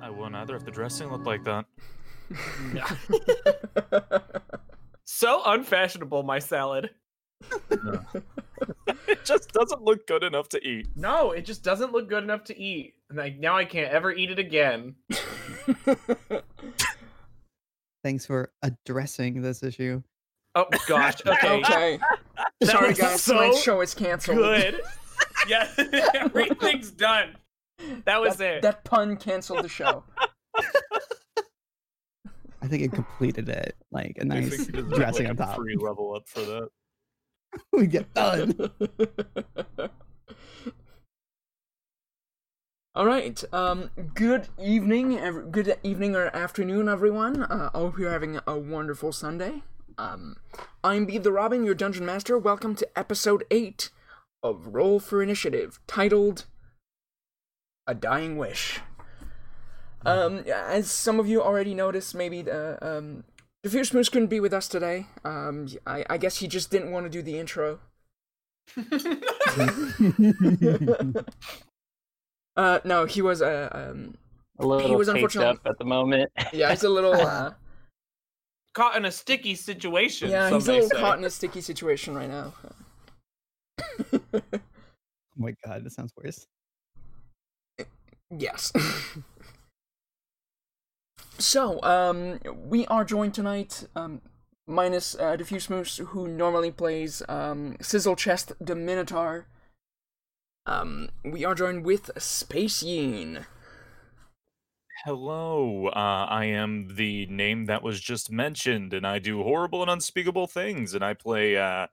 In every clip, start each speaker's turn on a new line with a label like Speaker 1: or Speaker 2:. Speaker 1: I wouldn't either if the dressing looked like that.
Speaker 2: So unfashionable, my salad.
Speaker 1: It just doesn't look good enough to eat.
Speaker 2: No, it just doesn't look good enough to eat. And like now I can't ever eat it again.
Speaker 3: Thanks for addressing this issue.
Speaker 2: Oh gosh. Okay.
Speaker 4: okay.
Speaker 2: That
Speaker 4: Sorry,
Speaker 2: was
Speaker 4: guys.
Speaker 2: so
Speaker 4: Tonight's show is canceled.
Speaker 2: Good. yeah, everything's done. That was
Speaker 4: that,
Speaker 2: it.
Speaker 4: that pun canceled the show.
Speaker 3: I think it completed it. Like a
Speaker 1: I
Speaker 3: nice
Speaker 1: think you deserve,
Speaker 3: dressing
Speaker 1: like,
Speaker 3: on
Speaker 1: a
Speaker 3: top.
Speaker 1: Free level up for that.
Speaker 3: we get done.
Speaker 4: All right. Um. Good evening. Ev- good evening or afternoon, everyone. Uh, I hope you're having a wonderful Sunday. Um. I'm Beeb the Robin, your dungeon master. Welcome to episode eight of Roll for Initiative, titled "A Dying Wish." Um. As some of you already noticed, maybe uh, um. Diffuse Moose couldn't be with us today. Um, I, I guess he just didn't want to do the intro. Uh, no, he was uh, um,
Speaker 5: A little
Speaker 4: was
Speaker 5: taped
Speaker 4: unfortunately-
Speaker 5: up at the moment.
Speaker 4: yeah, he's a little, uh,
Speaker 2: Caught in a sticky situation.
Speaker 4: yeah,
Speaker 2: some
Speaker 4: he's a
Speaker 2: may
Speaker 4: little
Speaker 2: say.
Speaker 4: caught in a sticky situation right now.
Speaker 3: Oh my god, that sounds worse.
Speaker 4: Yes. so, um, we are joined tonight, um, minus uh, Diffuse Moose, who normally plays um, Sizzle Chest the Minotaur. Um, we are joined with Space Yeen.
Speaker 1: Hello, uh, I am the name that was just mentioned, and I do horrible and unspeakable things. And I play uh,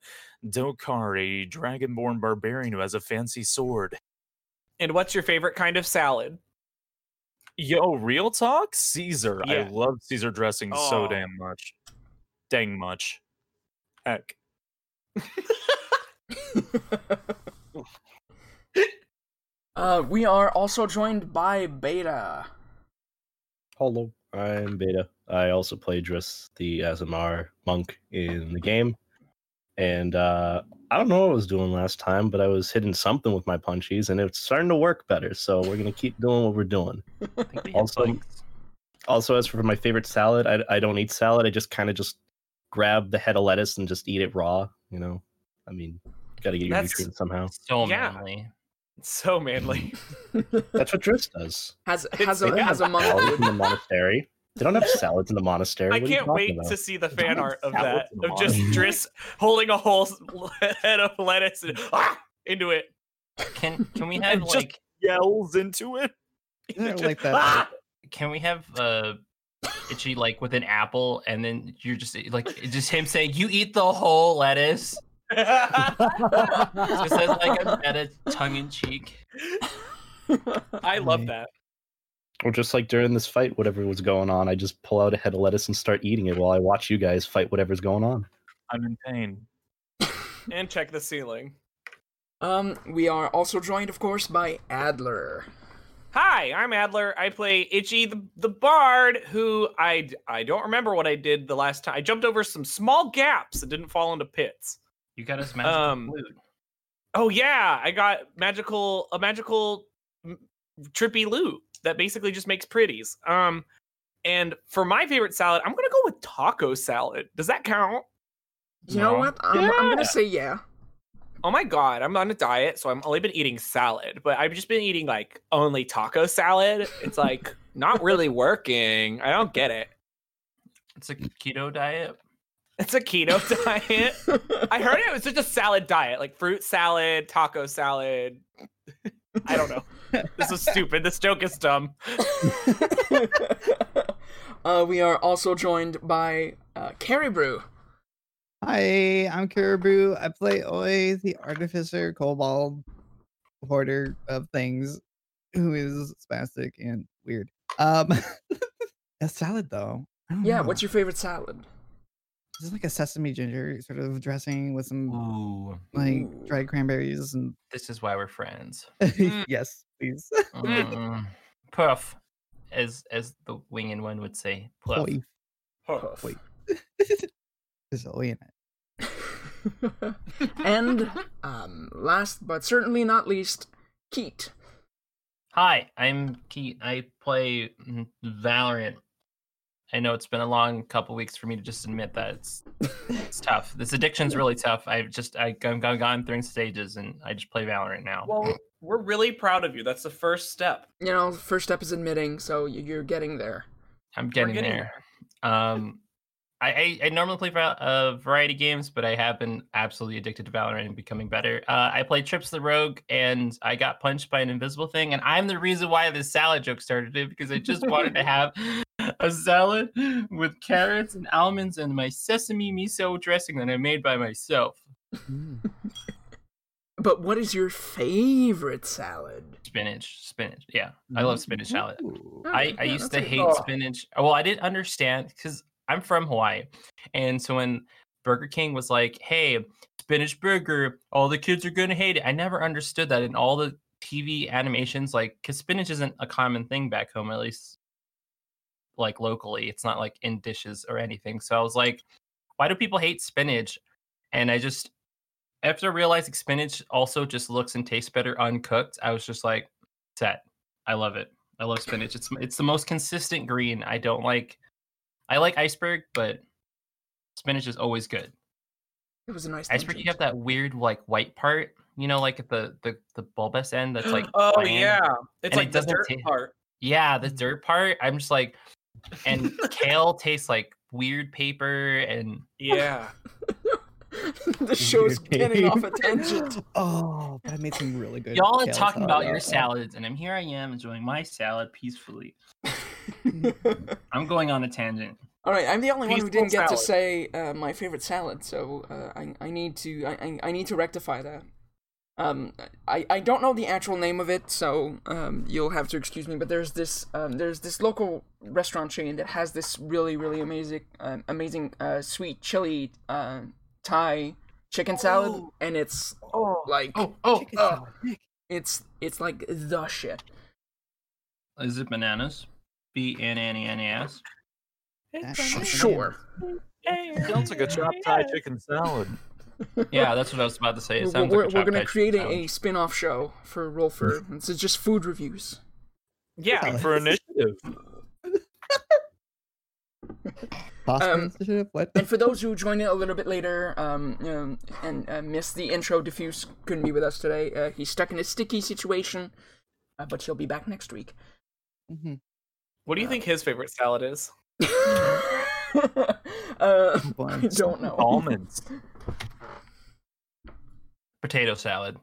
Speaker 1: Dokar, a dragonborn barbarian who has a fancy sword.
Speaker 2: And what's your favorite kind of salad?
Speaker 1: Yo, real talk, Caesar.
Speaker 2: Yeah.
Speaker 1: I love Caesar dressing
Speaker 2: Aw.
Speaker 1: so damn much, dang much. Heck,
Speaker 4: Uh, we are also joined by Beta.
Speaker 6: Hello, I'm Beta. I also play Driss, the Azamar monk in the game. And uh, I don't know what I was doing last time, but I was hitting something with my punchies, and it's starting to work better. So we're gonna keep doing what we're doing.
Speaker 1: I think they hit
Speaker 6: Also-
Speaker 1: blanks.
Speaker 6: Also, as for my favorite salad, I, I don't eat salad. I just kind of just grab the head of lettuce and just eat it raw. You know, I mean, gotta get your
Speaker 2: That's-
Speaker 6: nutrients somehow.
Speaker 5: So
Speaker 2: Yeah.
Speaker 5: manly.
Speaker 2: So manly.
Speaker 6: That's what Driss does.
Speaker 4: Has
Speaker 2: It's-
Speaker 4: has a
Speaker 6: They don't
Speaker 4: has a
Speaker 6: have salads
Speaker 4: monk.
Speaker 6: in the monastery. They don't have salads in the monastery.
Speaker 2: I
Speaker 6: What are you
Speaker 2: can't
Speaker 6: talking
Speaker 2: wait
Speaker 6: about?
Speaker 2: to see the fan
Speaker 6: Donald
Speaker 2: art of
Speaker 6: Salad
Speaker 2: that.
Speaker 6: in the
Speaker 2: Of just
Speaker 6: morning.
Speaker 2: Driss holding a whole s- head of lettuce and, ah, into it.
Speaker 5: Can can we have
Speaker 1: just-
Speaker 5: like
Speaker 1: yells into it.
Speaker 3: Isn't it
Speaker 2: Just,
Speaker 3: like that?
Speaker 2: "Ah!"
Speaker 5: can we have uh itchy like with an apple and then you're just like it's just him saying you eat the whole lettuce.
Speaker 2: Ah!
Speaker 5: It's Just as like a meta tongue in cheek.
Speaker 4: um,
Speaker 2: I love
Speaker 3: Right.
Speaker 2: that.
Speaker 6: Or just like during this fight, whatever was going on, I just pull out a head of lettuce and start eating it while I watch you guys fight whatever's going on.
Speaker 1: I'm in pain.
Speaker 2: And check the ceiling.
Speaker 4: Um, we are also joined, of course, by Adler.
Speaker 2: Hi, I'm Adler. I play Itchy the, the Bard, who I d- I don't remember what I did the last time. I jumped over some small gaps and didn't fall into pits.
Speaker 5: You got us magical
Speaker 2: Um,
Speaker 5: flute.
Speaker 2: Oh yeah, I got magical a magical m- trippy loot that basically just makes pretties. Um, and for my favorite salad, I'm gonna go with taco salad. Does that count?
Speaker 4: You know
Speaker 5: No.
Speaker 4: what? I'm, I'm gonna say yeah.
Speaker 2: Oh my god, I'm on a diet, so I'm only been eating salad, but I've just been eating like only taco salad. It's like not really working. I don't get it.
Speaker 5: It's a keto diet.
Speaker 2: It's a keto diet. I heard it was just a salad diet, like fruit salad, taco salad. I don't know. This is stupid. This joke is dumb.
Speaker 4: uh, we are also joined by uh, Carrie Brew.
Speaker 3: Hi, I'm Caribou. I play Oi, the artificer, kobold, hoarder of things, who is spastic and weird. Um, a salad though. I don't
Speaker 4: Yeah,
Speaker 3: know.
Speaker 4: what's your favorite salad?
Speaker 3: Is this like a sesame ginger sort of dressing with some
Speaker 1: Oh.
Speaker 5: Ooh,
Speaker 3: like dried cranberries and
Speaker 5: this is why we're friends.
Speaker 3: yes, please.
Speaker 5: Mm. Puff, as as the winged one would say. Puff.
Speaker 3: Oi.
Speaker 4: Puff.
Speaker 3: Wait. There's Oi in it.
Speaker 4: and um, last but certainly not least, Keat.
Speaker 5: Hi, I'm Keith. I play mm, Valorant. I know it's been a long couple weeks for me to just admit that it's it's tough. This addiction's really tough. I've just I, I've gone, gone through stages, and I just play Valorant now.
Speaker 2: Well, we're really proud of you. That's the first step.
Speaker 4: You know, first step is admitting, so y- you're getting there.
Speaker 5: I'm getting,
Speaker 2: getting
Speaker 5: there. Um, I, I I normally play val- uh, variety games, but I have been absolutely addicted to Valorant and becoming better. Uh, I played Trips the Rogue, and I got punched by an invisible thing, and I'm the reason why this salad joke started it because I just wanted to have a salad with carrots and almonds and my sesame miso dressing that I made by myself.
Speaker 3: Mm.
Speaker 4: But what is your favorite salad?
Speaker 5: Spinach, spinach, yeah, I
Speaker 3: Mm-hmm,
Speaker 5: love spinach salad.
Speaker 3: Ooh.
Speaker 5: I,
Speaker 4: yeah,
Speaker 5: I used
Speaker 4: that's
Speaker 5: to
Speaker 4: it.
Speaker 5: hate
Speaker 4: Oh.
Speaker 5: spinach. Well, I didn't understand because I'm from Hawaii. And so when Burger King was like, hey, spinach burger, all the kids are going to hate it. I never understood that in all the TV animations, like, because spinach isn't a common thing back home, at least like locally. It's not like in dishes or anything. So I was like, why do people hate spinach? And I just, after realizing spinach also just looks and tastes better uncooked, I was just like, set. I love it. I love spinach. It's it's the most consistent green. I don't like. I like iceberg, but spinach is always good.
Speaker 4: It was a nice
Speaker 5: Iceberg, you
Speaker 4: tangent.
Speaker 5: have that weird like white part, you know, like at the the the bulbous end. That's like
Speaker 2: oh
Speaker 5: bland.
Speaker 2: yeah, it's
Speaker 5: and
Speaker 2: like
Speaker 5: it
Speaker 2: the
Speaker 5: doesn't
Speaker 2: dirt
Speaker 5: ta-
Speaker 2: part.
Speaker 5: yeah, the dirt part. I'm just like, and kale tastes like weird paper, and
Speaker 2: Yeah,
Speaker 4: the show's getting off a tangent.
Speaker 3: Oh, but I made some really good.
Speaker 5: y'all are
Speaker 3: kale
Speaker 5: talking about your
Speaker 3: salad.
Speaker 5: salads, and I'm here. I am enjoying my salad peacefully. I'm going on a tangent.
Speaker 4: All right, I'm the only one who
Speaker 2: Peaceful
Speaker 4: didn't get to
Speaker 2: salad.
Speaker 4: say uh, my favorite salad, so uh, I, I need to I, I, I need to rectify that. Um, I, I don't know the actual name of it, so um, you'll have to excuse me. But there's this um, there's this local restaurant chain that has this really really amazing um, amazing uh, sweet chili uh, Thai chicken salad,
Speaker 2: Oh.
Speaker 4: and it's
Speaker 2: Oh.
Speaker 4: like
Speaker 5: Oh, oh,
Speaker 3: Chicken
Speaker 4: uh,
Speaker 5: oh.
Speaker 3: salad, Nick.
Speaker 4: it's it's like the shit.
Speaker 5: is it bananas? B N N E N A S.
Speaker 3: That's
Speaker 4: Sh-
Speaker 3: fucking
Speaker 4: Sure.
Speaker 1: Sounds like a chopped Thai chicken salad.
Speaker 5: Yeah, that's what I was about to say. It
Speaker 4: We're,
Speaker 5: sounds
Speaker 4: we're,
Speaker 5: like a Mm-hmm.
Speaker 4: we're
Speaker 5: chopped
Speaker 4: gonna
Speaker 5: Thai
Speaker 4: create a,
Speaker 5: salad.
Speaker 4: a spin-off show for Rolfer. This is just food reviews.
Speaker 2: yeah.
Speaker 1: for initiative.
Speaker 3: pasta
Speaker 4: Um,
Speaker 3: instead of what?
Speaker 4: And for those who join in a little bit later um, um, and uh, missed the intro, Diffuse couldn't be with us today. Uh, he's stuck in a sticky situation, uh, but he'll be back next week.
Speaker 3: Mhm.
Speaker 2: What do you think his favorite salad is?
Speaker 4: uh, I
Speaker 3: Buns.
Speaker 4: don't know.
Speaker 1: Almonds.
Speaker 5: potato salad.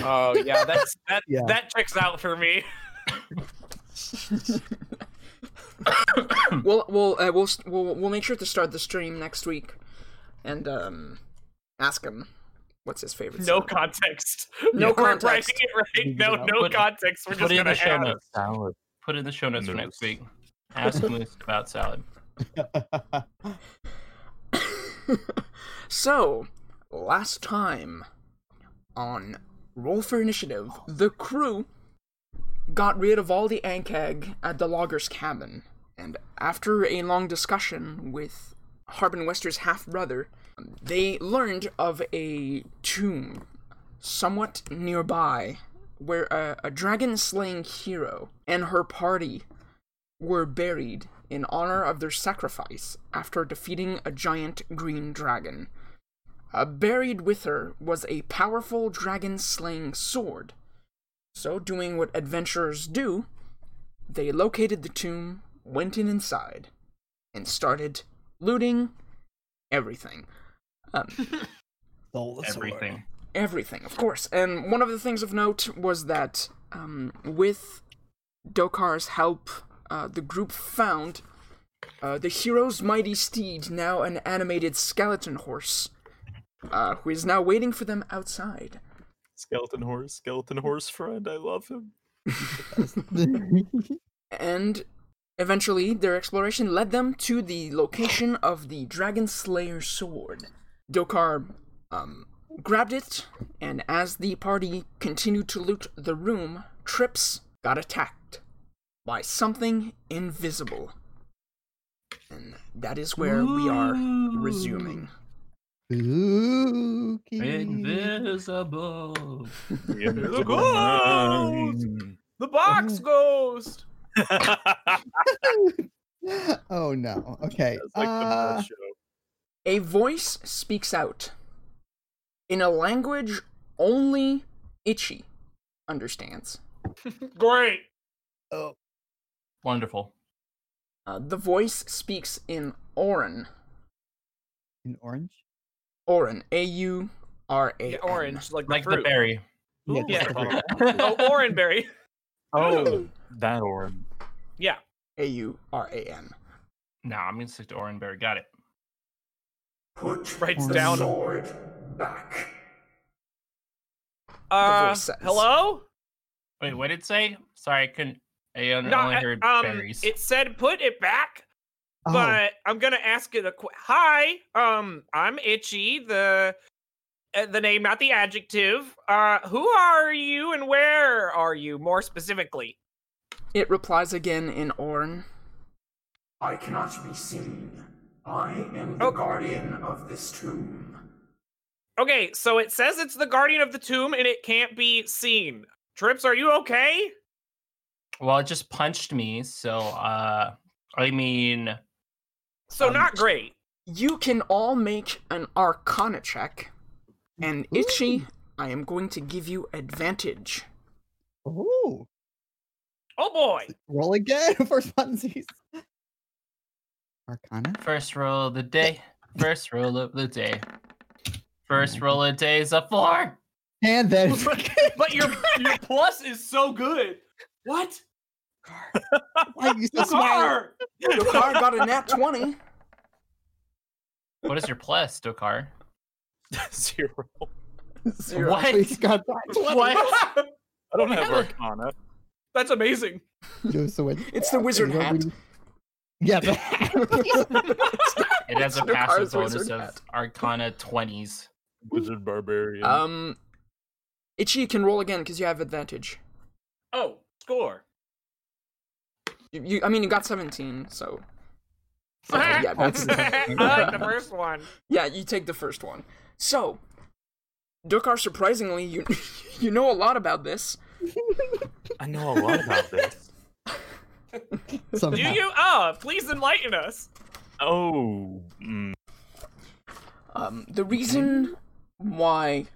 Speaker 2: Oh yeah, that's that
Speaker 3: Yeah.
Speaker 2: that checks out for me.
Speaker 4: We'll we'll, uh, we'll s- we'll we'll make sure to start the stream next week, and um, ask him what's his favorite.
Speaker 2: No
Speaker 4: salad.
Speaker 2: context.
Speaker 4: No
Speaker 2: We're
Speaker 4: context.
Speaker 2: writing it right. No, no
Speaker 5: Put-
Speaker 2: context. We're
Speaker 5: Put
Speaker 2: just
Speaker 5: it in
Speaker 2: gonna
Speaker 5: the show
Speaker 2: add.
Speaker 5: notes.
Speaker 1: Salad.
Speaker 5: Put it in the show notes for next
Speaker 1: Moose.
Speaker 5: week. Ask Moose about salad.
Speaker 4: So, last time on Roll for Initiative, the crew got rid of all the Ankag at the logger's cabin, and after a long discussion with Harbin Wester's half brother, they learned of a tomb somewhat nearby where a, a dragon slaying hero and her party were buried in honor of their sacrifice after defeating a giant green dragon. Uh, buried with her was a powerful dragon slaying sword. So, doing what adventurers do, they located the tomb, went in inside, and started looting everything.
Speaker 3: Stole the sword.
Speaker 5: Everything.
Speaker 4: Everything, of course. And one of the things of note was that um, with Dokar's help, uh, the group found uh, the hero's mighty steed, now an animated skeleton horse, uh, who is now waiting for them outside.
Speaker 1: Skeleton horse. Skeleton horse friend. I love him.
Speaker 4: And eventually, their exploration led them to the location of the Dragon Slayer sword. Dokar um, grabbed it, and as the party continued to loot the room, Trips got attacked by something invisible. And that is where we are resuming.
Speaker 3: Spooky.
Speaker 5: Invisible.
Speaker 1: The invisible
Speaker 2: ghost!
Speaker 1: mind.
Speaker 2: The box ghost.
Speaker 3: oh no. Okay.
Speaker 1: That's like the
Speaker 3: uh,
Speaker 1: Muppet show.
Speaker 4: A voice speaks out in a language only Itchy understands.
Speaker 2: Great.
Speaker 3: oh,
Speaker 5: Wonderful.
Speaker 4: Uh, the voice speaks in Oran.
Speaker 3: in orange.
Speaker 4: Oran. A U R A.
Speaker 2: Yeah,
Speaker 4: N.
Speaker 2: orange, like the
Speaker 5: Like the
Speaker 2: fruit.
Speaker 5: berry.
Speaker 3: Yeah,
Speaker 2: yeah.
Speaker 3: just like-
Speaker 2: oh, orange berry.
Speaker 1: Oh, that or
Speaker 2: Yeah.
Speaker 4: A U R A N.
Speaker 5: No, I'm gonna stick to orange berry. Got it.
Speaker 7: Put
Speaker 2: Writes
Speaker 7: the
Speaker 2: down-
Speaker 7: sword back.
Speaker 2: Uh,
Speaker 4: voice says.
Speaker 2: hello.
Speaker 5: Wait, what did it say? Sorry, I couldn't. I only, only
Speaker 2: I-
Speaker 5: heard
Speaker 2: um,
Speaker 5: berries.
Speaker 2: it said put it back,
Speaker 3: Oh,
Speaker 2: but I'm gonna ask it a qu- hi. Um, I'm itchy. The uh, the name, not the adjective. Uh, who are you and where are you more specifically?
Speaker 4: It replies again in Oran.
Speaker 7: I cannot be seen. I am the
Speaker 2: Oh.
Speaker 7: guardian of this tomb.
Speaker 2: Okay, so it says it's the guardian of the tomb and it can't be seen. Trips, are you okay?
Speaker 5: well, it just punched me. So, uh, I mean,
Speaker 2: So
Speaker 5: Um,
Speaker 2: not great.
Speaker 4: You can all make an Arcana check. And Itchy, I am going to give you advantage.
Speaker 3: Ooh.
Speaker 2: Oh boy.
Speaker 3: Roll again for funsies. Arcana.
Speaker 5: first roll of the day. First roll of the day.
Speaker 4: Mm-hmm.
Speaker 5: First roll of the day is a four.
Speaker 3: And then
Speaker 2: but your your plus is so good. What?
Speaker 3: why are you so smart?
Speaker 4: Dokar got a nat 20.
Speaker 5: What is your plus, Dokar?
Speaker 1: zero.
Speaker 4: Zero.
Speaker 5: What?
Speaker 3: He's got that.
Speaker 5: What?
Speaker 1: I don't have Arcana.
Speaker 2: That's amazing.
Speaker 3: Yo, so what-
Speaker 4: It's the wizard
Speaker 3: what
Speaker 4: hat.
Speaker 3: we- Yeah. the-
Speaker 5: It has a
Speaker 4: Dokar's
Speaker 5: passive bonus
Speaker 4: wizard
Speaker 5: of
Speaker 4: hat.
Speaker 5: Arcana twenties.
Speaker 1: Wizard barbarian.
Speaker 4: Um, Itchy can roll again because you have advantage.
Speaker 2: Oh, score.
Speaker 4: You, you, I mean, you got 17, so
Speaker 2: I
Speaker 4: yeah, that's
Speaker 2: like the first one.
Speaker 4: yeah, you take the first one. So, Dokar, surprisingly, you you know a lot about this.
Speaker 1: I know a lot about this.
Speaker 2: Do
Speaker 3: somehow.
Speaker 2: you? Ah, please enlighten us.
Speaker 1: Oh, mm,
Speaker 4: Um, the reason why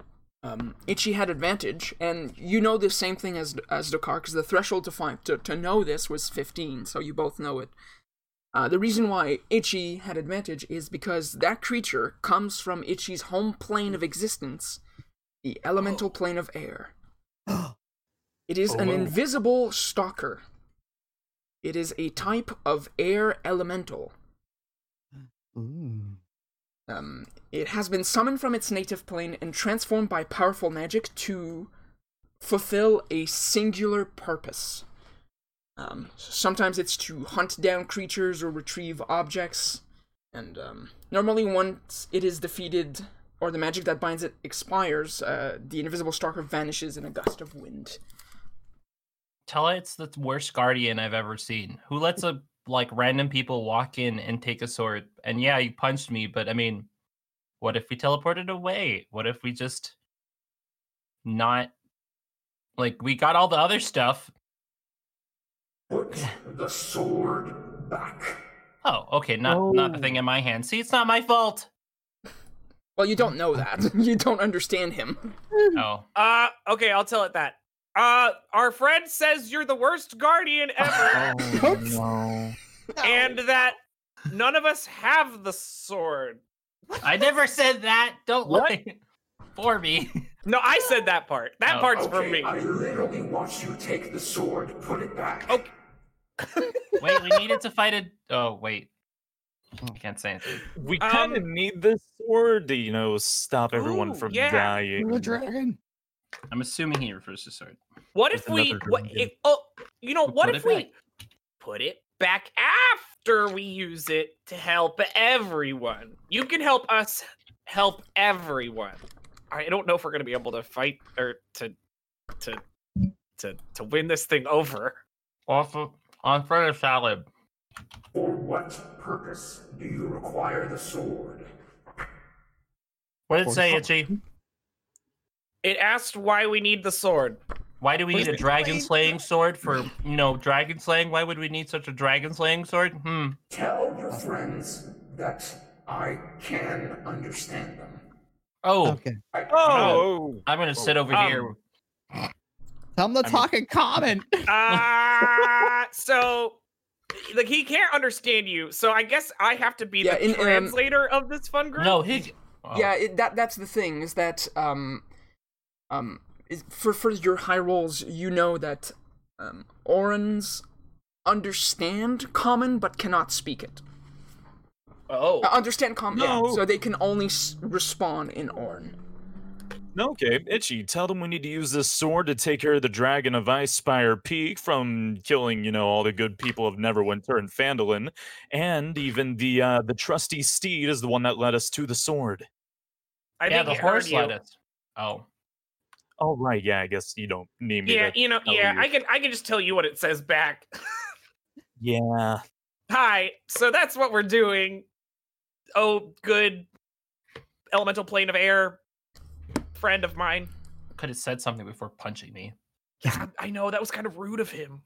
Speaker 4: um, Itchy had advantage, and you know the same thing as as Dokar, because the threshold to find to, to know this was 15, so you both know it. Uh, the reason why Itchy had advantage is because that creature comes from Itchy's home plane of existence, the elemental plane of air. It is an
Speaker 1: Oh.
Speaker 4: invisible stalker. It is a type of air elemental.
Speaker 3: Ooh.
Speaker 4: Um, it has been summoned from its native plane and transformed by powerful magic to fulfill a singular purpose. Um, sometimes it's to hunt down creatures or retrieve objects, and um, normally once it is defeated or the magic that binds it expires, uh, the invisible stalker vanishes in a gust of wind.
Speaker 5: Tell it it's the worst guardian I've ever seen. Who lets a like random people walk in and take a sword? And yeah, you punched me, but I mean, what if we teleported away? What if we just not like we got all the other stuff?
Speaker 7: Put the sword back.
Speaker 5: Oh, okay, not not the thing in my hand. See, it's not my fault.
Speaker 4: Well, you don't know that. you don't understand him.
Speaker 5: Oh,
Speaker 2: Uh, okay, I'll tell it that. Uh, our friend says you're the worst guardian ever,
Speaker 5: Oh,
Speaker 3: Oops.
Speaker 2: and that none of us have the sword.
Speaker 5: I never said that. Don't lie for me.
Speaker 2: No, I said that part. That
Speaker 5: Oh.
Speaker 2: part's for
Speaker 7: Okay,
Speaker 2: me.
Speaker 7: I literally want you to take the sword, put it back.
Speaker 2: Okay.
Speaker 5: wait, we needed to fight a. Oh wait, I can't say anything.
Speaker 1: we
Speaker 2: Um,
Speaker 1: kind of need this sword to, you know, stop everyone
Speaker 2: Ooh,
Speaker 1: from
Speaker 2: yeah.
Speaker 1: dying.
Speaker 3: Blue dragon.
Speaker 5: I'm assuming he refers to sword.
Speaker 2: What if
Speaker 1: With
Speaker 2: we?
Speaker 1: another
Speaker 2: What,
Speaker 1: dragon.
Speaker 2: if, oh, you know,
Speaker 5: Put
Speaker 2: what
Speaker 5: it
Speaker 2: if we
Speaker 5: back.
Speaker 2: put it back after we use it to help everyone? You can help us help everyone. I don't know if we're gonna be able to fight or to to to to win this thing over.
Speaker 5: Off of, on further salad.
Speaker 7: For what purpose do you require the sword?
Speaker 5: What did it
Speaker 3: Or
Speaker 5: say,
Speaker 3: something.
Speaker 5: Itchy?
Speaker 2: It asked why we need the sword.
Speaker 5: Why do we
Speaker 3: What
Speaker 5: need
Speaker 3: is
Speaker 5: a
Speaker 3: it?
Speaker 5: dragon slaying sword for you know dragon slaying? Why would we need such a dragon slaying sword? Hmm.
Speaker 7: Tell your friends that I can understand them.
Speaker 5: Oh,
Speaker 3: Okay.
Speaker 7: I,
Speaker 1: Oh,
Speaker 5: I'm gonna sit over
Speaker 2: um,
Speaker 5: here.
Speaker 3: Tell them to
Speaker 1: I mean-
Speaker 3: talk in common.
Speaker 2: Uh, so like he can't understand you. So I guess I have to be
Speaker 4: Yeah,
Speaker 2: the
Speaker 4: in, um,
Speaker 2: translator of this fun group.
Speaker 5: No, he. oh,
Speaker 4: Yeah, it, that that's the thing is that um, um, is, for for your high rolls, you know that um, Orans understand common but cannot speak it.
Speaker 5: Oh.
Speaker 4: Uh, understand common, yeah.
Speaker 1: No.
Speaker 4: So they can only s- respond in Orn.
Speaker 1: no, okay. Itchy, tell them we need to use this sword to take care of the dragon of Ice Spire Peak from killing, you know, all the good people of Neverwinter and Phandalin, and even the uh, the trusty steed is the one that led us to the sword.
Speaker 2: I
Speaker 5: yeah,
Speaker 2: think
Speaker 5: the
Speaker 2: he heard
Speaker 5: horse
Speaker 2: you.
Speaker 5: led us. Oh.
Speaker 1: Oh right, yeah. I guess you don't need me.
Speaker 2: Yeah,
Speaker 1: to...
Speaker 2: you know,
Speaker 1: tell
Speaker 2: yeah,
Speaker 1: you.
Speaker 2: I can I can just tell you what it says back.
Speaker 1: yeah.
Speaker 2: Hi. So that's what we're doing. Oh, good elemental plane of air friend of mine.
Speaker 5: Could have said something before punching me,
Speaker 2: God, I know that was kind of rude of him.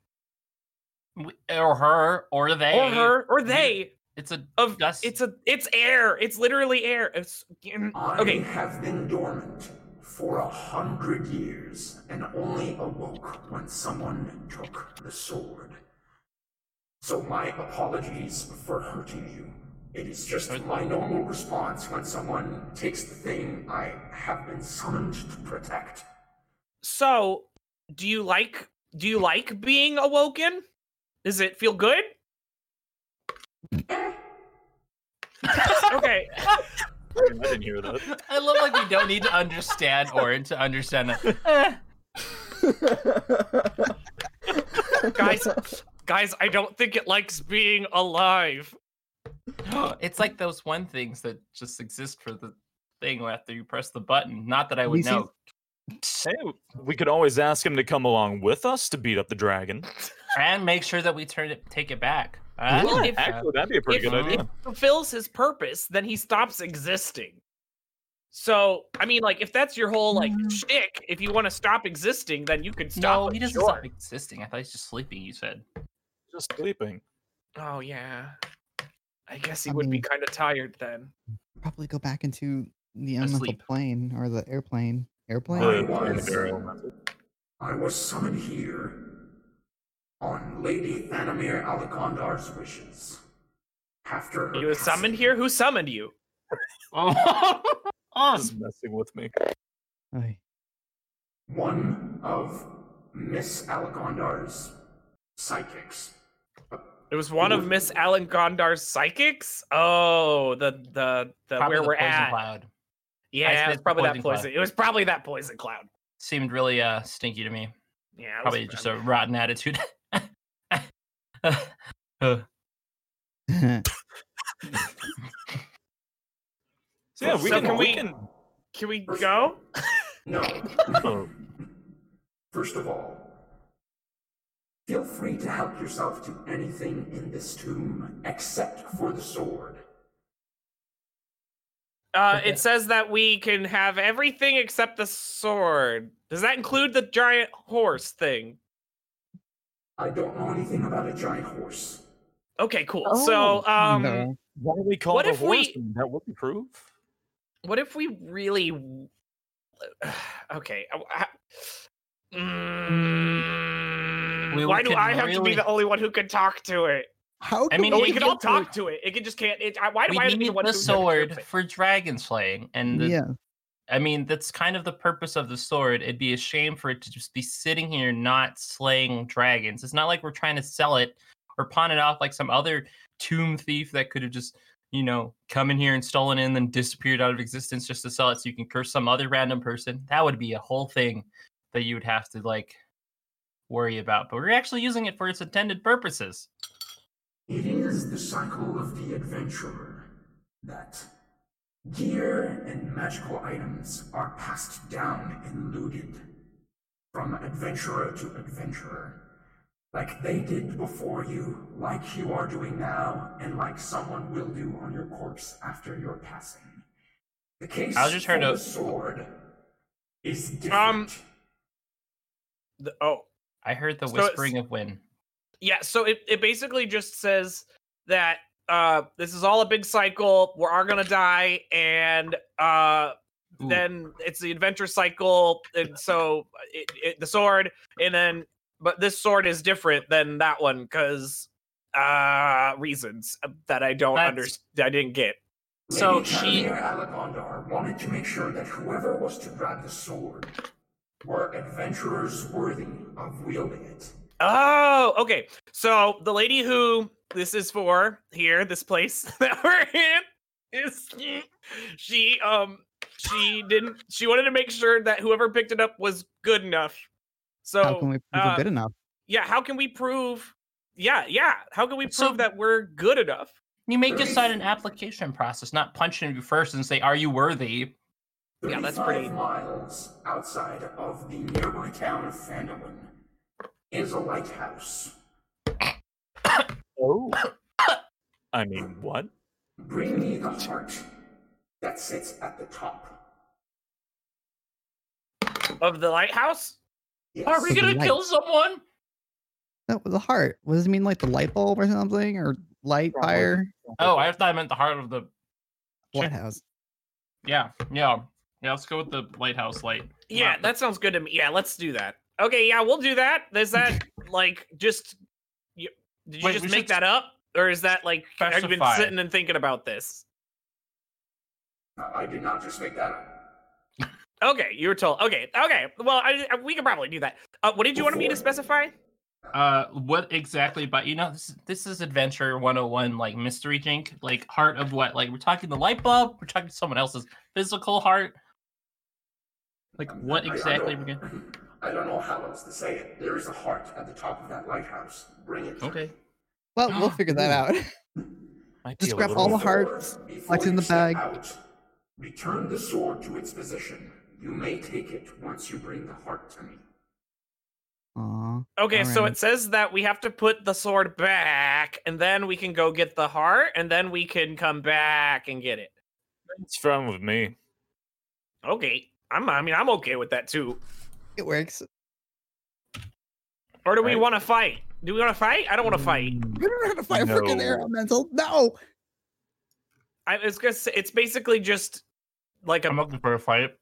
Speaker 5: W- or her, or they,
Speaker 2: Or her or they.
Speaker 5: It's a
Speaker 2: Of
Speaker 5: That's-
Speaker 2: it's a it's air. It's literally air. It's, mm,
Speaker 7: I
Speaker 2: okay.
Speaker 7: have been dormant for a hundred years and only awoke when someone took the sword. So my apologies for hurting you. It is just my normal response when someone takes the thing I have been summoned to protect.
Speaker 2: So, do you like do you like being awoken? Does it feel good? okay.
Speaker 1: I didn't hear that.
Speaker 5: I love like we don't need to understand Orin to understand that.
Speaker 2: Guys, guys, I don't think it likes being alive.
Speaker 5: it's like those one things that just exist for the thing after you press the button. Not that I would
Speaker 3: Reese's-
Speaker 5: know.
Speaker 1: Hey, we could always ask him to come along with us to beat up the dragon.
Speaker 5: And make sure that we turn it, take it back. I
Speaker 2: Well,
Speaker 5: like
Speaker 2: if-
Speaker 5: that.
Speaker 1: Actually, that'd be a pretty
Speaker 2: if,
Speaker 1: good idea.
Speaker 2: if it fulfills his purpose, then he stops existing. So, I mean, like, if that's your whole like shtick, if you want to stop existing, then you could stop.
Speaker 5: Mm. no,
Speaker 2: it,
Speaker 5: he doesn't
Speaker 2: sure.
Speaker 5: stop existing. I thought he's just sleeping. You said.
Speaker 1: Just sleeping.
Speaker 2: Oh yeah. I guess he
Speaker 3: I
Speaker 2: would be
Speaker 3: mean-
Speaker 2: kind of tired then.
Speaker 3: Probably go back into the elemental
Speaker 5: Asleep.
Speaker 3: plane or the airplane. Airplane?
Speaker 7: Right.
Speaker 1: The-
Speaker 7: Why
Speaker 1: the
Speaker 7: is-
Speaker 1: barrel method.
Speaker 7: I was summoned here on Lady Thanamir Alacondar's wishes. After her
Speaker 2: You were summoned
Speaker 7: passing-
Speaker 2: here. Who summoned you?
Speaker 5: Oh,
Speaker 1: Just messing with me.
Speaker 3: Ay.
Speaker 7: one of Miss Alacondar's psychics.
Speaker 2: It was one of Miss Alan Gondar's psychics. Oh, the the the
Speaker 5: Probably
Speaker 2: where
Speaker 5: the
Speaker 2: we're
Speaker 5: poison
Speaker 2: at.
Speaker 5: cloud
Speaker 2: Yeah,
Speaker 5: it's
Speaker 2: it's probably that
Speaker 5: poison cloud.
Speaker 2: poison. It was probably that poison cloud.
Speaker 5: seemed really uh stinky to me.
Speaker 2: Yeah, it was
Speaker 5: Probably just a rotten attitude.
Speaker 1: So yeah, we
Speaker 2: So
Speaker 1: can,
Speaker 2: can
Speaker 1: we
Speaker 2: we-
Speaker 1: can
Speaker 2: Can we go?
Speaker 7: No.
Speaker 1: Oh.
Speaker 7: First of all, feel free to help yourself to anything in this tomb except for the sword.
Speaker 2: Uh, it says that we can have everything except the sword. Does that include the giant horse thing?
Speaker 7: I don't know anything about a giant horse.
Speaker 2: Okay, cool. so, um,
Speaker 3: Oh, no.
Speaker 1: Why do we call
Speaker 2: What
Speaker 1: it a
Speaker 2: if we-
Speaker 1: horse? then? That would prove.
Speaker 2: what if we really? w- okay. uh, I- I- Mm,
Speaker 5: We
Speaker 2: why do
Speaker 5: could
Speaker 2: I have to be
Speaker 5: really-
Speaker 2: the only one who can talk to it?
Speaker 3: How
Speaker 5: I
Speaker 3: can
Speaker 5: mean,
Speaker 2: Oh,
Speaker 5: it
Speaker 2: we can
Speaker 5: can
Speaker 2: all
Speaker 5: go-
Speaker 2: talk to it. It can just can't. It, I, why do I have
Speaker 5: we
Speaker 2: to be
Speaker 5: need
Speaker 2: the one
Speaker 5: the
Speaker 2: who interprets
Speaker 5: sword
Speaker 2: it?
Speaker 5: for dragon slaying, and the,
Speaker 3: yeah.
Speaker 5: I mean, that's kind of the purpose of the sword. It'd be a shame for it to just be sitting here not slaying dragons. It's not like we're trying to sell it or pawn it off like some other tomb thief that could have just, you know, come in here and stolen it and then disappeared out of existence just to sell it so you can curse some other random person. That would be a whole thing that you would have to like worry about. But we're actually using it for its intended purposes.
Speaker 7: It is the cycle of the adventurer that gear and magical items are passed down and looted from adventurer to adventurer, like they did before you, like you are doing now, and like someone will do on your corpse after your passing. The case
Speaker 5: I was just Um,
Speaker 7: for
Speaker 5: trying to-
Speaker 7: the sword is different.
Speaker 2: Um, The, oh,
Speaker 5: I heard the
Speaker 2: So it's-
Speaker 5: whispering of wind.
Speaker 2: Yeah, so it, it basically just says that uh this is all a big cycle, we're all gonna die, and uh
Speaker 5: Ooh.
Speaker 2: then it's the adventure cycle, and so it, it, the sword, and then but this sword is different than that one because uh reasons that I don't
Speaker 5: That's-
Speaker 2: understand I didn't get.
Speaker 5: So
Speaker 7: Lady
Speaker 5: she-
Speaker 7: Tanir Alagondar wanted to make sure that whoever was to grab the sword were adventurers worthy of wielding it.
Speaker 2: Oh, okay. So the lady who this is for here, this place that we're in, is she um she didn't she wanted to make sure that whoever picked it up was good enough. So
Speaker 3: How can we prove we're
Speaker 2: uh,
Speaker 3: good enough?
Speaker 2: yeah, how can we prove yeah, yeah. How can we prove
Speaker 5: So-
Speaker 2: that we're good enough?
Speaker 5: You make us sign an application process, not punch him first and say, "Are you worthy?"
Speaker 2: Yeah, that's pretty-
Speaker 7: 35 miles outside of the nearby town of Fandolin is a lighthouse.
Speaker 1: Oh. I mean, what?
Speaker 7: Bring me the heart that sits at the top.
Speaker 2: Of the lighthouse?
Speaker 7: Yes.
Speaker 5: Are we
Speaker 3: With the
Speaker 5: gonna kill
Speaker 3: lights.
Speaker 5: someone?
Speaker 3: That was a heart. What does it mean, like the light bulb or something, or light
Speaker 1: Probably.
Speaker 3: fire?
Speaker 5: Oh, I thought I meant the heart of the.
Speaker 3: Lighthouse.
Speaker 5: Yeah, yeah, yeah. Let's go with the lighthouse light.
Speaker 2: Yeah,
Speaker 5: Not the-
Speaker 2: that sounds good to me. Yeah, let's do that. Okay, yeah, we'll do that. Is that like just you, did you
Speaker 5: Wait, we
Speaker 2: just
Speaker 5: should
Speaker 2: make that up? Or is that like have you been
Speaker 5: specify.
Speaker 2: sitting and thinking about this?
Speaker 7: I I did not just make that up.
Speaker 2: Okay, you were told. Okay, okay. Well, I, I- we can probably do that. Uh, what did you want me to
Speaker 7: Before-
Speaker 2: specify?
Speaker 5: Uh, what exactly? But you know, this this is adventure 101, like mystery jink, like heart of what? Like we're talking the light bulb. We're talking someone else's physical heart. Like what
Speaker 7: I- I
Speaker 5: exactly? We're
Speaker 7: don't-
Speaker 5: gonna...
Speaker 7: I don't know how else to say it. There is a heart at the top of that lighthouse. Bring it.
Speaker 5: Okay.
Speaker 3: Well, we'll figure that out.
Speaker 1: Might
Speaker 3: Just
Speaker 1: be a
Speaker 3: grab
Speaker 1: little
Speaker 3: all the
Speaker 1: bit-
Speaker 3: hearts,
Speaker 7: Before
Speaker 3: what's in
Speaker 7: you
Speaker 3: the
Speaker 7: step
Speaker 3: bag?
Speaker 7: out, return the sword to its position. You may take it once you bring the heart to me.
Speaker 3: Aw.
Speaker 2: Okay, so
Speaker 3: Alright.
Speaker 2: it says that we have to put the sword back, and then we can go get the heart, and then we can come back and get it.
Speaker 1: It's fine with me.
Speaker 2: Okay, I'm. I mean, I'm okay with that too.
Speaker 3: It works.
Speaker 2: Or do we
Speaker 1: Right. Mm.
Speaker 2: want to fight? Do we want to fight? I don't want to fight.
Speaker 3: We don't know how to fight a freaking
Speaker 1: No.
Speaker 3: elemental. No.
Speaker 2: I, it's gonna. say- It's basically just like a.
Speaker 5: I'm looking for a fight.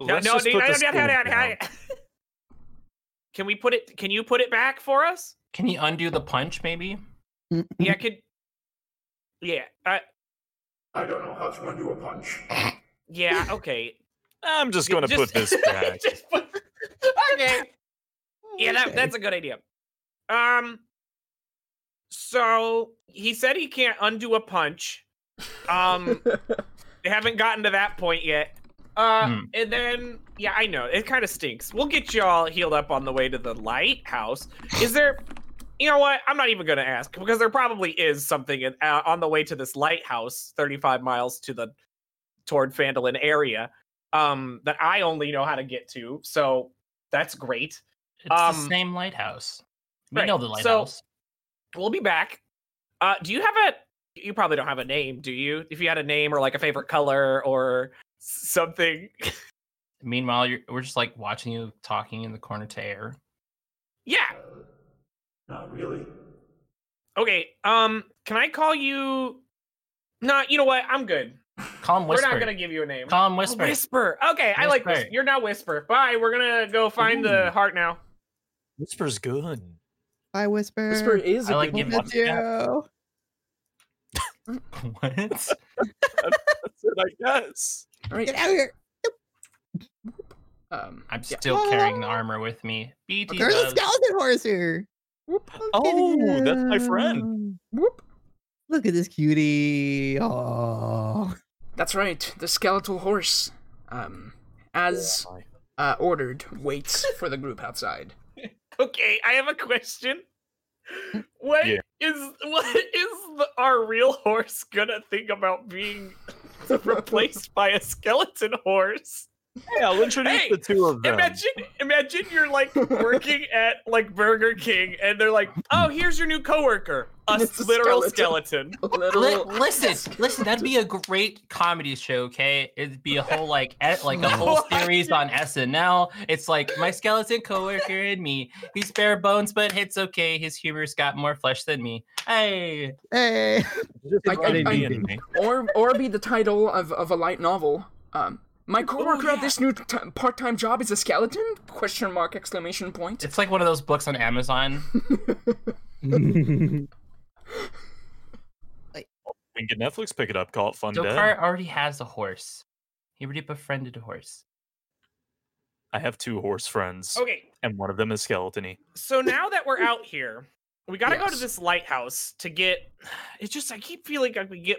Speaker 2: no,
Speaker 1: Let's
Speaker 2: no,
Speaker 1: just
Speaker 2: dude,
Speaker 1: put
Speaker 2: I-
Speaker 1: the
Speaker 2: I- I-
Speaker 1: sword
Speaker 2: I-
Speaker 1: down.
Speaker 2: Can we put it? Can you put it back for us?
Speaker 5: Can you undo the punch, maybe?
Speaker 2: Yeah,
Speaker 1: Mm.
Speaker 2: could. Yeah, uh, I,
Speaker 7: I don't know how to undo a punch. Uh,
Speaker 2: yeah. Okay.
Speaker 1: I'm just
Speaker 2: Yeah,
Speaker 1: going to put this back.
Speaker 2: just put- okay. Yeah, that, that's a good idea. Um. So he said he can't undo a punch. Um, they haven't gotten to that point yet. Uh,
Speaker 5: Hmm.
Speaker 2: and then yeah, I know it kind of stinks. We'll get you all healed up on the way to the lighthouse. Is there? You know what? I'm not even gonna ask because there probably is something in, uh, on the way to this lighthouse, 35 miles to the toward Fandolin area um that I only know how to get to. So that's great.
Speaker 5: It's the
Speaker 2: Um,
Speaker 5: same lighthouse. We
Speaker 2: right,
Speaker 5: know the
Speaker 2: so-
Speaker 5: lighthouse.
Speaker 2: We'll be back. Uh do you have a you probably don't have a name, do you? If you had a name or like a favorite color or something.
Speaker 5: Meanwhile, you're, we're just like watching you talking in the corner to air.
Speaker 2: yeah.
Speaker 7: Not really.
Speaker 2: Okay. Um can I call you Nah, you know what? I'm good.
Speaker 5: Call him Whisper.
Speaker 2: We're not going to give you a name.
Speaker 5: Call him
Speaker 2: Oh,
Speaker 5: Whisper.
Speaker 2: Whisper. Okay, I like Whisper.
Speaker 5: Whisper.
Speaker 2: You're now Whisper. Bye. We're going to go find the
Speaker 1: Ooh.
Speaker 2: heart now.
Speaker 1: Whisper's good.
Speaker 3: I whisper.
Speaker 4: Whisper is a
Speaker 5: I like
Speaker 4: good
Speaker 5: him.
Speaker 4: one.
Speaker 3: Look at you.
Speaker 5: what?
Speaker 1: That's it, I guess.
Speaker 4: All right.
Speaker 3: Get out of here.
Speaker 4: Um,
Speaker 5: I'm
Speaker 4: yeah.
Speaker 5: still carrying the armor with me. BT
Speaker 3: There's a
Speaker 5: does.
Speaker 3: skeleton horse here.
Speaker 4: Whoop,
Speaker 3: Look at
Speaker 1: Oh, that's my friend.
Speaker 3: him.
Speaker 4: whoop.
Speaker 3: Look at this cutie. Oh.
Speaker 4: That's right. The skeletal horse, um, as uh, ordered, waits for the group outside.
Speaker 2: Okay, I have a question. What is
Speaker 1: Yeah.
Speaker 2: what is the, our real horse gonna think about being replaced by a skeleton horse?
Speaker 1: Hey, I'll introduce
Speaker 2: Hey,
Speaker 1: the two of them.
Speaker 2: Imagine, imagine you're like working at like Burger King, and they're like, "Oh, here's your new coworker, a
Speaker 4: And it's a
Speaker 2: literal skeleton."
Speaker 4: skeleton.
Speaker 5: Li-
Speaker 4: Literal.
Speaker 5: listen, listen. That'd be a great comedy show. Okay, it'd be a whole like e- like a whole
Speaker 2: What?
Speaker 5: series on SNL. It's like my skeleton coworker and me. He's bare bones, but it's okay. His humor's got more flesh than me. Hey,
Speaker 3: Hey.
Speaker 1: Just
Speaker 4: I- I-
Speaker 1: running
Speaker 4: I-
Speaker 1: me and me.
Speaker 4: or or be the title of, of a light novel. Um, my coworker at
Speaker 2: yeah.
Speaker 4: this new t- part-time job is a skeleton? Question mark! Exclamation point!
Speaker 5: it's like one of those books on Amazon.
Speaker 1: We can get Netflix pick it up. Call it Fun Dead.
Speaker 5: Dokar already has a horse. He already befriended a horse.
Speaker 1: I have two horse friends,
Speaker 2: Okay,
Speaker 1: and one of them is skeletony.
Speaker 2: so now that we're out here, we got to go to
Speaker 4: Yes.
Speaker 2: this lighthouse to get. It's just I keep feeling like we get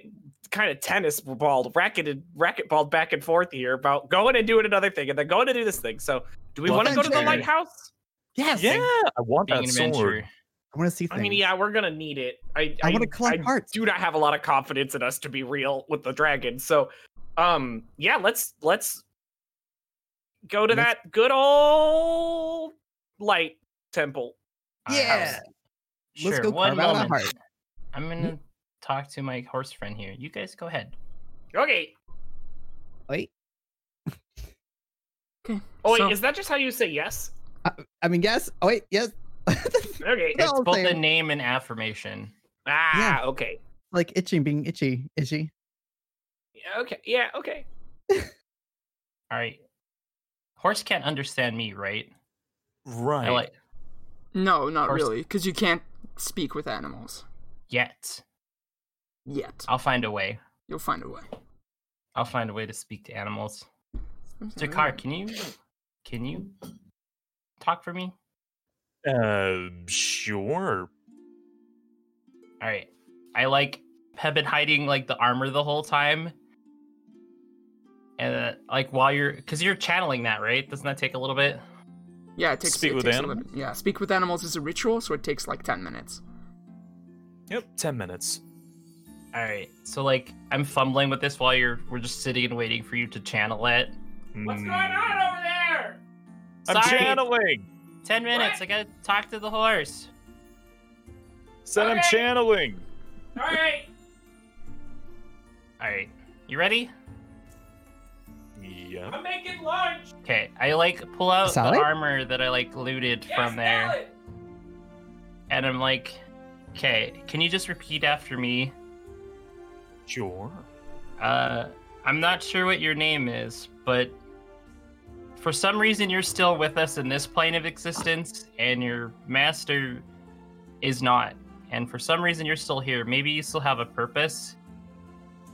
Speaker 2: kind of tennis balled, racketed, racquetballed back and forth here about going and doing another thing and then going to do this thing. So, do we
Speaker 5: Well,
Speaker 2: want to go to the
Speaker 3: adventure.
Speaker 2: lighthouse?
Speaker 5: Yes.
Speaker 1: Yeah, I want
Speaker 5: Being
Speaker 1: that
Speaker 5: an
Speaker 1: sword.
Speaker 5: adventure.
Speaker 3: I want to see
Speaker 2: I
Speaker 3: things.
Speaker 2: mean, yeah, we're gonna need it. I
Speaker 3: I wanna collect
Speaker 2: I
Speaker 3: hearts.
Speaker 2: Do not have a lot of confidence in us to be real with the dragon. So, um, yeah, let's let's go to
Speaker 3: Let's-
Speaker 2: that good old light temple.
Speaker 5: Uh,
Speaker 3: Yeah.
Speaker 5: Sure.
Speaker 3: Let's go
Speaker 5: one
Speaker 3: carve out a
Speaker 5: moment.
Speaker 3: heart.
Speaker 5: I'm gonna talk to my horse friend here. You guys go ahead.
Speaker 2: Okay.
Speaker 3: Wait.
Speaker 2: Oh wait,
Speaker 4: So-
Speaker 2: is that just how you say yes?
Speaker 3: I mean, yes. Oh wait, yes.
Speaker 2: Okay.
Speaker 3: Yeah,
Speaker 5: It's
Speaker 3: I'll
Speaker 5: both
Speaker 3: say
Speaker 5: a
Speaker 3: it.
Speaker 5: name and affirmation.
Speaker 2: Ah, okay.
Speaker 3: like itching, being itchy, itchy.
Speaker 2: Yeah, okay. Yeah, okay.
Speaker 5: All right. Horse can't understand me, right?
Speaker 1: Right.
Speaker 5: I like
Speaker 4: No, not
Speaker 5: Horse-
Speaker 4: really, because you can't speak with animals
Speaker 5: yet.
Speaker 4: yet.
Speaker 5: I'll find a way.
Speaker 4: You'll find a way.
Speaker 5: I'll find a way to speak to animals.
Speaker 3: Mm.
Speaker 5: Dakar, can you can you talk for me?
Speaker 1: Uh, sure.
Speaker 5: All right. I like have been hiding like the armor the whole time. And uh, like while you're cuz you're channeling that, right? Doesn't that take a little bit?
Speaker 4: Yeah, it takes.
Speaker 1: Speak
Speaker 4: it
Speaker 1: with
Speaker 4: takes a little
Speaker 1: animals?
Speaker 4: bit- Yeah, speak with animals is a ritual, so it takes like ten minutes.
Speaker 1: Yep. Ten minutes.
Speaker 5: All right. So like I'm fumbling with this while you're we're just sitting and waiting for you to channel it.
Speaker 2: What's
Speaker 1: Mm.
Speaker 2: going
Speaker 5: Hmm.
Speaker 2: on over there?
Speaker 1: I'm
Speaker 5: Sorry.
Speaker 1: channeling.
Speaker 5: 10 minutes.
Speaker 2: What?
Speaker 5: I got to talk to the horse.
Speaker 1: Said I'm
Speaker 2: Okay.
Speaker 1: channeling.
Speaker 2: All right.
Speaker 5: All right. You ready?
Speaker 1: Yeah.
Speaker 2: I'm making lunch.
Speaker 5: Okay, I like pull out
Speaker 3: Salad?
Speaker 5: the armor that I like looted from there,
Speaker 2: salad.
Speaker 5: and I'm like, okay, can you just repeat after me?
Speaker 1: Sure.
Speaker 5: Uh, I'm not sure what your name is, but for some reason you're still with us in this plane of existence, and your master is not. And for some reason you're still here. Maybe you still have a purpose.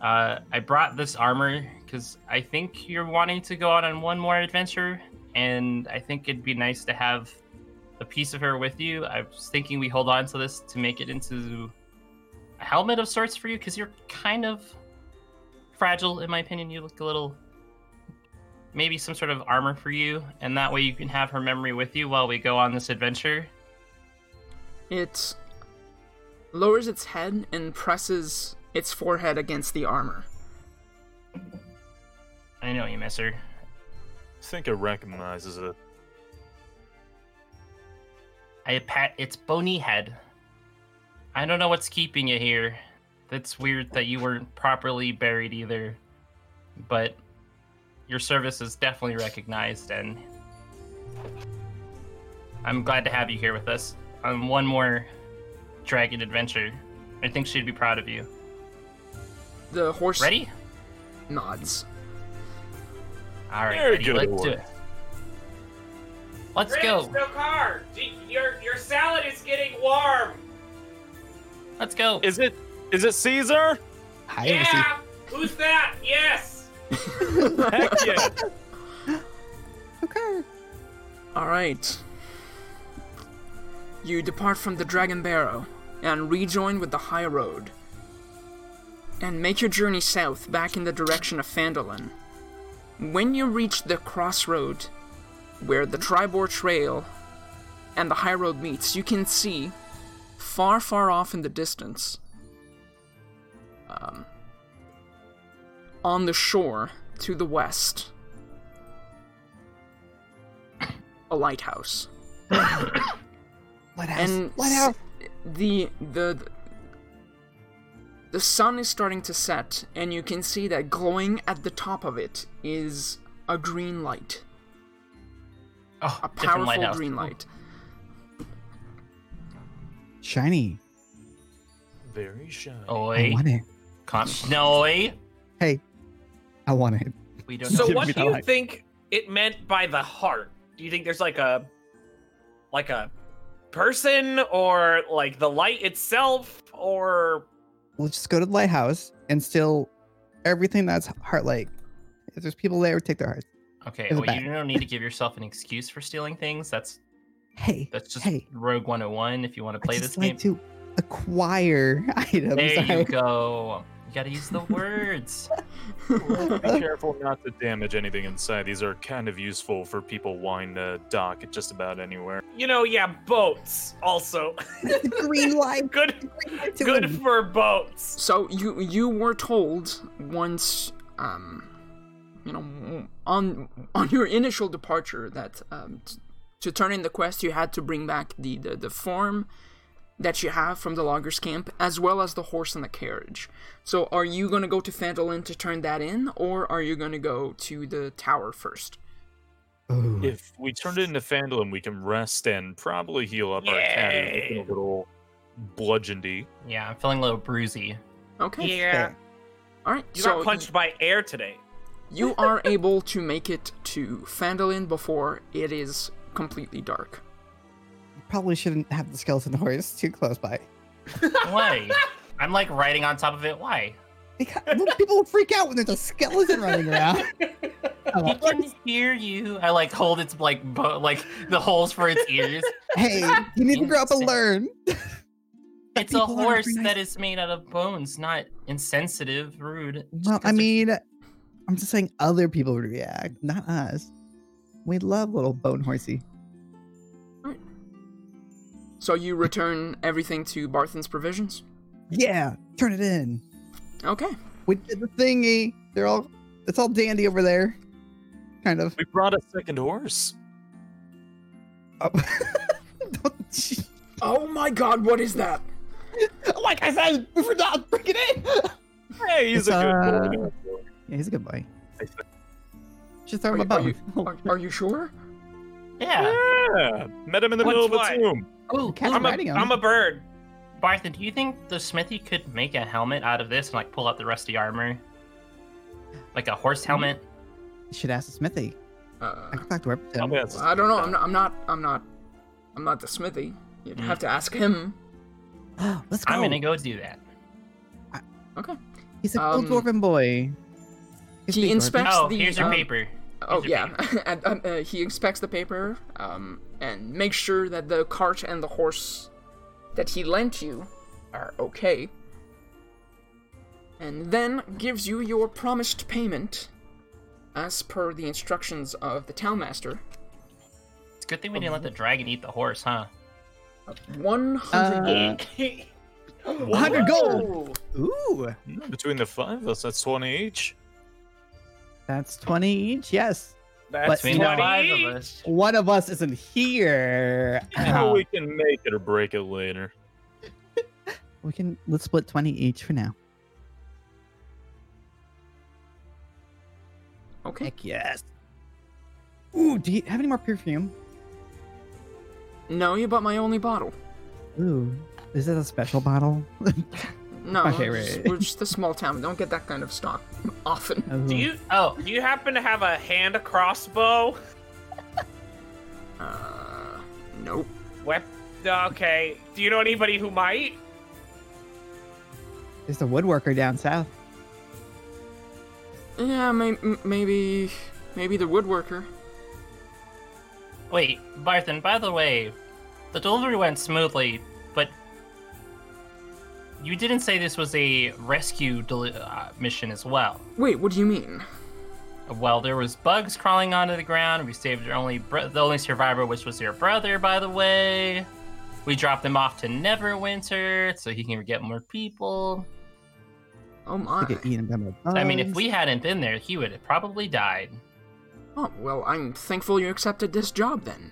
Speaker 5: Uh, I brought this armor because I think you're wanting to go out on one more adventure, and I think it'd be nice to have a piece of her with you. I was thinking we hold on to this to make it into a helmet of sorts for you because you're kind of fragile, in my opinion. You look a little. Maybe some sort of armor for you, and that way you can have her memory with you while we go on this adventure.
Speaker 4: It lowers its head and presses its forehead against the armor.
Speaker 5: I know you miss her.
Speaker 1: think it recognizes it.
Speaker 5: I pat its bony head. I don't know what's keeping you here. That's weird that you weren't properly buried either. But your service is definitely recognized, and I'm glad to have you here with us on one more dragon adventure. I think she'd be proud of you.
Speaker 4: The horse
Speaker 5: Ready?
Speaker 4: nods.
Speaker 5: All right,
Speaker 1: Very
Speaker 5: ready.
Speaker 1: good
Speaker 5: Let's do
Speaker 1: work.
Speaker 5: it. Let's
Speaker 2: Rich,
Speaker 5: go.
Speaker 2: No car. D- Your your salad is getting warm.
Speaker 5: Let's go.
Speaker 1: Is it? Is it Caesar?
Speaker 3: Hi,
Speaker 2: Yeah. Who's that? Yes.
Speaker 1: Heck yeah.
Speaker 3: Okay.
Speaker 4: All right. You depart from the Dragon Barrow and rejoin with the high road. And make your journey south back in the direction of Fandolin. When you reach the crossroad where the Tribor Trail and the high road meets, you can see far, far off in the distance, um, on the shore to the west, a lighthouse.
Speaker 3: Lighthouse.
Speaker 4: and
Speaker 3: Lighthouse.
Speaker 4: s- the the the sun is starting to set and you can see that glowing at the top of it is a green light
Speaker 5: Oh,
Speaker 4: a
Speaker 5: different
Speaker 4: powerful
Speaker 5: lighthouse.
Speaker 4: green light
Speaker 3: Shiny.
Speaker 1: Very shy.
Speaker 3: I
Speaker 5: Oi.
Speaker 3: want it.
Speaker 5: Oh, Con- Noi.
Speaker 3: Hey, I want it.
Speaker 5: We don't
Speaker 2: So
Speaker 5: know.
Speaker 2: what
Speaker 3: Give
Speaker 2: do
Speaker 3: me
Speaker 2: you
Speaker 3: that.
Speaker 2: think it meant by the heart? Do you think there's like a like a person or like the light itself or
Speaker 3: We'll just go to the lighthouse and steal everything that's heart like. If there's people there, take their hearts.
Speaker 5: Okay,
Speaker 3: in the
Speaker 5: well, you don't need to give yourself an excuse for stealing things. That's
Speaker 3: Hey,
Speaker 5: that's just
Speaker 3: Hey.
Speaker 5: Rogue 101 if you want to play
Speaker 3: I
Speaker 5: this
Speaker 3: just
Speaker 5: game.
Speaker 3: like to acquire items.
Speaker 5: there
Speaker 3: I-
Speaker 5: you go. You gotta use the words.
Speaker 3: Oh.
Speaker 1: Be careful not to damage anything inside. These are kind of useful for people wanting to dock at just about anywhere.
Speaker 2: you know, yeah, boats also.
Speaker 3: Green light.
Speaker 2: good
Speaker 3: green light to
Speaker 2: good
Speaker 3: him.
Speaker 2: for boats.
Speaker 4: so you you were told once um you know on on your initial departure that um t- to turn in the quest you had to bring back the, the the form that you have from the loggers camp as well as the horse and the carriage so are you going to go to Fandolin to turn that in or are you going to go to the tower first
Speaker 3: Ooh.
Speaker 1: If we turn it into Fandolin, we can rest and probably heal up our cat. who's looking
Speaker 2: Yay.
Speaker 1: A little bludgeoned
Speaker 5: Yeah, I'm feeling a little bruisy.
Speaker 4: okay
Speaker 2: Yeah.
Speaker 4: all right
Speaker 2: You
Speaker 4: so
Speaker 2: got punched by air today.
Speaker 4: you are able to make it to Fandolin before it is completely dark
Speaker 3: Probably shouldn't have the skeleton horse too close by.
Speaker 5: Why? I'm like riding on top of it. Why?
Speaker 3: Because, well, people will freak out when there's a skeleton running around. Uh,
Speaker 5: It can hear you. I like hold its like bo- like the holes for its ears.
Speaker 3: hey, you need to grow up and
Speaker 5: Interesting.
Speaker 3: learn. But
Speaker 5: it's a
Speaker 3: people aren't
Speaker 5: horse
Speaker 3: very nice.
Speaker 5: that is made out of bones, not insensitive, rude. Just
Speaker 3: Well,
Speaker 5: 'cause
Speaker 3: I
Speaker 5: they're-
Speaker 3: mean, I'm just saying other people would react, not us. We love little bone horsey.
Speaker 4: So you return everything to Barthen's provisions?
Speaker 3: Yeah, turn it in.
Speaker 4: Okay.
Speaker 3: We did the thingy. They're all, it's all dandy over there. Kind of.
Speaker 1: We brought a second horse.
Speaker 3: Oh, Don't-
Speaker 4: Oh my god, what is that?
Speaker 3: like I said, we forgot. Bring it in.
Speaker 1: Hey, he's
Speaker 3: It's,
Speaker 1: a
Speaker 3: uh,
Speaker 1: good boy.
Speaker 3: Yeah, he's a good boy.
Speaker 1: I
Speaker 3: Just throw him a
Speaker 4: Are you-
Speaker 3: bone. Oh,
Speaker 4: Are, are you sure?
Speaker 5: Yeah.
Speaker 1: Yeah, met him in the
Speaker 2: What's
Speaker 1: middle of a
Speaker 2: why?
Speaker 1: tomb.
Speaker 5: Oh,
Speaker 3: Cat's
Speaker 2: I'm a,
Speaker 3: riding him.
Speaker 2: I'm a bird.
Speaker 5: Barthen, do you think the smithy could make a helmet out of this and like pull out the rusty armor? Like a horse helmet?
Speaker 3: Should ask the Smithy.
Speaker 4: Uh,
Speaker 3: I can talk to her.
Speaker 1: I'll be honest,
Speaker 4: I don't know. I'm not. I'm not. I'm not. I'm not the smithy. You'd have to ask him.
Speaker 3: Let's go.
Speaker 5: I'm gonna go do that.
Speaker 4: Okay.
Speaker 3: He's a old
Speaker 4: um,
Speaker 3: dwarven boy. He's
Speaker 4: He
Speaker 3: big dwarven.
Speaker 4: inspects
Speaker 5: Oh,
Speaker 4: the.
Speaker 5: here's your
Speaker 4: um,
Speaker 5: paper.
Speaker 4: Oh
Speaker 5: Here's your
Speaker 4: yeah. and, um, uh, he inspects the paper um, and makes sure that the cart and the horse that he lent you are okay. And then gives you your promised payment, as per the instructions of the townmaster.
Speaker 5: It's a good thing we didn't let the dragon eat the horse, huh?
Speaker 4: One hundred.
Speaker 3: Uh,
Speaker 2: Hundred
Speaker 3: 100 gold. Ooh,
Speaker 1: Hmm, Between the five of us, that's 20 each.
Speaker 3: that's 20 each. Yes.
Speaker 2: That's
Speaker 3: But-
Speaker 5: Between the five of us.
Speaker 3: One of us isn't here. Ah,
Speaker 1: You know, we can make it or break it later.
Speaker 3: We can let's split 20 each for now.
Speaker 4: Okay.
Speaker 3: Heck yes. Ooh, do you have any more perfume?
Speaker 4: No, you bought my only bottle.
Speaker 3: Ooh, is it a special bottle?
Speaker 4: No,
Speaker 3: My
Speaker 4: it's-
Speaker 3: favorite.
Speaker 4: we're just a small town. We don't get that kind of stock often.
Speaker 3: Ooh.
Speaker 2: Do you
Speaker 5: Oh,
Speaker 2: do you happen to have a hand crossbow?
Speaker 4: Uh, nope.
Speaker 2: Wep- okay. Do you know anybody who might?
Speaker 3: There's a woodworker down south.
Speaker 4: Yeah, may- m- maybe, maybe the woodworker.
Speaker 5: wait, Barthen, by the way, the delivery went smoothly, but you didn't say this was a rescue deli- uh, mission as well.
Speaker 4: Wait, what do you mean?
Speaker 5: Well, there was bugs crawling onto the ground. We saved your only bro- the only survivor, which was your brother, by the way. We dropped him off to Neverwinter so he can get more people.
Speaker 4: Oh my.
Speaker 3: To get eaten by my bugs.
Speaker 5: I mean, if we hadn't been there, he would have probably died.
Speaker 4: Oh, well, I'm thankful you accepted this job then.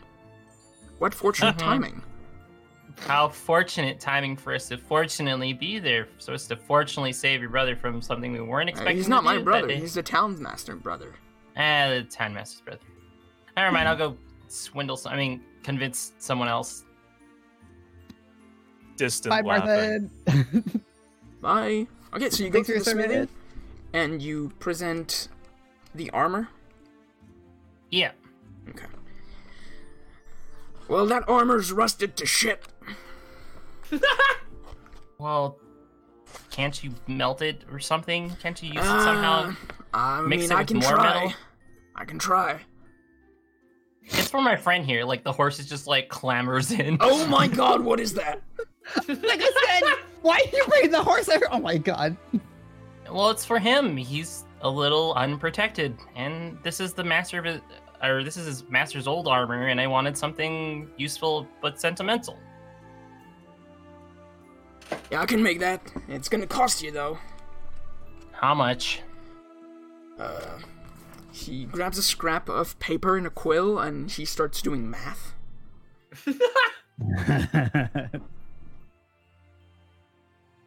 Speaker 4: What fortunate
Speaker 5: Mhm.
Speaker 4: timing. Uh,
Speaker 5: How fortunate timing for us to fortunately be there, so as to fortunately save your brother from something we weren't
Speaker 4: Uh,
Speaker 5: expecting.
Speaker 4: he's not
Speaker 5: to
Speaker 4: my
Speaker 5: do that
Speaker 4: brother.
Speaker 5: day.
Speaker 4: He's the townsmaster brother.
Speaker 5: Ah, the Time Master's brother. Never mind, I'll
Speaker 4: Hmm.
Speaker 5: go swindle. Some, I mean, convince someone else.
Speaker 1: Distant
Speaker 3: Bye,
Speaker 1: laughing.
Speaker 3: Martha.
Speaker 4: Bye. Okay, so you go
Speaker 3: Thanks
Speaker 4: through
Speaker 3: for
Speaker 4: the
Speaker 3: your
Speaker 4: smithy
Speaker 3: service.
Speaker 4: and you present the armor.
Speaker 5: Yeah.
Speaker 4: Okay. Well, that armor's rusted to shit.
Speaker 5: Well, can't you melt it or something? Can't you use it
Speaker 4: Uh.
Speaker 5: somehow?
Speaker 4: Ah, I
Speaker 5: Mix
Speaker 4: mean,
Speaker 5: it
Speaker 4: I
Speaker 5: with
Speaker 4: can
Speaker 5: more
Speaker 4: try.
Speaker 5: metal?
Speaker 4: I can try.
Speaker 5: It's for my friend here. Like the horse is just like clamors in.
Speaker 4: Oh my god, what is that?
Speaker 3: like I said, why did you bring the horse over? Oh my god.
Speaker 5: Well, it's for him. He's a little unprotected, and this is the master of his, or this is his master's old armor, and I wanted something useful but sentimental.
Speaker 4: Yeah, I can make that. It's gonna cost you though.
Speaker 5: How much?
Speaker 4: Uh, he grabs a scrap of paper and a quill and he starts doing math.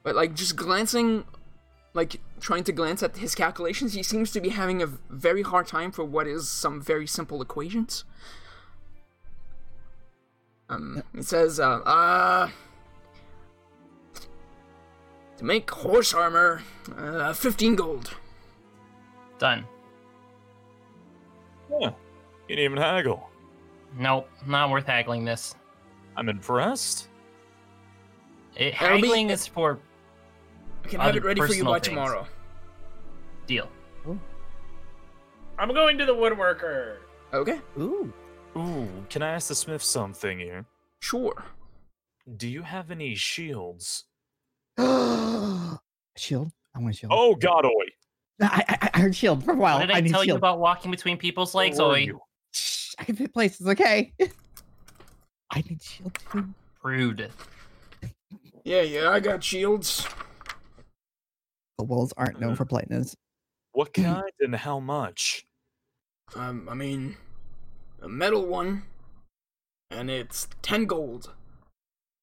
Speaker 4: But like just glancing, like trying to glance at his calculations, he seems to be having a very hard time for what is some very simple equations. Um, it says, uh, uh to make horse armor, uh, 15 gold.
Speaker 5: Done.
Speaker 1: Huh. You didn't even haggle.
Speaker 5: Nope, not worth haggling this.
Speaker 1: I'm impressed.
Speaker 5: It,
Speaker 4: That'll be-
Speaker 5: Eh, haggling is for
Speaker 4: I can have
Speaker 5: Other
Speaker 4: it ready for you
Speaker 5: personal
Speaker 4: by
Speaker 5: things.
Speaker 4: tomorrow.
Speaker 5: deal.
Speaker 2: I'm going to the woodworker.
Speaker 4: Okay,
Speaker 3: Ooh.
Speaker 1: Ooh, can I ask the smith something here?
Speaker 4: sure.
Speaker 1: Do you have any shields?
Speaker 3: shield. I want shield.
Speaker 1: Oh God, oi!
Speaker 3: I, I, I heard shield for a while.
Speaker 5: what did I,
Speaker 3: need
Speaker 5: tell you
Speaker 3: shield.
Speaker 5: about walking between people's legs, Oh,
Speaker 1: Where were
Speaker 5: Oi?
Speaker 1: you?
Speaker 3: Shh, I fit places, okay? I need shield too.
Speaker 5: Rude.
Speaker 4: Yeah, yeah, I got shields.
Speaker 3: The walls aren't known for politeness.
Speaker 1: What kind and how much?
Speaker 4: Um, I mean, a metal one, and it's 10 gold.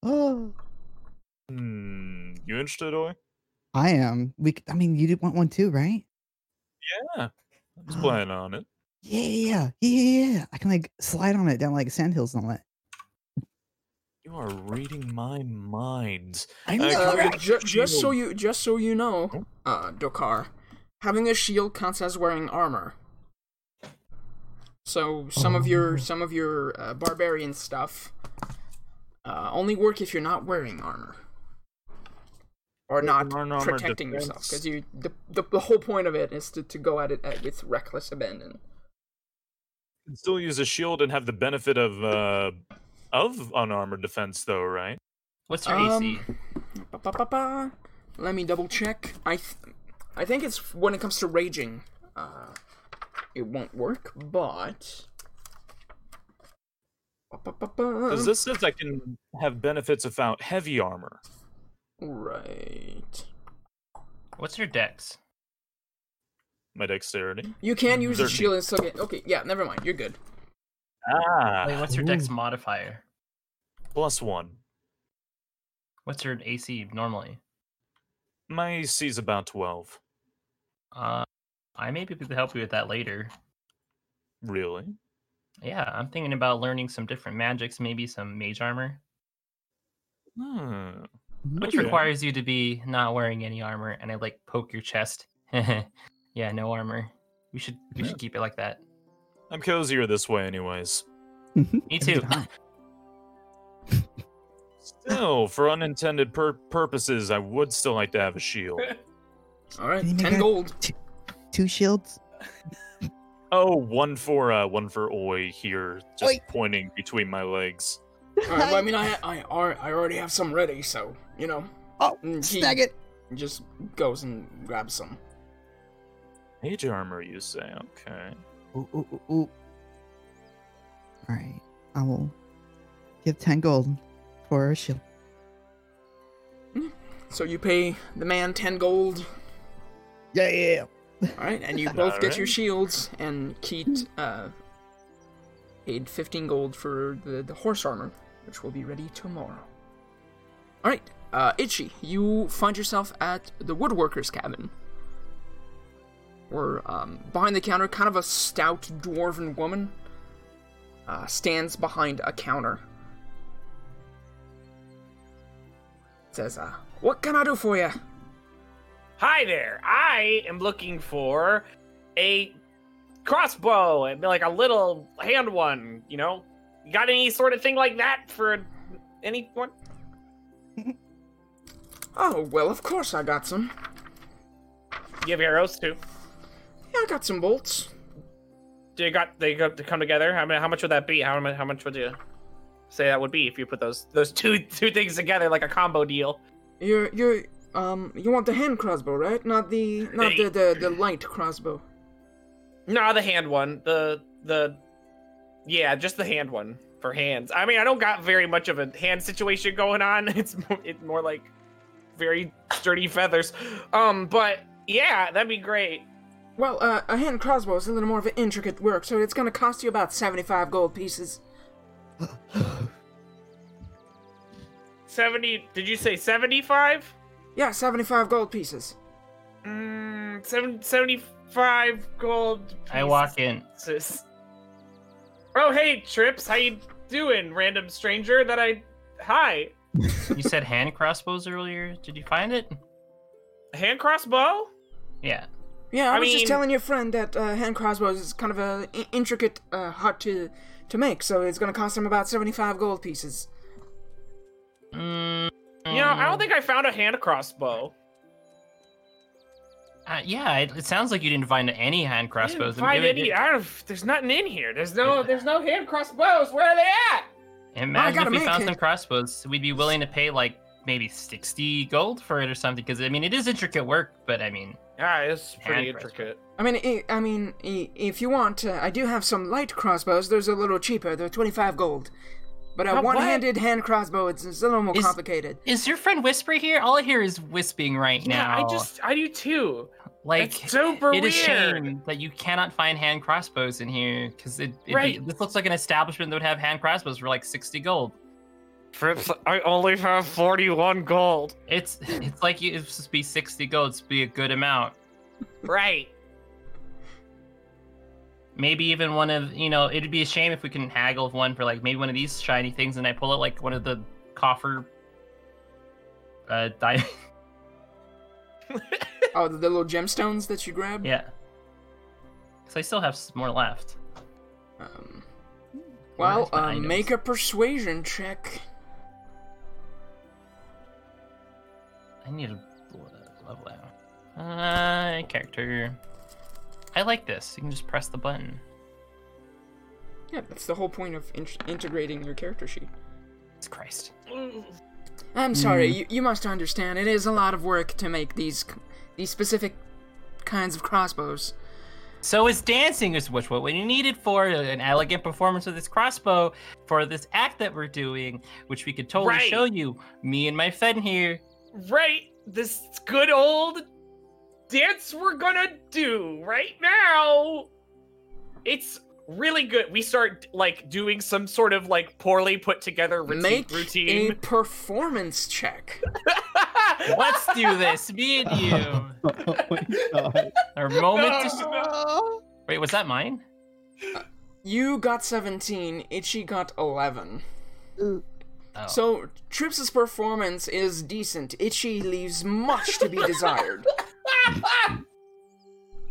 Speaker 3: Oh,
Speaker 1: Hmm, you interested, oi?
Speaker 3: I am. We. c- I mean, you did want one too, right?
Speaker 1: I was planning on it.
Speaker 3: Yeah, yeah, yeah, yeah. yeah. I can like slide on it down like sand hills and all that.
Speaker 1: You are reading my mind.
Speaker 3: I
Speaker 1: Uh,
Speaker 3: know,
Speaker 4: Uh,
Speaker 1: Alright.
Speaker 3: right?
Speaker 4: but ju- just so
Speaker 1: Shield.
Speaker 4: you, just so you know, uh, Dokar, having a shield counts as wearing armor. So some of
Speaker 1: Oh.
Speaker 4: your, some of your uh, barbarian stuff, uh, only work if you're not wearing armor. Or not
Speaker 1: Armor
Speaker 4: protecting yourself,
Speaker 1: defense.
Speaker 4: because you the, the the whole point of it is to, to go at it at, with reckless abandon.
Speaker 1: can still use a shield and have the benefit of uh of unarmored defense though, right?
Speaker 5: What's your AC?
Speaker 4: Um, Ba-ba-ba-ba. Let me double check. I, th- I think it's when it comes to raging, uh, it won't work. But Ba-ba-ba-ba.
Speaker 1: Because this says I can have benefits without heavy armor.
Speaker 4: right,
Speaker 5: What's your dex?
Speaker 1: My dexterity.
Speaker 4: you can use a
Speaker 1: Thirteen.
Speaker 4: shield and still get. Okay, yeah, never mind. You're good.
Speaker 1: Ah,
Speaker 5: Wait, what's your dex modifier?
Speaker 1: plus one.
Speaker 5: What's your AC normally?
Speaker 1: My AC's about twelve.
Speaker 5: Uh, I may be able to help you with that later.
Speaker 1: Really?
Speaker 5: Yeah, I'm thinking about learning some different magics, maybe some mage armor,
Speaker 1: Hmm.
Speaker 5: which
Speaker 1: Okay.
Speaker 5: requires you to be not wearing any armor. And I like poke your chest. yeah, no armor. We should we should keep it like that.
Speaker 1: I'm cozier this way anyways.
Speaker 5: Me too.
Speaker 1: Still, for unintended pur- purposes, I would still like to have a shield.
Speaker 4: All right,
Speaker 3: Can you make
Speaker 4: ten
Speaker 3: that-
Speaker 4: gold.
Speaker 3: Two shields.
Speaker 1: Oh, one for uh one for Oi here, just
Speaker 3: Oi.
Speaker 1: pointing between my legs.
Speaker 4: All right, well, I mean, I, I, are- I already have some ready, so you know,
Speaker 3: Oh,
Speaker 4: Mm, gee.
Speaker 3: snag it.
Speaker 4: just goes and grabs some.
Speaker 1: Mage armor, you say? Okay.
Speaker 3: Ooh, ooh, ooh, ooh. All right, I will give ten gold for a shield.
Speaker 4: So you pay the man ten gold.
Speaker 3: Yeah, yeah.
Speaker 4: All right, and you both get your
Speaker 1: Alright.
Speaker 4: shields, and Keat uh, paid 15 gold for the, the horse armor, which will be ready tomorrow. Alright, uh, Itchy, you find yourself at the woodworker's cabin. Where, um, behind the counter, kind of a stout dwarven woman uh, stands behind a counter. Says, uh, What can I do for you?
Speaker 2: Hi there. I am looking for a crossbow and like a little hand one, you know? You got any sort of thing like that for anyone?
Speaker 4: Oh, well, of course I got some.
Speaker 2: You have arrows too.
Speaker 4: Yeah, I got some bolts.
Speaker 2: Do you got they got to come together? How many, how much would that be? How mu- how much would you say that would be if you put those those two two things together like a combo deal?
Speaker 4: You're, you're, um, you want the hand crossbow, right? Not the, not the, the, the light crossbow.
Speaker 2: No, the hand one. The the yeah, just the hand one for hands. I mean, I don't got very much of a hand situation going on. It's more, it's more like very sturdy feathers. Um, but yeah, that'd be great.
Speaker 4: Well, uh, a hand crossbow is a little more of an intricate work, so it's gonna cost you about 75 gold pieces.
Speaker 2: Seventy? Did you say seventy-five?
Speaker 4: Yeah, 75 gold pieces.
Speaker 2: Mm, seven, 75 gold.
Speaker 5: I walk in.
Speaker 2: pieces. Oh, hey, Trips, how you doing, random stranger? That I hi,
Speaker 5: You said hand crossbows earlier. Did you find it?
Speaker 2: hand crossbow.
Speaker 5: Yeah.
Speaker 4: Yeah, I,
Speaker 2: I
Speaker 4: was
Speaker 2: mean-
Speaker 4: just telling your friend that uh, hand crossbows is kind of a i- intricate, uh, hard to to make, so it's gonna cost him about seventy-five gold pieces.
Speaker 5: Mm,
Speaker 2: You know, I don't think I found a hand crossbow.
Speaker 5: Uh, yeah, it, it sounds like you didn't find any hand
Speaker 2: I
Speaker 5: crossbows.
Speaker 2: didn't find
Speaker 5: Maybe-
Speaker 2: any. I don't, there's nothing in here. There's no. There's no hand crossbows. Where are they at?
Speaker 5: Imagine
Speaker 4: gotta
Speaker 5: if we
Speaker 4: make
Speaker 5: found
Speaker 4: it.
Speaker 5: some crossbows, we'd be willing to pay like maybe sixty gold for it or something. Because I mean, it is intricate work, but I mean,
Speaker 2: Yeah, it's pretty
Speaker 5: Hand crossbow.
Speaker 2: intricate.
Speaker 4: I mean, i I mean, i if you want, uh, I do have some light crossbows. Those are a little cheaper. They're twenty-five gold. But a
Speaker 2: Now what-
Speaker 4: one-handed hand crossbow, it's, it's a little more
Speaker 5: Is-
Speaker 4: complicated.
Speaker 5: is your friend Whisper here? All I hear is whispering right now.
Speaker 2: Yeah, I just. I do too.
Speaker 5: like
Speaker 2: It's super
Speaker 5: it
Speaker 2: weird.
Speaker 5: is shame that you cannot find hand crossbows in here because it, it'd be-
Speaker 2: Right.
Speaker 5: this looks like an establishment that would have hand crossbows for like sixty gold.
Speaker 2: Trips, I only have forty-one gold.
Speaker 5: It's it's like you, it's supposed to be sixty gold. It's be a good amount.
Speaker 2: Right.
Speaker 5: Maybe even one of you know it'd be a shame if we couldn't haggle one for like maybe one of these shiny things and I pull out like one of the coffer uh diamond
Speaker 4: Oh, the, the little gemstones that you grab.
Speaker 5: yeah. Cause I still have s- more left.
Speaker 4: Um, well,
Speaker 5: Where's my
Speaker 4: uh,
Speaker 5: items?
Speaker 4: make a persuasion check.
Speaker 5: I need a l- level out. Uh, character. I like this. You can just press the button.
Speaker 4: Yeah, that's the whole point of in- integrating your character sheet.
Speaker 5: It's Christ.
Speaker 4: I'm sorry.
Speaker 5: Hmm.
Speaker 4: You, you must understand. It is a lot of work to make these c- these specific kinds of crossbows.
Speaker 5: So is dancing is which what we need it for uh, an elegant performance with this crossbow for this act that we're doing, which we could totally
Speaker 2: Right.
Speaker 5: show you. Me and my friend here.
Speaker 2: Right. This good old dance we're gonna do right now. It's really good. We start like doing some sort of like poorly put together routine.
Speaker 4: Make a
Speaker 2: routine.
Speaker 4: performance check.
Speaker 5: Let's do this. Me and you.
Speaker 6: oh my god.
Speaker 5: Our moment. to-
Speaker 3: Oh,
Speaker 5: Wait, was that mine?
Speaker 4: You got 17. Itchy got 11.
Speaker 5: Oh.
Speaker 4: So Trips's performance is decent. Itchy leaves much to be desired.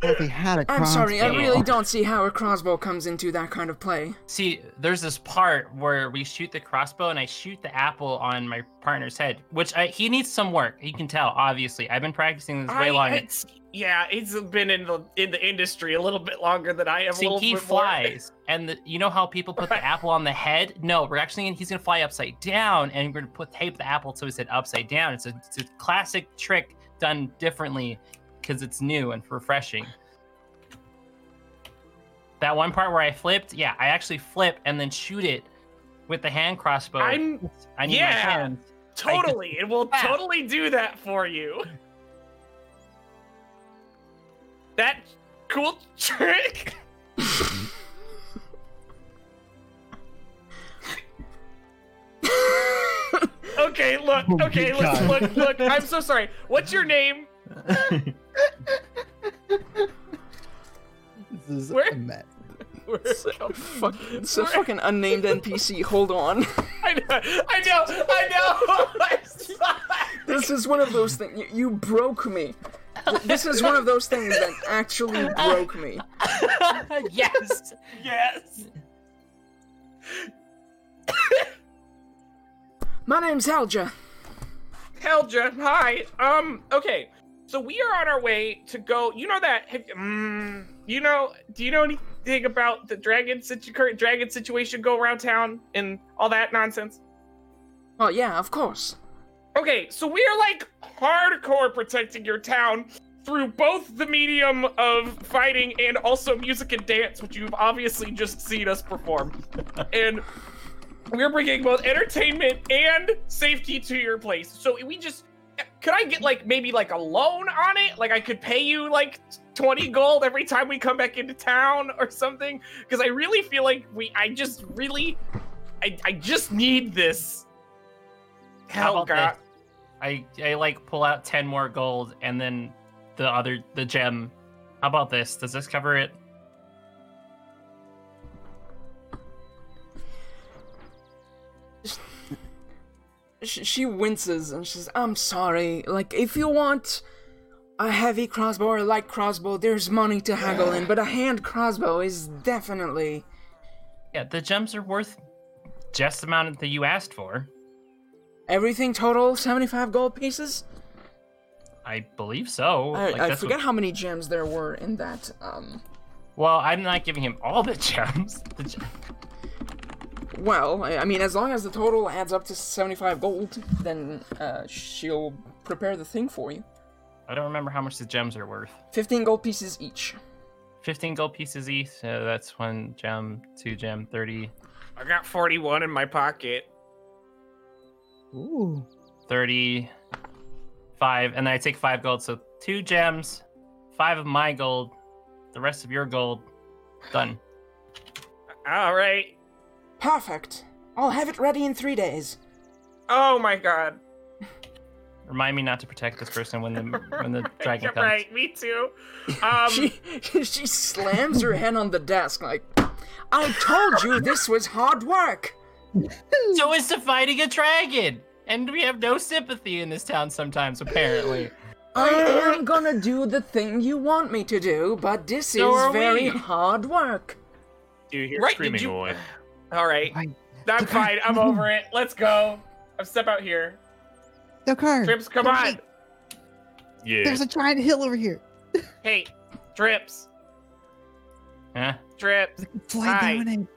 Speaker 3: if he had a
Speaker 4: I'm sorry. I
Speaker 3: crossbow.
Speaker 4: really don't see how a crossbow comes into that kind of play.
Speaker 5: See, there's this part where we shoot the crossbow and I shoot the apple on my partner's head, which I, he needs some work. You can tell, obviously. I've been practicing this
Speaker 2: I-
Speaker 5: way long.
Speaker 2: it's- yeah, it's been in the in the industry a little bit longer than I am. a
Speaker 5: See,
Speaker 2: little
Speaker 5: he
Speaker 2: bit more.
Speaker 5: flies, and the, you know how people put
Speaker 2: Right.
Speaker 5: the apple on the head? No, we're actually he's gonna fly upside down, and we're gonna put tape the apple to his head upside down. It's a, it's a classic trick done differently because it's new and refreshing. That one part where I flipped, yeah, I actually flip and then shoot it with the hand crossbow.
Speaker 2: I'm
Speaker 5: I need my
Speaker 2: yeah.
Speaker 5: hand.
Speaker 2: totally, and we'll
Speaker 5: Yeah.
Speaker 2: totally do that for you. That cool trick. Okay, look.
Speaker 3: Oh,
Speaker 2: Okay,
Speaker 3: good
Speaker 2: let's
Speaker 3: God.
Speaker 2: look. Look, I'm so sorry. What's your name?
Speaker 3: This is
Speaker 2: Where-
Speaker 3: a mess.
Speaker 4: It's a fucking, it's a fucking unnamed NPC. Hold on.
Speaker 2: I know. I know. I know.
Speaker 4: This is one of those things. You, you broke me. Th- This is one of those things that actually broke me.
Speaker 5: yes.
Speaker 2: yes.
Speaker 4: My name's Alja.
Speaker 2: Helja, hi. Um, okay. So we are on our way to go. You know that? Have, mm, you know? Do you know anything about the dragon situ- current dragon situation go around town and all that nonsense?
Speaker 4: Oh yeah, of course.
Speaker 2: Okay, so we are like hardcore protecting your town through both the medium of fighting and also music and dance, which you've obviously just seen us perform. and we're bringing both entertainment and safety to your place. So we just could I get like maybe like a loan on it? Like I could pay you like 20 gold every time we come back into town or something because I really feel like we I just really I I just need this.
Speaker 5: How
Speaker 2: Help,
Speaker 5: about
Speaker 2: God.
Speaker 5: this? I I like pull out ten more gold and then the other the gem. How about this? Does this cover it?
Speaker 4: Sh- she winces and she says, "I'm sorry. Like, if you want a heavy crossbow or a light crossbow, there's money to haggle in. But a hand crossbow is definitely."
Speaker 5: Yeah, the gems are worth just the amount that you asked for.
Speaker 4: Everything total, 75 gold pieces?
Speaker 5: I believe so.
Speaker 4: I,
Speaker 5: Like,
Speaker 4: I
Speaker 5: that's what-
Speaker 4: forget how many gems there were in that. Um,
Speaker 5: Well, I'm not giving him all the gems. The gem-
Speaker 4: well, I, I mean, as long as the total adds up to 75 gold, then uh, she'll prepare the thing for you.
Speaker 5: I don't remember how much the gems are worth.
Speaker 4: 15 gold pieces each.
Speaker 5: 15 gold pieces each. So that's one gem, two gem, 30,
Speaker 2: I got 41 in my pocket.
Speaker 3: Ooh.
Speaker 5: 30, five. And then I take five gold. So two gems, five of my gold, the rest of your gold. Done.
Speaker 2: All right.
Speaker 4: Perfect. I'll have it ready in three days.
Speaker 2: Oh my god.
Speaker 5: Remind me not to protect this person when the when the dragon
Speaker 2: You're
Speaker 5: comes.
Speaker 2: right, me too. Um,
Speaker 4: she, she slams her hand on the desk like, I told you this was hard work.
Speaker 5: So is to fighting a dragon, and we have no sympathy in this town sometimes. Apparently,
Speaker 4: I am gonna do the thing you want me to do, but this
Speaker 5: Uh. So
Speaker 4: is
Speaker 5: are
Speaker 4: very
Speaker 5: we.
Speaker 4: hard work.
Speaker 1: You hear
Speaker 2: Right, did
Speaker 1: screaming
Speaker 2: you-
Speaker 1: away.
Speaker 2: all right.
Speaker 3: Fine.
Speaker 2: I'm fine. I'm over it. Let's go. I'll step out here.
Speaker 3: No car.
Speaker 2: Trips, come on.
Speaker 1: Yeah.
Speaker 3: There's a giant hill over here.
Speaker 2: Hey, Trips.
Speaker 5: Huh?
Speaker 2: Trips.
Speaker 3: Fly
Speaker 2: Hi.
Speaker 3: down and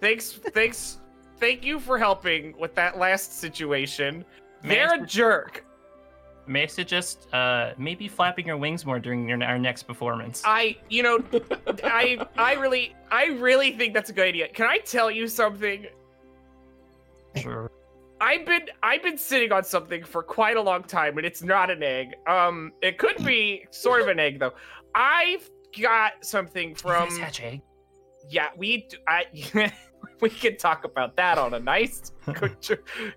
Speaker 2: Thanks. Thanks. Thank you for helping with that last situation.
Speaker 5: May I
Speaker 2: They're a jerk.
Speaker 5: May I suggest uh, maybe flapping your wings more during your, our next performance?
Speaker 2: I, you know, I, I really, I really think that's a good idea. Can I tell you something?
Speaker 5: Sure.
Speaker 2: I've been I've been sitting on something for quite a long time, and it's not an egg. Um, it could be sort of an egg though. I've got something
Speaker 5: You guys
Speaker 2: from
Speaker 5: hatch egg?
Speaker 2: yeah. We d- I we could talk about that on a nice quick tr-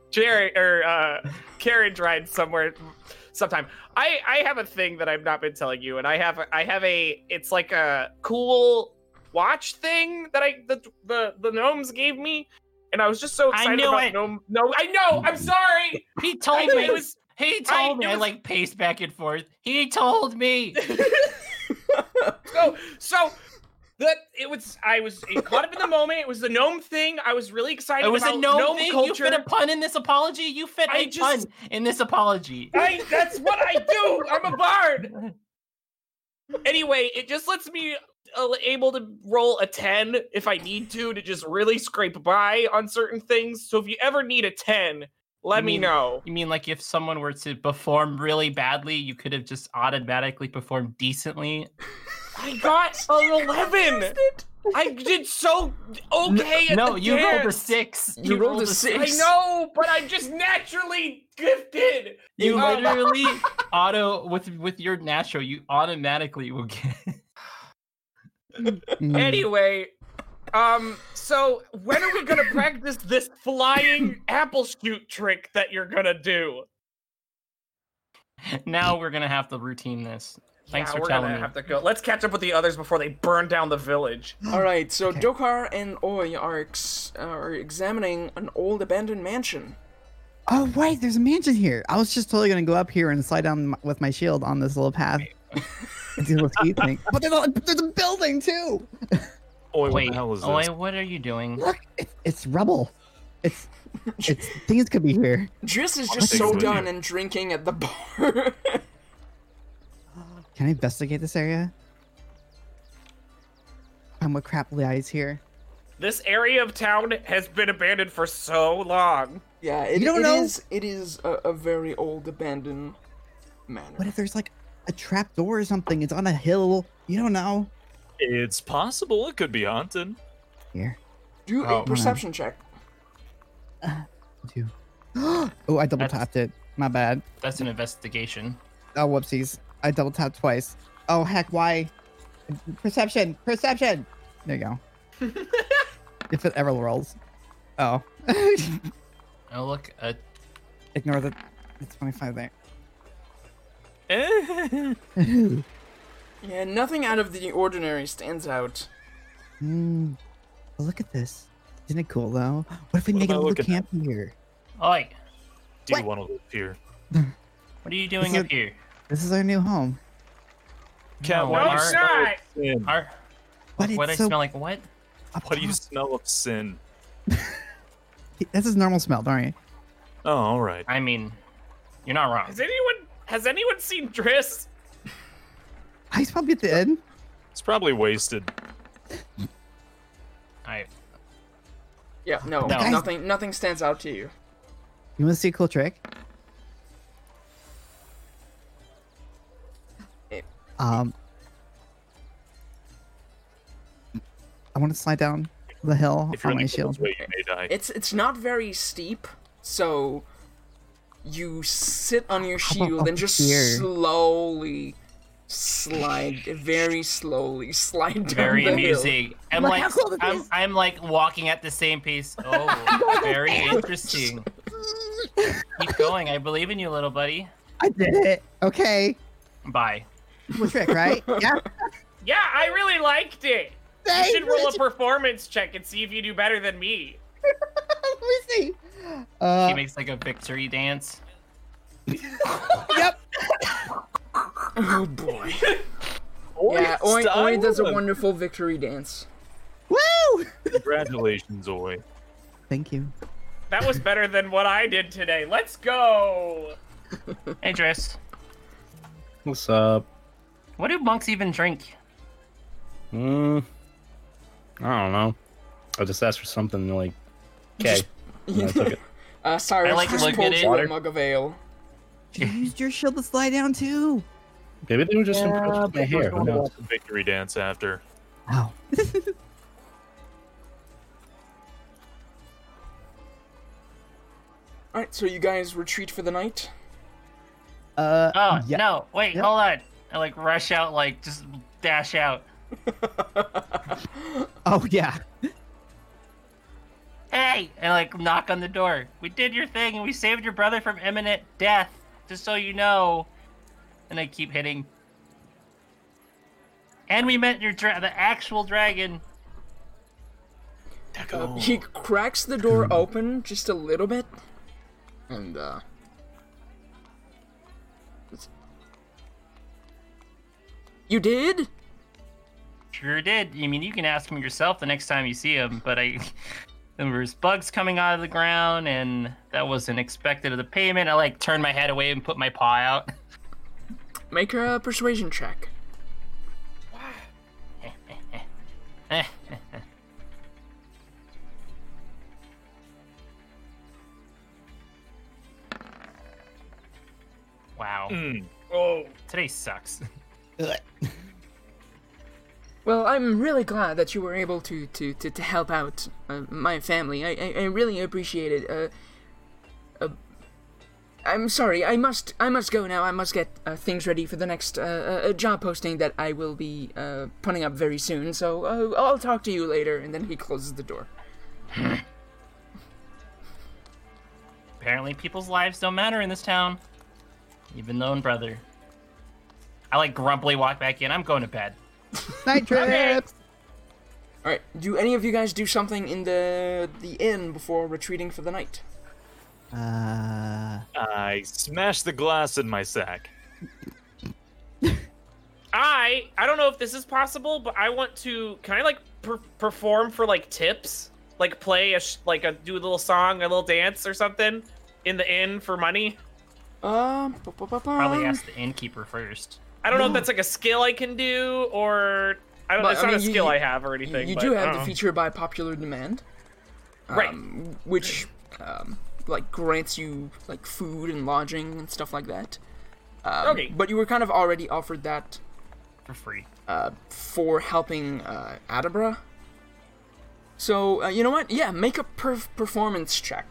Speaker 2: Jerry or uh, carriage ride somewhere sometime. I I have a thing that I've not been telling you, and I have a- I have a it's like a cool watch thing that I the the, the gnomes gave me. And I was just so
Speaker 5: I
Speaker 2: excited
Speaker 5: knew
Speaker 2: about
Speaker 5: it.
Speaker 2: gnome. No, I know. I'm sorry.
Speaker 5: He
Speaker 2: I
Speaker 5: told
Speaker 2: knew
Speaker 5: me.
Speaker 2: it was.
Speaker 5: he told
Speaker 2: I
Speaker 5: me.
Speaker 2: knew
Speaker 5: I
Speaker 2: it was-
Speaker 5: like paced back and forth. He told me.
Speaker 2: so so that it was. I was it caught up in the moment. It was the gnome thing. I was really excited.
Speaker 5: It was a
Speaker 2: about
Speaker 5: gnome,
Speaker 2: gnome
Speaker 5: thing.
Speaker 2: culture.
Speaker 5: You fit a pun in this apology. You fit
Speaker 2: I
Speaker 5: a
Speaker 2: just-
Speaker 5: pun in this apology.
Speaker 2: I, that's what I do. I'm a bard. Anyway, it just lets me uh, able to roll a 10 if I need to to just really scrape by on certain things. So if you ever need a 10, let me
Speaker 5: mean-
Speaker 2: know.
Speaker 5: You mean like if someone were to perform really badly, you could have just automatically performed decently?
Speaker 2: I got an 11. I did so okay. at
Speaker 5: no,
Speaker 2: the
Speaker 5: you rolled a
Speaker 2: dance.
Speaker 5: six.
Speaker 4: You rolled a
Speaker 2: I
Speaker 4: six.
Speaker 2: know, but I'm just naturally gifted.
Speaker 5: You
Speaker 2: Um,
Speaker 5: literally auto with with your natural. You automatically will get.
Speaker 3: in. Mm.
Speaker 2: Anyway, Um, so when are we gonna practice this flying apple shoot trick that you're gonna do?
Speaker 5: Now we're gonna have to routine this. Thanks
Speaker 2: yeah,
Speaker 5: for
Speaker 2: we're
Speaker 5: telling
Speaker 2: gonna
Speaker 5: me.
Speaker 2: have to go. Let's catch up with the others before they burn down the village.
Speaker 4: All right, so Dokar and Oi are ex- are examining an old abandoned mansion.
Speaker 3: Oh right, there's a mansion here. I was just totally gonna go up here and slide down m- with my shield on this little path. and do a ski thing. But there's a, there's a building too.
Speaker 1: Oi, what
Speaker 5: Wait,
Speaker 1: the hell is this?
Speaker 5: Oi, what are you doing?
Speaker 3: Look, it's, it's rubble. It's it's things could be here.
Speaker 4: Driss is just
Speaker 1: Things
Speaker 4: so
Speaker 1: with
Speaker 4: done
Speaker 1: you.
Speaker 4: and drinking at the bar.
Speaker 3: Can I investigate this area? I'm with crappy eyes here.
Speaker 2: This area of town has been abandoned for so long.
Speaker 4: yeah, it,
Speaker 3: You don't
Speaker 4: it
Speaker 3: know?
Speaker 4: is- It is a, a very old abandoned manor.
Speaker 3: What if there's like a trap door or something? It's on a hill. You don't know.
Speaker 1: It's possible it could be haunted.
Speaker 3: Here,
Speaker 4: Do
Speaker 5: Oh.
Speaker 4: a perception check.
Speaker 3: two. oh, I double
Speaker 5: That's-
Speaker 3: tapped it. My bad.
Speaker 5: That's an investigation.
Speaker 3: Oh, whoopsies. I double tapped twice. Oh, heck, why? Perception, perception. There you go. if it ever rolls. Oh.
Speaker 5: Oh look, a
Speaker 3: Ignore the, the 25 there.
Speaker 4: Yeah, nothing out of the ordinary stands out.
Speaker 3: Mm. Look at this. Isn't it cool, though? What if we
Speaker 1: What
Speaker 3: make
Speaker 1: am I
Speaker 3: a little
Speaker 1: looking at?
Speaker 3: camp here?
Speaker 5: Oi,
Speaker 1: Do you
Speaker 3: What?
Speaker 1: want to live here?
Speaker 5: what are you doing
Speaker 3: Is
Speaker 5: up
Speaker 3: it-
Speaker 5: here?
Speaker 3: This is our new home.
Speaker 1: Cat,
Speaker 5: No,
Speaker 1: why do you
Speaker 5: our-
Speaker 1: smell of sin?
Speaker 5: Are,
Speaker 3: But
Speaker 5: what I
Speaker 3: it's so
Speaker 5: smell like? What?
Speaker 3: up
Speaker 1: What do you
Speaker 3: top.
Speaker 1: smell of sin?
Speaker 3: That's his normal smell, don't you?
Speaker 1: Oh, all right.
Speaker 5: I mean, you're not wrong.
Speaker 2: Has anyone has anyone seen Driss?
Speaker 3: I smelled at the end.
Speaker 1: It's probably wasted.
Speaker 5: I
Speaker 4: Yeah, no,
Speaker 5: No. Guys-
Speaker 4: nothing. Nothing stands out to you.
Speaker 3: You want to see a cool trick?
Speaker 4: It-
Speaker 3: Um, I want to slide down the hill
Speaker 1: If you're
Speaker 3: on my
Speaker 1: really close
Speaker 3: shield.
Speaker 1: this way, you may die.
Speaker 4: It's it's not very steep, so you sit on your
Speaker 3: about
Speaker 4: shield and
Speaker 3: up
Speaker 4: just
Speaker 3: here?
Speaker 4: slowly slide, very slowly slide down
Speaker 5: very
Speaker 4: the hill.
Speaker 5: amusing. I'm
Speaker 3: Look
Speaker 5: like,
Speaker 3: how cool this
Speaker 5: I'm,
Speaker 3: is.
Speaker 5: I'm like walking at the same pace. Oh, very interesting. Keep going. I believe in you, little buddy.
Speaker 3: I did it. Okay,
Speaker 5: Bye.
Speaker 3: cool trick, right? yeah.
Speaker 2: Yeah, I really liked it. You
Speaker 3: Thanks.
Speaker 2: should roll a performance check and see if you do better than me.
Speaker 3: Let me see.
Speaker 5: He
Speaker 3: Uh,
Speaker 5: makes like a victory dance.
Speaker 3: yep.
Speaker 4: Oh boy!
Speaker 1: Oi,
Speaker 4: Yeah, Oi, Oi
Speaker 1: style
Speaker 4: does a
Speaker 1: him.
Speaker 4: wonderful victory dance.
Speaker 3: Woo!
Speaker 1: Congratulations, Oi.
Speaker 3: Thank you.
Speaker 2: That was better than what I did today. Let's go.
Speaker 5: Hey, Driss.
Speaker 6: What's up?
Speaker 5: What do monks even drink?
Speaker 6: Mm, I don't know. I just asked for something like, okay, and I took it.
Speaker 4: Uh, Cyrus
Speaker 5: like
Speaker 4: just
Speaker 5: look at
Speaker 4: pulled
Speaker 5: it.
Speaker 4: you a
Speaker 6: Water.
Speaker 4: mug of ale.
Speaker 3: You used your shield to slide down too.
Speaker 6: Maybe they were just impressed with my hair. Who knows?
Speaker 1: Victory dance after.
Speaker 3: Wow.
Speaker 4: All right, so you guys retreat for the night.
Speaker 3: Uh,
Speaker 5: Oh
Speaker 3: yeah.
Speaker 5: no! Wait,
Speaker 3: Yep.
Speaker 5: hold on. I like rush out, like just dash out.
Speaker 3: Oh yeah.
Speaker 5: Hey! And like knock on the door. We did your thing, and we saved your brother from imminent death. Just so you know. And I keep hitting. And we met your dra- the actual dragon.
Speaker 4: Uh, he cracks the door open just a little bit, and uh, you did.
Speaker 5: Sure did. I mean, you can ask him yourself the next time you see him, but I. There was bugs coming out of the ground, and that wasn't expected of the payment. I like turned my head away and put my paw out.
Speaker 4: Make a persuasion check.
Speaker 5: wow,
Speaker 1: Mm.
Speaker 2: Oh,
Speaker 5: today sucks.
Speaker 4: Well, I'm really glad that you were able to to, to, to help out uh, my family. I, I, I really appreciate it. Uh, uh, I'm sorry. I must. I must go now. I must get uh, things ready for the next uh, uh, job posting that I will be uh, putting up very soon. So uh, I'll talk to you later. And then he closes the door.
Speaker 5: Apparently, people's lives don't matter in this town. Even though, brother. I like grumpily walk back in. I'm going to bed.
Speaker 3: Night trips.
Speaker 4: All right. Do any of you guys do something in the the inn before retreating for the night?
Speaker 3: Uh,
Speaker 1: I smash the glass in my sack.
Speaker 2: I I don't know if this is possible, but I want to. Can I like per- perform for like tips? Like play a sh- like a do a little song, a little dance or something in the inn for money.
Speaker 4: Um.
Speaker 5: Probably ask the innkeeper first.
Speaker 2: I don't know if that's like a skill I can do or I don't. know.
Speaker 4: But,
Speaker 2: it's
Speaker 4: I
Speaker 2: not
Speaker 4: mean,
Speaker 2: a
Speaker 4: you-
Speaker 2: skill
Speaker 4: you-
Speaker 2: I have or anything.
Speaker 4: You
Speaker 2: but,
Speaker 4: do
Speaker 2: I
Speaker 4: have
Speaker 2: don't
Speaker 4: the
Speaker 2: know.
Speaker 4: feature by popular demand,
Speaker 2: right?
Speaker 4: um, which um, like grants you like food and lodging and stuff like that. Um,
Speaker 2: Okay.
Speaker 4: But you were kind of already offered that
Speaker 5: For free.
Speaker 4: uh, for helping uh, Adabra. So uh, you know what? Yeah, make a perf- performance check.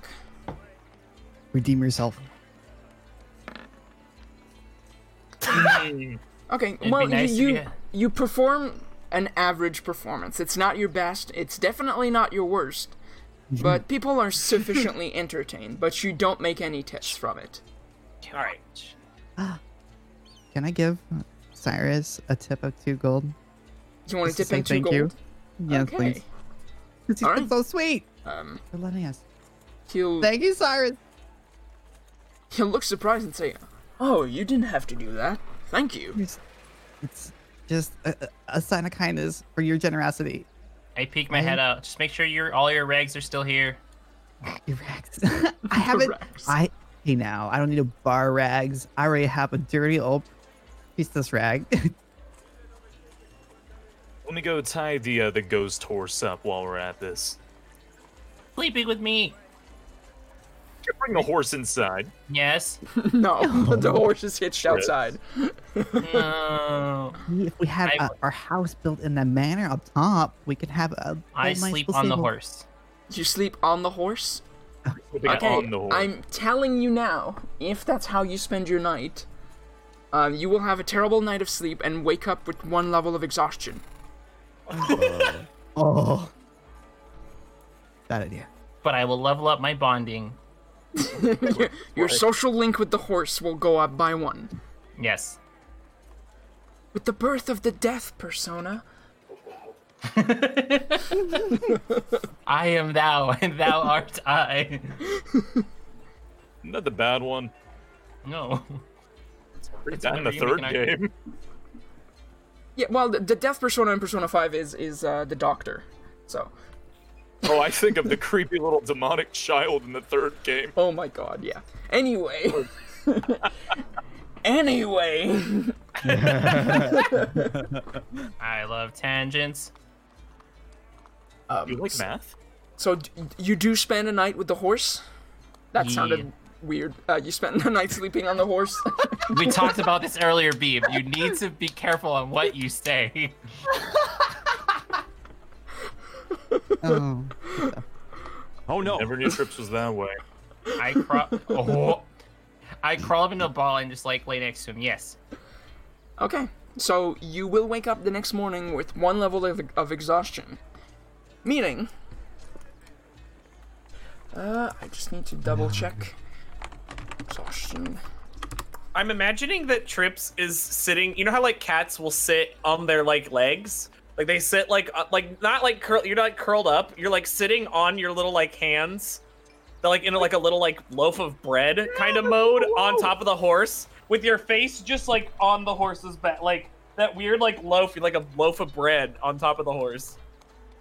Speaker 3: redeem yourself.
Speaker 4: Okay.
Speaker 5: be
Speaker 4: well,
Speaker 5: nice if
Speaker 4: you you,
Speaker 5: you-
Speaker 4: you perform an average performance. It's not your best. It's definitely not your worst.
Speaker 3: Mm-hmm.
Speaker 4: But people are sufficiently entertained. But you don't make any tips from it.
Speaker 2: All right.
Speaker 3: Can I give Cyrus a tip of two gold?
Speaker 4: Do you want
Speaker 3: Just
Speaker 4: to
Speaker 3: to
Speaker 4: dip into
Speaker 3: say thank
Speaker 4: gold?
Speaker 3: you. Yeah,
Speaker 4: okay.
Speaker 3: please. 'Cause he's
Speaker 4: All
Speaker 3: been
Speaker 4: right.
Speaker 3: so sweet
Speaker 4: Um,
Speaker 3: for letting us.
Speaker 4: he'll
Speaker 3: Thank you, Cyrus.
Speaker 4: he'll look surprised and say, "Oh, you didn't have to do that. Thank you."
Speaker 3: It's, it's just a, a- a sign of kindness for your generosity.
Speaker 5: I peek my head out. Just make sure your all your rags are still here.
Speaker 3: Your rags. I haven't.
Speaker 4: rags.
Speaker 3: I hey now. I don't need to bar rags. I already have a dirty old priestess rag.
Speaker 1: Let me go tie the uh, the ghost horse up while we're at this.
Speaker 5: Sleeping with me.
Speaker 1: Bring the horse inside.
Speaker 5: Yes.
Speaker 4: No, the horse is hitched outside.
Speaker 5: No.
Speaker 3: if we had
Speaker 5: I-
Speaker 3: uh, our house built in the manor up top, we could have a.
Speaker 5: I
Speaker 3: whole nice
Speaker 5: sleep
Speaker 3: little
Speaker 5: on the
Speaker 3: stable.
Speaker 5: horse.
Speaker 4: You sleep on the horse.
Speaker 1: Putting it
Speaker 4: Okay,
Speaker 1: on the horse.
Speaker 4: I'm telling you now, if that's how you spend your night, um, you will have a terrible night of sleep and wake up with one level of exhaustion.
Speaker 3: Oh, bad idea.
Speaker 5: But I will level up my bonding.
Speaker 4: Your social link with the horse will go up by one.
Speaker 5: Yes.
Speaker 4: With the birth of the death persona,
Speaker 5: I am thou, and thou art I.
Speaker 1: Not the bad one.
Speaker 5: No. It's
Speaker 1: That in the
Speaker 5: whatever you
Speaker 1: third
Speaker 5: make an
Speaker 1: game.
Speaker 4: yeah, well, the, the death persona in Persona 5 is is uh, the doctor. So,
Speaker 1: Oh, I think of the creepy little demonic child in the third game.
Speaker 4: oh my god, yeah. Anyway. anyway.
Speaker 5: I love tangents.
Speaker 1: You like math?
Speaker 4: So d- you do spend a night with the horse? That sounded weird. Uh, you spent a night sleeping on the horse.
Speaker 5: We talked about this earlier, Beeb. You need to be careful on what you say.
Speaker 3: Oh,
Speaker 8: Oh no.
Speaker 1: Never knew trips was that way.
Speaker 5: I crawl. Oh. I crawl up into a ball and just like lay next to him. Yes.
Speaker 4: okay. So you will wake up the next morning with one level of, of exhaustion. Meaning. Uh, I just need to double check. Exhaustion.
Speaker 2: I'm imagining that Trips is sitting. You know how like cats will sit on their like legs, like they sit like uh, like not like curl. You're not like, curled up. You're like sitting on your little like hands. They're like in like a little like loaf of bread kind of mode on top of the horse, with your face just like on the horse's back, like that weird like loaf, like a loaf of bread on top of the horse,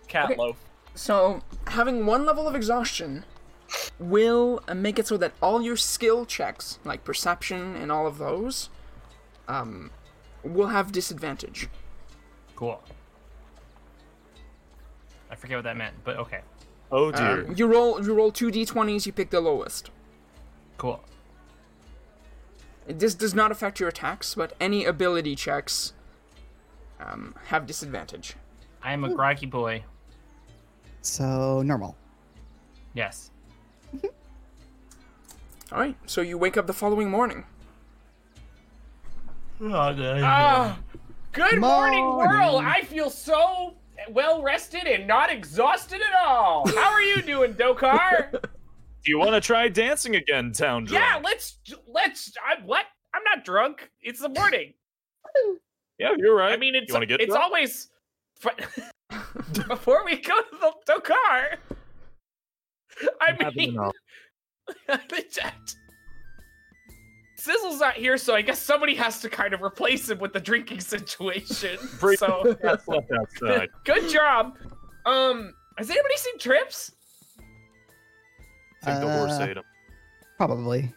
Speaker 2: cat
Speaker 4: Okay.
Speaker 2: loaf.
Speaker 4: So having one level of exhaustion will uh, make it so that all your skill checks, like perception and all of those, um, will have disadvantage.
Speaker 5: Cool. I forget what that meant, but okay.
Speaker 1: Oh dear.
Speaker 2: Um,
Speaker 4: You roll you roll two d20s, you pick the lowest.
Speaker 5: Cool.
Speaker 4: This does not affect your attacks, but any ability checks um, have disadvantage.
Speaker 5: I am a groggy boy.
Speaker 3: so normal.
Speaker 5: Yes.
Speaker 4: All right, so you wake up the following morning.
Speaker 2: Ah, good morning, world.
Speaker 3: Morning.
Speaker 2: I feel so well rested and not exhausted at all. How are you doing, Dokar?
Speaker 1: Do you want to try dancing again, town drunk?
Speaker 2: yeah, let's let's. I what? I'm not drunk. It's the morning.
Speaker 1: Yeah, you're right.
Speaker 2: I mean, it's
Speaker 1: you want to get
Speaker 2: it's
Speaker 1: drunk?
Speaker 2: always fr- before we go to the, the car. I
Speaker 1: Happy to
Speaker 2: mean,
Speaker 1: know.
Speaker 2: the chat. Sizzle's not here, so I guess somebody has to kind of replace him with the drinking situation.
Speaker 1: Bring-
Speaker 2: so
Speaker 1: That's left outside.
Speaker 2: good job. Um, has anybody seen Trips?
Speaker 1: I think the horse
Speaker 3: Uh,
Speaker 1: ate him.
Speaker 3: Probably.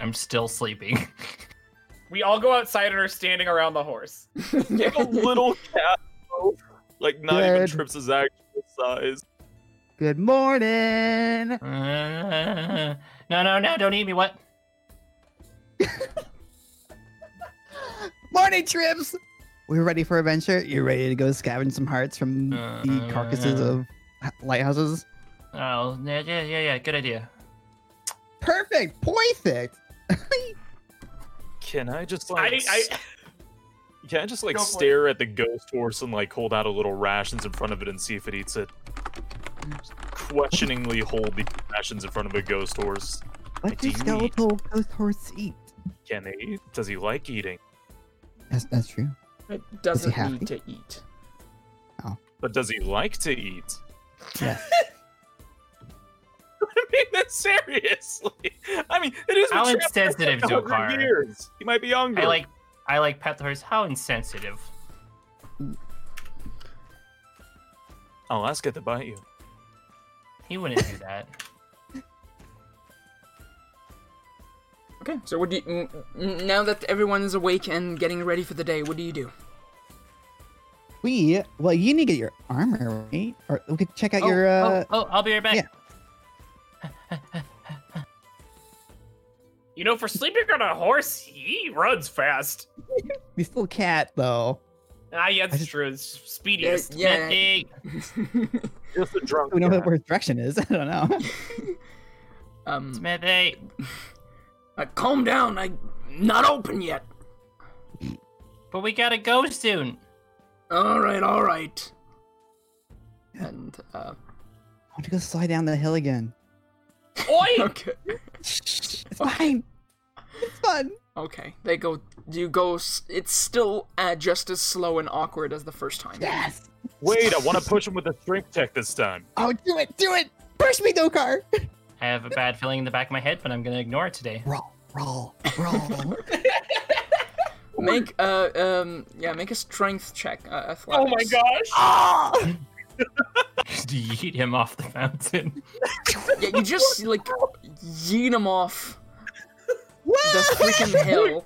Speaker 5: I'm still sleeping.
Speaker 2: We all go outside and are standing around the horse.
Speaker 1: Like a little cat, though. like not even
Speaker 3: Good.
Speaker 1: Trips' actual size.
Speaker 3: Good morning.
Speaker 5: Uh, no, no, no, don't eat me. What?
Speaker 3: Morning, Trips. We're ready for adventure. You're ready to go scavenge some hearts from the carcasses
Speaker 5: Uh.
Speaker 3: of h- lighthouses.
Speaker 5: Oh, yeah, yeah, yeah, yeah. Good idea.
Speaker 3: Perfect. Perfect.
Speaker 1: Can I just like
Speaker 2: I, I
Speaker 1: can I just like
Speaker 2: Go for it.
Speaker 1: stare at the ghost horse and like hold out a little rations in front of it and see if it eats it? Just questioningly hold the rations in front of a ghost horse. do
Speaker 3: What do
Speaker 1: you eat?
Speaker 3: skeletal ghost horse eat?
Speaker 1: Can they eat? Does he like eating?
Speaker 3: That's, that's true.
Speaker 4: It doesn't
Speaker 3: happy?
Speaker 4: need to eat.
Speaker 1: But does he like to eat?
Speaker 3: Yes.
Speaker 1: I mean, that's seriously. I mean, it is.
Speaker 5: How insensitive, Dokar.
Speaker 1: Years. He might be hungry.
Speaker 5: I like, I like pet the horse. How insensitive.
Speaker 1: I'll ask it Oh, to bite you.
Speaker 5: He wouldn't do that.
Speaker 4: Okay, so what do you, n- n- now that everyone is awake and getting ready for the day, what do you do?
Speaker 3: We well, you need to get your armor, right? Or we could check out your.
Speaker 5: oh,
Speaker 3: uh
Speaker 5: oh, oh, I'll be right back.
Speaker 3: yeah.
Speaker 2: you know, for sleeping on a horse, he runs fast.
Speaker 3: He's still a cat though.
Speaker 2: Ah, yeah, that's
Speaker 3: just-
Speaker 2: true. It's speediest.
Speaker 4: yeah.
Speaker 5: Medic.
Speaker 1: Just a drunk.
Speaker 3: We know
Speaker 1: cat.
Speaker 3: where his direction is. I don't know.
Speaker 5: It's
Speaker 4: um,
Speaker 5: medic.
Speaker 4: uh, calm down. I not open yet.
Speaker 5: But we gotta go soon.
Speaker 4: All right, all right. And uh,
Speaker 3: I want to go slide down the hill again.
Speaker 2: Oi!
Speaker 4: okay,
Speaker 3: It's fine. It's fun.
Speaker 4: okay. They go. You go. s- It's still uh, just as slow and awkward as the first time.
Speaker 3: Yes.
Speaker 1: Wait, I want to push him with a strength check this time.
Speaker 3: Oh, do it. Do it. Push me, Dokar.
Speaker 5: I have a bad feeling in the back of my head, but I'm gonna ignore it today.
Speaker 3: Roll. Roll. Roll.
Speaker 4: Make uh um yeah. Make a strength check. Uh,
Speaker 2: Oh my
Speaker 4: athletics.
Speaker 2: gosh!
Speaker 3: Ah!
Speaker 5: Just yeet him off the fountain.
Speaker 4: Yeah, you just like yeet him off the
Speaker 3: Whoa!
Speaker 4: freaking hill.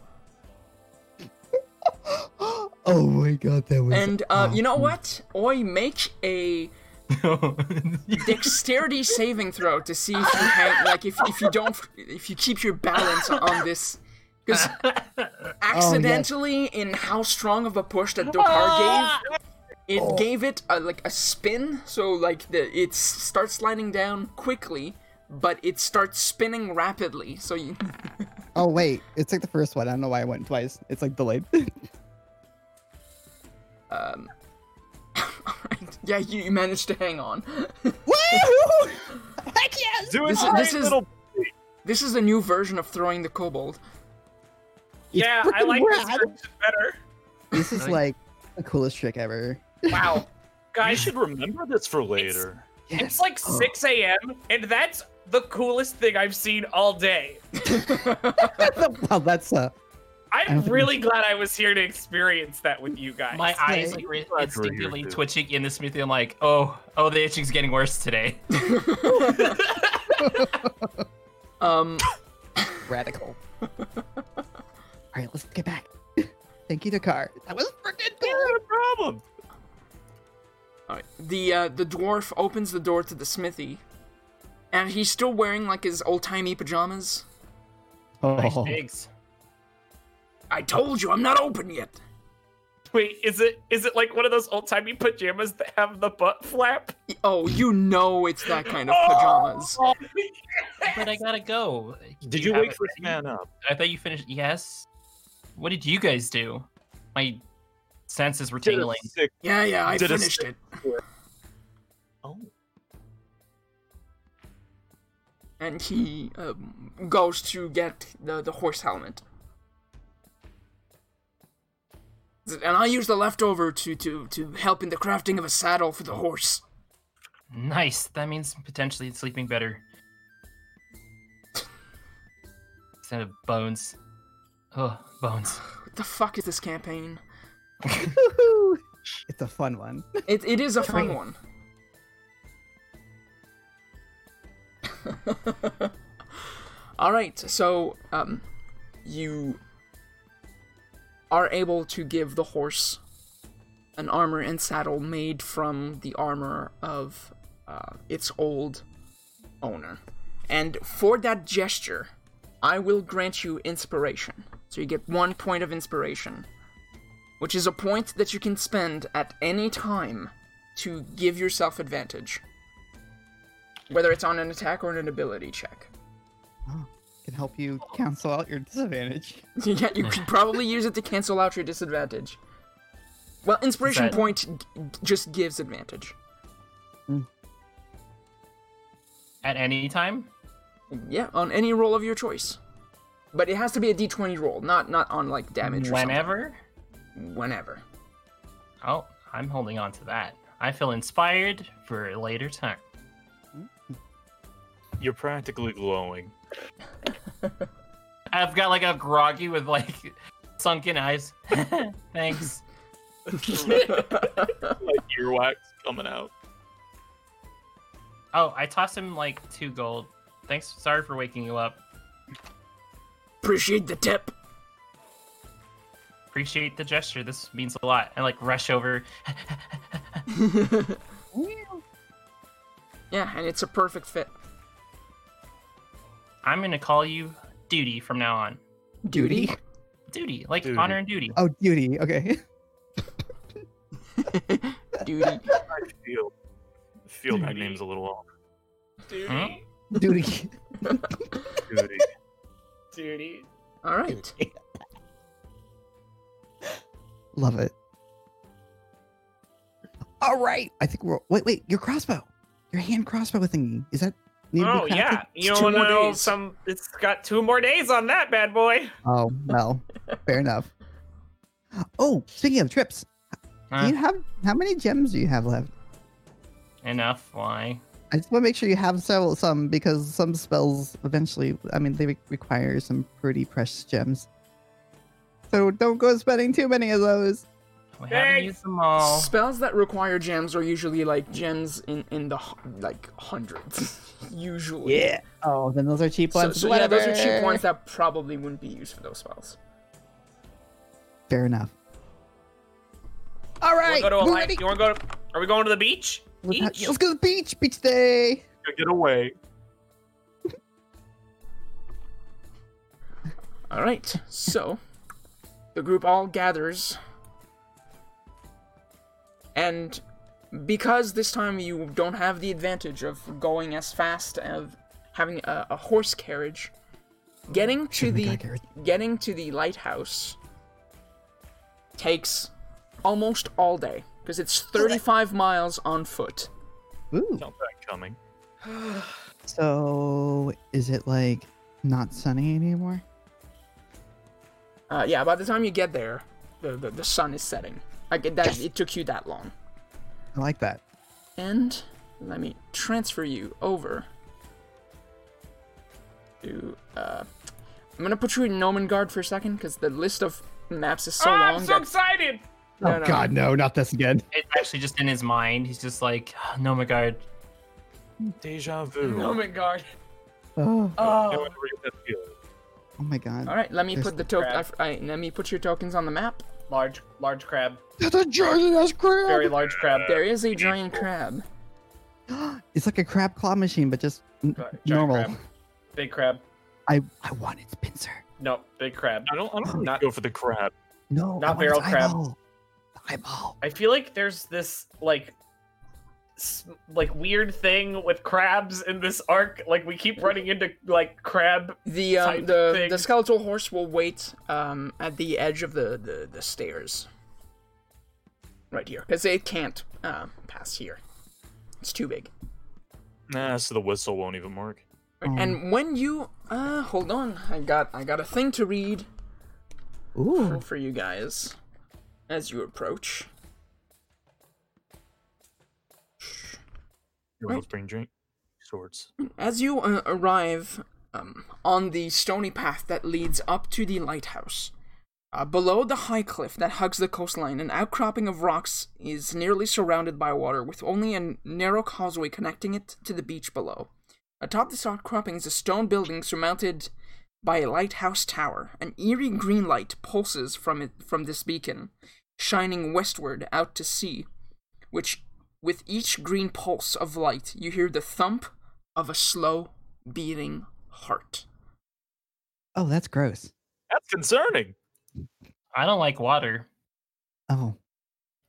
Speaker 3: oh my god, that was.
Speaker 4: And uh, you know what? Oi, make a dexterity saving throw to see if you hang, like if, if you don't if you keep your balance on this because accidentally in how strong of a push that Dokar gave it gave it a, like a spin so like the it s- starts sliding down quickly but it starts spinning rapidly so you
Speaker 3: Oh wait, it's like the first one. I don't know why I went twice. It's like delayed.
Speaker 4: yeah you, you managed to hang on
Speaker 3: Woo! Heck yes!
Speaker 1: Do it,
Speaker 4: This-
Speaker 1: right,
Speaker 4: this is-
Speaker 1: little.
Speaker 4: this is a new version of throwing the kobold
Speaker 2: Yeah, I
Speaker 3: freaking
Speaker 2: like this
Speaker 3: rad.
Speaker 2: version better.
Speaker 3: This is like the coolest trick ever.
Speaker 2: Wow.
Speaker 1: I
Speaker 2: Guys,
Speaker 1: should remember this for later.
Speaker 2: it's like
Speaker 3: Oh.
Speaker 2: 6 a.m., and that's the coolest thing I've seen all day.
Speaker 3: wow, that's uh,
Speaker 2: I'm
Speaker 3: think-
Speaker 2: really glad I was here to experience that with you guys.
Speaker 5: My eyes like re- instinctively twitching in the smoothie. I'm like, oh, oh, the itching's getting worse today.
Speaker 4: um
Speaker 3: radical. All right, let's get back. Thank you, Dakar. That was freaking
Speaker 1: Yeah,
Speaker 3: cool.
Speaker 1: no problem.
Speaker 4: Alright. The uh, the dwarf opens the door to the smithy, and he's still wearing like his old timey pajamas.
Speaker 5: Nice
Speaker 3: Oh,
Speaker 5: pigs.
Speaker 4: I told you I'm not open yet.
Speaker 2: Wait, is it is it like one of those old timey pajamas that have the butt flap?
Speaker 4: Oh, you know it's that kind of pajamas.
Speaker 2: Oh,
Speaker 5: But I gotta go.
Speaker 1: Did
Speaker 5: Do
Speaker 1: you,
Speaker 5: have
Speaker 1: wake
Speaker 5: it
Speaker 1: this
Speaker 5: ready?
Speaker 1: man up?
Speaker 5: I thought you finished. Yes. What did you guys do? My senses were tingling.
Speaker 1: Sick-
Speaker 4: Yeah, yeah, I
Speaker 1: Did a
Speaker 4: finished it.
Speaker 1: Oh,
Speaker 4: And he um, goes to get the, the horse helmet. And I use the leftover to, to, to help in the crafting of a saddle for the horse.
Speaker 5: Nice. That means potentially sleeping better. Instead of bones. Oh, bones.
Speaker 4: What the fuck is this campaign?
Speaker 3: Woohoo! It's a fun one.
Speaker 4: It, it is a fun one. All right, so um, you are able to give the horse an armor and saddle made from the armor of uh, its old owner, and for that gesture, I will grant you inspiration. So you get one point of inspiration which is a point that you can spend at any time to give yourself advantage. Whether it's on an attack or an ability check.
Speaker 3: Can help you cancel out your disadvantage.
Speaker 4: yeah, you could probably use it to cancel out your disadvantage. Well, inspiration
Speaker 5: That-
Speaker 4: point g- just gives advantage.
Speaker 5: At any time?
Speaker 4: Yeah, on any roll of your choice. But it has to be a d20 roll, not not on like damage
Speaker 5: Whenever?
Speaker 4: or something. Whenever.
Speaker 5: Oh, I'm holding on to that. I feel inspired for a later time.
Speaker 1: you're practically glowing.
Speaker 5: I've got like a groggy with like sunken eyes. Thanks.
Speaker 1: Like earwax coming out.
Speaker 5: Oh, I tossed him like two gold. Thanks. Sorry for waking you up.
Speaker 4: Appreciate the tip.
Speaker 5: Appreciate the gesture. This means a lot. I like rush over.
Speaker 4: Yeah, and it's a perfect fit.
Speaker 5: I'm gonna call you Duty from now on.
Speaker 4: Duty.
Speaker 5: Duty, like
Speaker 1: Duty.
Speaker 5: honor and duty.
Speaker 3: Oh, duty. Okay.
Speaker 4: Duty.
Speaker 1: I feel, I feel that name's a little off.
Speaker 5: Hmm?
Speaker 3: Duty.
Speaker 1: Duty.
Speaker 2: Duty.
Speaker 4: All right.
Speaker 3: Love it. All right. I think we're. Wait, wait. Your crossbow. Your hand crossbow thingy. Is that? need to be
Speaker 2: Oh
Speaker 3: crafted?
Speaker 2: yeah, you
Speaker 4: It's two
Speaker 2: don't
Speaker 4: more
Speaker 2: know
Speaker 4: days.
Speaker 2: some. It's got two more days on that bad boy.
Speaker 3: Oh well. fair enough. Oh, speaking of trips,
Speaker 5: Huh?
Speaker 3: do you have how many gems do you have left?
Speaker 5: Enough. Why?
Speaker 3: I just want to make sure you have several some because some spells eventually, I mean, they re- require some pretty precious gems. So don't go spending too many of those.
Speaker 5: We haven't used them all.
Speaker 4: Spells that require gems are usually like gems in in the hu- like hundreds, usually.
Speaker 3: Oh, then those are cheap
Speaker 4: So,
Speaker 3: ones.
Speaker 4: so yeah, those are cheap
Speaker 3: whatever.
Speaker 4: ones that probably wouldn't be used for those spells.
Speaker 3: Fair enough. All right.
Speaker 2: Go to a
Speaker 3: we're
Speaker 2: li-
Speaker 3: ready.
Speaker 2: You want to go? To, are we going to the beach?
Speaker 3: Let's ha-
Speaker 2: Beach?
Speaker 3: Let's go to the beach. Beach day.
Speaker 1: Get away.
Speaker 4: All right, so the group all gathers, and because this time you don't have the advantage of going as fast of having a, a horse carriage, getting to
Speaker 3: Shouldn't have
Speaker 4: the
Speaker 3: got carriage.
Speaker 4: getting to the lighthouse takes almost all day because it's 35 miles on foot.
Speaker 3: Ooh.
Speaker 1: Not that coming.
Speaker 3: So is it like not sunny anymore?
Speaker 4: Uh, yeah, by the time you get there, the the, the sun is setting. Like it, that, it took you that long.
Speaker 3: I like that.
Speaker 4: And let me transfer you over to. Uh, I'm gonna put you in Nomengard for a second because the list of maps is so
Speaker 2: Ah,
Speaker 4: long.
Speaker 2: I'm so
Speaker 4: that-
Speaker 2: excited.
Speaker 4: No,
Speaker 3: oh
Speaker 4: no.
Speaker 3: God, no, not this again.
Speaker 5: It's actually just in his mind. He's just like, "Ah, no, my god.
Speaker 1: Deja vu.
Speaker 2: Oh my god.
Speaker 3: Oh,
Speaker 1: I
Speaker 2: Oh,
Speaker 1: wonder if that feels.
Speaker 3: oh my God.
Speaker 4: All right, let me
Speaker 3: There's
Speaker 4: put the
Speaker 3: the
Speaker 4: token.
Speaker 2: crab.
Speaker 4: I, I- let me put your tokens on the map.
Speaker 2: large, large crab.
Speaker 3: That's a giant ass crab.
Speaker 4: Uh,
Speaker 2: Very large crab.
Speaker 4: There is a giant crab.
Speaker 3: it's like a crab claw machine, but just n-
Speaker 2: Giant
Speaker 3: normal.
Speaker 2: crab. Big crab.
Speaker 3: I I want its pincer.
Speaker 2: No, big crab.
Speaker 1: I don't. I don't
Speaker 3: Oh.
Speaker 1: not go for the crab.
Speaker 3: No, I
Speaker 2: Not
Speaker 3: want its
Speaker 2: barrel crab.
Speaker 3: eyeball. eyeball.
Speaker 2: I feel like there's this like s- like weird thing with crabs in this arc. Like we keep running into like crab.
Speaker 4: The um,
Speaker 2: Type
Speaker 4: the
Speaker 2: thing.
Speaker 4: the skeletal horse will wait um at the edge of the the, the stairs. Right here, because it can't uh, pass here. It's too big.
Speaker 1: Nah, so the whistle won't even work.
Speaker 4: And when you uh hold on, I got I got a thing to read
Speaker 3: Ooh.
Speaker 4: for you guys as you approach.
Speaker 1: Your
Speaker 4: Right.
Speaker 1: right. bring drink. Swords.
Speaker 4: As you uh, arrive um, on the stony path that leads up to the lighthouse, uh, below the high cliff that hugs the coastline, an outcropping of rocks is nearly surrounded by water, with only a narrow causeway connecting it to the beach below. Atop this outcropping is a stone building surmounted by a lighthouse tower. An eerie green light pulses from it from this beacon, shining westward out to sea which with each green pulse of light you hear the thump of a slow beating heart.
Speaker 3: Oh, that's gross.
Speaker 1: That's concerning.
Speaker 5: I don't like water.
Speaker 3: Oh.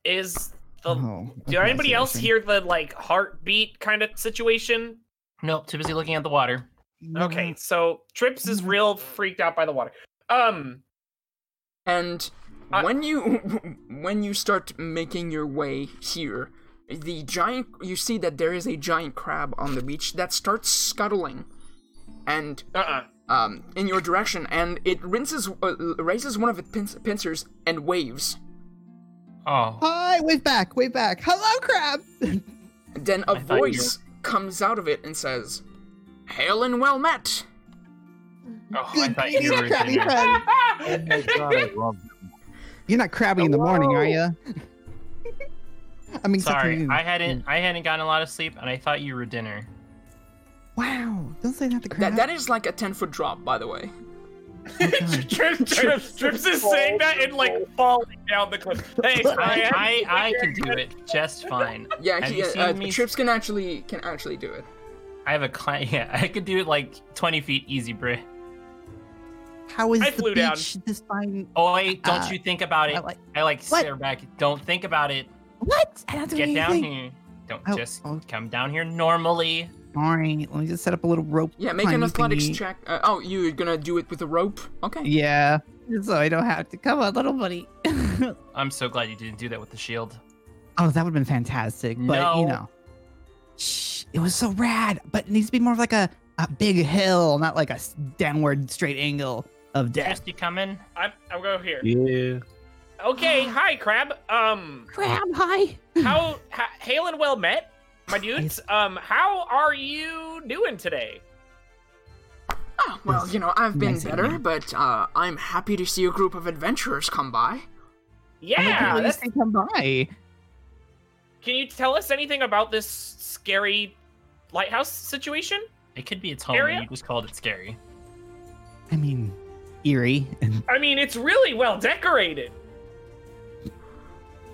Speaker 2: Is the
Speaker 3: oh
Speaker 2: did
Speaker 3: okay, I
Speaker 2: anybody
Speaker 3: see what
Speaker 2: else
Speaker 3: you're
Speaker 2: hear the like heartbeat kind of situation?
Speaker 5: Nope, too busy looking at the water.
Speaker 3: saying.
Speaker 2: Okay, so Trips is real freaked out by the water. Um,
Speaker 4: And
Speaker 2: I-
Speaker 4: when you when you start making your way here, the giant you see that there is a giant crab on the beach that starts scuttling and
Speaker 2: uh, uh
Speaker 4: um, in your direction and it rinses uh, raises one of its pin- pincers and waves.
Speaker 5: Oh,
Speaker 3: Hi, wave back, wave back. Hello, crab.
Speaker 4: Then a
Speaker 5: I thought you were-
Speaker 4: voice comes out of it and says, "Hail and well met."
Speaker 5: oh I
Speaker 3: Good
Speaker 5: thought you
Speaker 3: greetings,
Speaker 5: were
Speaker 3: crabby
Speaker 5: kidding.
Speaker 3: friend. You're not crabby in the morning, are you? I mean, except for
Speaker 5: Sorry,
Speaker 3: you.
Speaker 5: I hadn't I hadn't gotten a lot of sleep, and I thought you were dinner.
Speaker 3: Wow, don't say that to crab. Oh
Speaker 4: That, that is like a 10 foot drop, by the way.
Speaker 2: Trips, Trips, Trips is saying that and like falling down the cliff. Hey, sorry, I-
Speaker 5: I, I, I can do it just fine.
Speaker 4: Yeah,
Speaker 5: Have
Speaker 4: he,
Speaker 5: you
Speaker 4: uh,
Speaker 5: seen
Speaker 4: uh,
Speaker 5: me-
Speaker 4: Trips can actually can actually do it.
Speaker 5: I have a client. Yeah, I could do it like 20 feet easy, bruh.
Speaker 3: How is
Speaker 2: I
Speaker 3: the
Speaker 2: flew down.
Speaker 3: beach this fine?
Speaker 5: Oh, wait, don't
Speaker 3: Uh,
Speaker 5: you think about
Speaker 3: I
Speaker 5: it.
Speaker 3: like-
Speaker 5: I like
Speaker 3: What?
Speaker 5: stare back. Don't think about it.
Speaker 3: What? I don't do
Speaker 5: Get down
Speaker 3: anything.
Speaker 5: here. Don't
Speaker 3: Oh,
Speaker 5: just
Speaker 3: oh.
Speaker 5: come down here normally.
Speaker 3: All right, let me just set up a little rope.
Speaker 4: Yeah, make an
Speaker 3: climbing
Speaker 4: athletics
Speaker 3: thingy.
Speaker 4: check. Uh, oh, you're gonna do it with a rope? Okay.
Speaker 3: Yeah, so I don't have to. Come on, little buddy. oh,
Speaker 5: I'm so glad you didn't do that with the shield.
Speaker 3: that would have been fantastic, but you
Speaker 5: No.
Speaker 3: know, shh, it was so rad. But it needs to be more of like a, a big hill, not like a s- downward straight angle of death.
Speaker 5: Christy coming.
Speaker 2: I'm, I'll go here.
Speaker 6: Yeah.
Speaker 2: Okay, hi, Crab. Um,
Speaker 3: Crab, hi.
Speaker 2: how, ha, hail and well met, my dudes. Um, how are you doing today?
Speaker 4: Ah, well, you know, I've been
Speaker 3: Nice
Speaker 4: better,
Speaker 3: idea.
Speaker 4: but uh, I'm happy to see a group of adventurers come by.
Speaker 2: Yeah,
Speaker 3: you
Speaker 2: that's,
Speaker 3: say come by.
Speaker 2: can you tell us anything about this scary lighthouse situation?
Speaker 5: It could be its home.
Speaker 2: Area?
Speaker 5: You just called it scary.
Speaker 3: I mean, eerie. And
Speaker 2: I mean, it's really well decorated.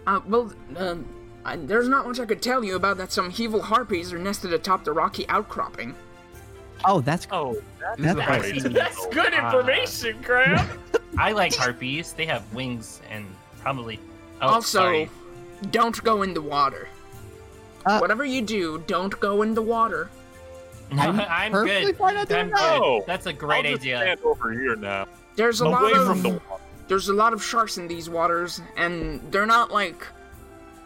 Speaker 4: Uh, well, um, I, there's not much I could tell you about that. Some evil harpies are nested atop the rocky outcropping.
Speaker 3: oh, that's
Speaker 5: Oh,
Speaker 3: that's
Speaker 1: Right.
Speaker 3: right.
Speaker 2: That's good information, Crab.
Speaker 5: I like harpies. They have wings and probably. Oh,
Speaker 4: also,
Speaker 5: sorry.
Speaker 4: don't go in the water.
Speaker 3: Uh,
Speaker 4: Whatever you do, don't go in the water.
Speaker 5: No,
Speaker 3: I'm
Speaker 5: I'm,
Speaker 3: perfectly
Speaker 5: good.
Speaker 3: fine not doing
Speaker 5: I'm
Speaker 3: that.
Speaker 1: No.
Speaker 5: good. That's a great
Speaker 1: I'll just
Speaker 5: idea.
Speaker 1: Stand over here now.
Speaker 4: There's a
Speaker 1: Away
Speaker 4: lot of
Speaker 1: from the wall.
Speaker 4: there's a lot of sharks in these waters, and they're not like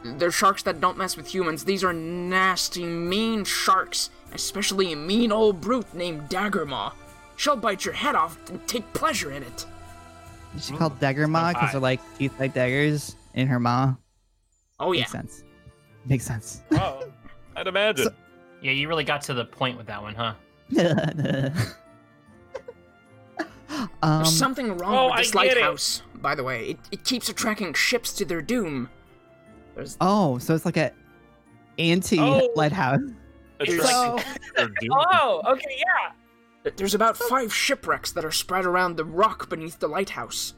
Speaker 4: they're sharks that don't mess with humans. These are nasty, mean sharks, especially a mean old brute named Daggermaw. She'll bite your head off and take pleasure in it.
Speaker 3: Is she called Dagger Ma because
Speaker 5: hot.
Speaker 3: they're like teeth like daggers in her maw?
Speaker 4: Oh yeah.
Speaker 3: Makes sense. Makes sense.
Speaker 2: Oh,
Speaker 1: I'd imagine.
Speaker 5: Yeah, you really got to the point with that one, huh?
Speaker 3: um,
Speaker 4: There's something wrong
Speaker 2: Oh,
Speaker 4: with
Speaker 2: I
Speaker 4: this
Speaker 2: get it.
Speaker 4: lighthouse, by the way. It, it keeps attracting ships to their doom. There's
Speaker 3: oh, so it's like a anti
Speaker 2: Oh.
Speaker 3: lighthouse.
Speaker 1: That's
Speaker 4: It's
Speaker 1: right.
Speaker 3: So
Speaker 1: They're doing
Speaker 2: oh, okay, yeah.
Speaker 4: there's about five shipwrecks that are spread around the rock beneath the lighthouse,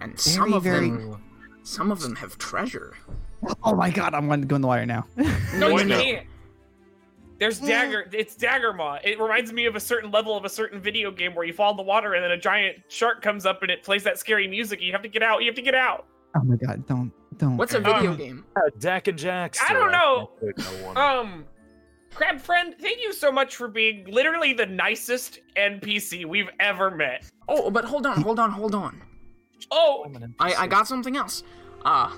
Speaker 4: and some
Speaker 3: Very,
Speaker 4: of them,
Speaker 5: Ooh.
Speaker 4: some of them have treasure.
Speaker 3: oh my god, I'm going to go in the water now.
Speaker 2: No,
Speaker 1: Why
Speaker 2: you
Speaker 1: not?
Speaker 2: can't. There's dagger. It's dagger maw. It reminds me of a certain level of a certain video game where you fall in the water and then a giant shark comes up and it plays that scary music. and You have to get out. You have to get out.
Speaker 3: oh my god, don't Don't.
Speaker 4: What's a
Speaker 3: care.
Speaker 4: video
Speaker 2: Um,
Speaker 4: game?
Speaker 1: Yeah, Dak and Jax.
Speaker 2: I don't know.
Speaker 1: know.
Speaker 2: Um, Crab Friend, thank you so much for being literally the nicest NPC we've ever met.
Speaker 4: Oh, but hold on, hold on, hold on.
Speaker 2: Oh,
Speaker 4: I, I got something else. Uh,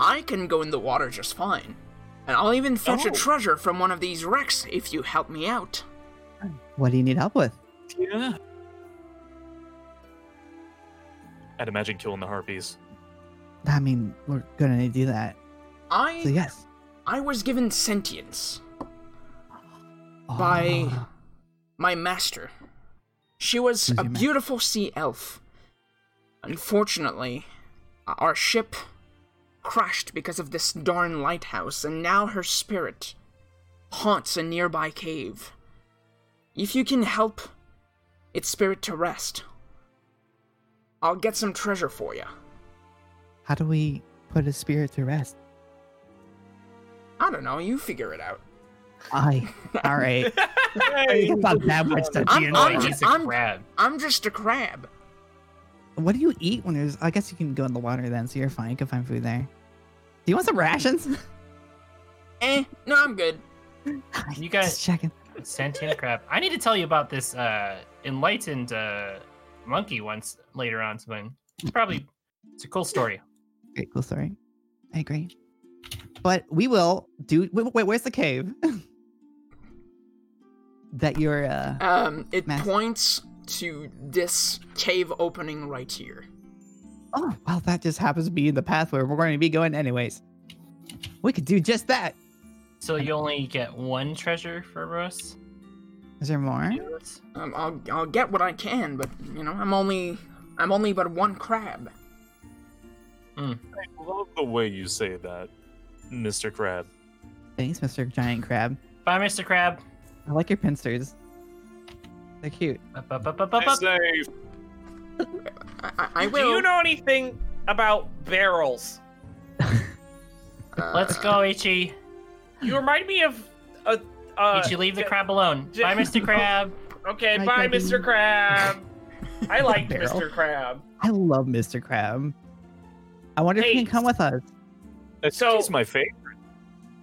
Speaker 4: I can go in the water just fine. And I'll even fetch a
Speaker 1: Oh.
Speaker 4: treasure from one of these wrecks if you help me out.
Speaker 3: What do you need help with?
Speaker 1: Yeah. I'd imagine killing the harpies.
Speaker 3: I mean, we're gonna do that.
Speaker 4: I
Speaker 3: So yes.
Speaker 4: I was given sentience by
Speaker 3: Oh,
Speaker 4: my master. She was
Speaker 3: Who's
Speaker 4: a
Speaker 3: your ma-
Speaker 4: beautiful sea elf. Unfortunately, our ship crashed because of this darn lighthouse, and now her spirit haunts a nearby cave. If you can help its spirit to rest, I'll get some treasure for you.
Speaker 3: how do we put a spirit to rest?
Speaker 4: I don't know, you figure it out.
Speaker 3: I. All right. It's not that much to
Speaker 4: I'm-
Speaker 3: be
Speaker 4: I'm
Speaker 3: annoying.
Speaker 4: just-
Speaker 5: He's a
Speaker 4: I'm-
Speaker 5: crab.
Speaker 4: I'm just a crab.
Speaker 3: What do you eat when there's? I guess you can go in the water then, so you're fine. You can find food there. Do you want some rations?
Speaker 4: Eh, no, I'm good.
Speaker 5: You guys-
Speaker 3: Just checking.
Speaker 5: sentient crab. I need to tell you about this uh enlightened uh monkey once later on something. It's probably it's a cool story.
Speaker 3: Great, cool story. I agree. But we will do. Wait, wait where's the cave? that you're. uh
Speaker 4: Um, it
Speaker 3: Math.
Speaker 4: points to this cave opening right here.
Speaker 3: Oh, well, that just happens to be the path where we're going to be going, anyways. We could do just that.
Speaker 5: So you only get one treasure for us?
Speaker 3: Is there more?
Speaker 4: Um, I'll I'll get what I can, but you know, I'm only I'm only but one crab.
Speaker 1: I love the way you say that, Mr. Crab.
Speaker 3: Thanks, Mr. Giant Crab.
Speaker 5: Bye, Mr. Crab.
Speaker 3: I like your pincers. They're cute.
Speaker 5: Up, up, up, up, up,
Speaker 1: I
Speaker 5: up.
Speaker 1: say,
Speaker 4: I, I, I
Speaker 2: do
Speaker 4: will.
Speaker 2: you know anything about barrels?
Speaker 4: uh,
Speaker 5: Let's go, Ichi.
Speaker 2: You remind me of a. Uh,
Speaker 5: Ichi, leave the
Speaker 2: j-
Speaker 5: crab alone.
Speaker 2: j-
Speaker 5: Bye, Mr. Crab.
Speaker 2: Okay,
Speaker 3: Like
Speaker 2: bye,
Speaker 3: maybe-
Speaker 2: Mr. Crab. I liked
Speaker 3: Barrel.
Speaker 2: Mr. Crab.
Speaker 3: I love Mr. Crab. I wonder if he can
Speaker 2: Hey.
Speaker 3: come with us.
Speaker 1: I think
Speaker 2: So-
Speaker 1: he's my favorite.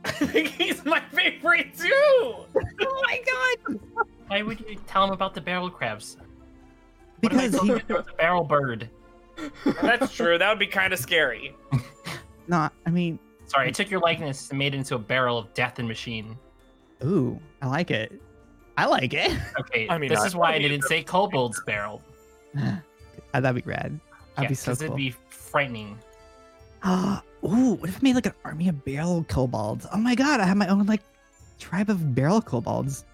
Speaker 2: I think he's my favorite too.
Speaker 3: Oh my god!
Speaker 5: Why would you tell him about the barrel crabs? What am I
Speaker 3: Because
Speaker 5: telling
Speaker 3: he
Speaker 5: him about the barrel bird?
Speaker 2: That's true. That would be kind of scary.
Speaker 3: not. I mean,
Speaker 5: Sorry, I took your likeness and made it into a barrel of death and machine.
Speaker 3: ooh, I like it. I like it.
Speaker 5: Okay,
Speaker 1: I mean,
Speaker 5: this
Speaker 1: I-
Speaker 5: is why
Speaker 1: I
Speaker 5: I
Speaker 1: mean,
Speaker 5: didn't say kobold's barrel.
Speaker 3: Ah, that'd be rad. That'd
Speaker 5: Yeah,
Speaker 3: be so
Speaker 5: 'cause
Speaker 3: cool.
Speaker 5: it'd be frightening.
Speaker 3: Ah, ooh, what if I made like an army of barrel kobolds? Oh my god, I have my own like tribe of barrel kobolds.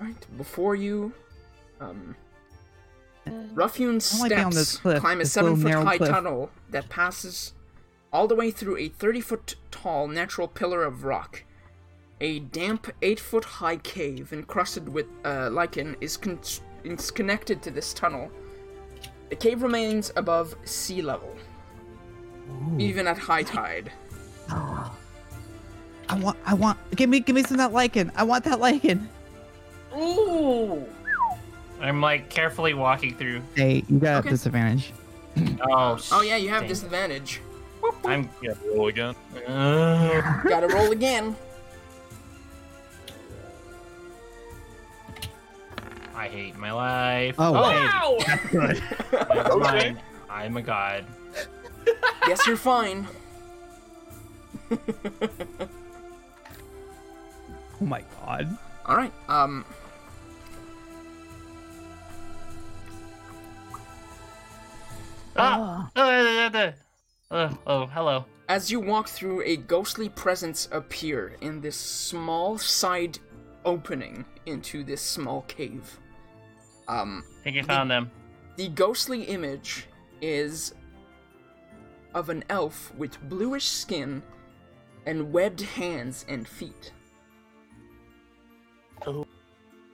Speaker 4: Right before you, um, rough-hewn
Speaker 3: Uh, wanna be on this
Speaker 4: steps
Speaker 3: cliff,
Speaker 4: climb a
Speaker 3: this little narrow
Speaker 4: seven-foot-high
Speaker 3: cliff.
Speaker 4: tunnel that passes all the way through a thirty-foot-tall natural pillar of rock. A damp eight-foot-high cave encrusted with uh, lichen is, con- is connected to this tunnel. The cave remains above sea level, even at high tide.
Speaker 3: I want, I want, give me, give me some of that lichen. I want that lichen.
Speaker 2: Ooh.
Speaker 5: I'm like carefully walking through.
Speaker 3: Hey, you got
Speaker 4: Okay.
Speaker 3: disadvantage.
Speaker 5: Oh,
Speaker 4: Oh yeah, you have
Speaker 5: dang.
Speaker 4: disadvantage.
Speaker 5: I'm.
Speaker 1: Yeah, roll again.
Speaker 5: Uh,
Speaker 4: Gotta roll again.
Speaker 5: I hate my life.
Speaker 3: Oh,
Speaker 2: Wow.
Speaker 5: never
Speaker 1: Okay.
Speaker 5: mind. I'm a god.
Speaker 4: Yes, you're fine.
Speaker 3: Oh my god.
Speaker 4: All right. Um.
Speaker 5: Ah!
Speaker 3: Oh.
Speaker 5: Uh, uh, uh, uh, oh, hello.
Speaker 4: As you walk through, a ghostly presence appear in this small side opening into this small cave. Um,
Speaker 5: I think I found them.
Speaker 4: the ghostly image is of an elf with bluish skin and webbed hands and feet.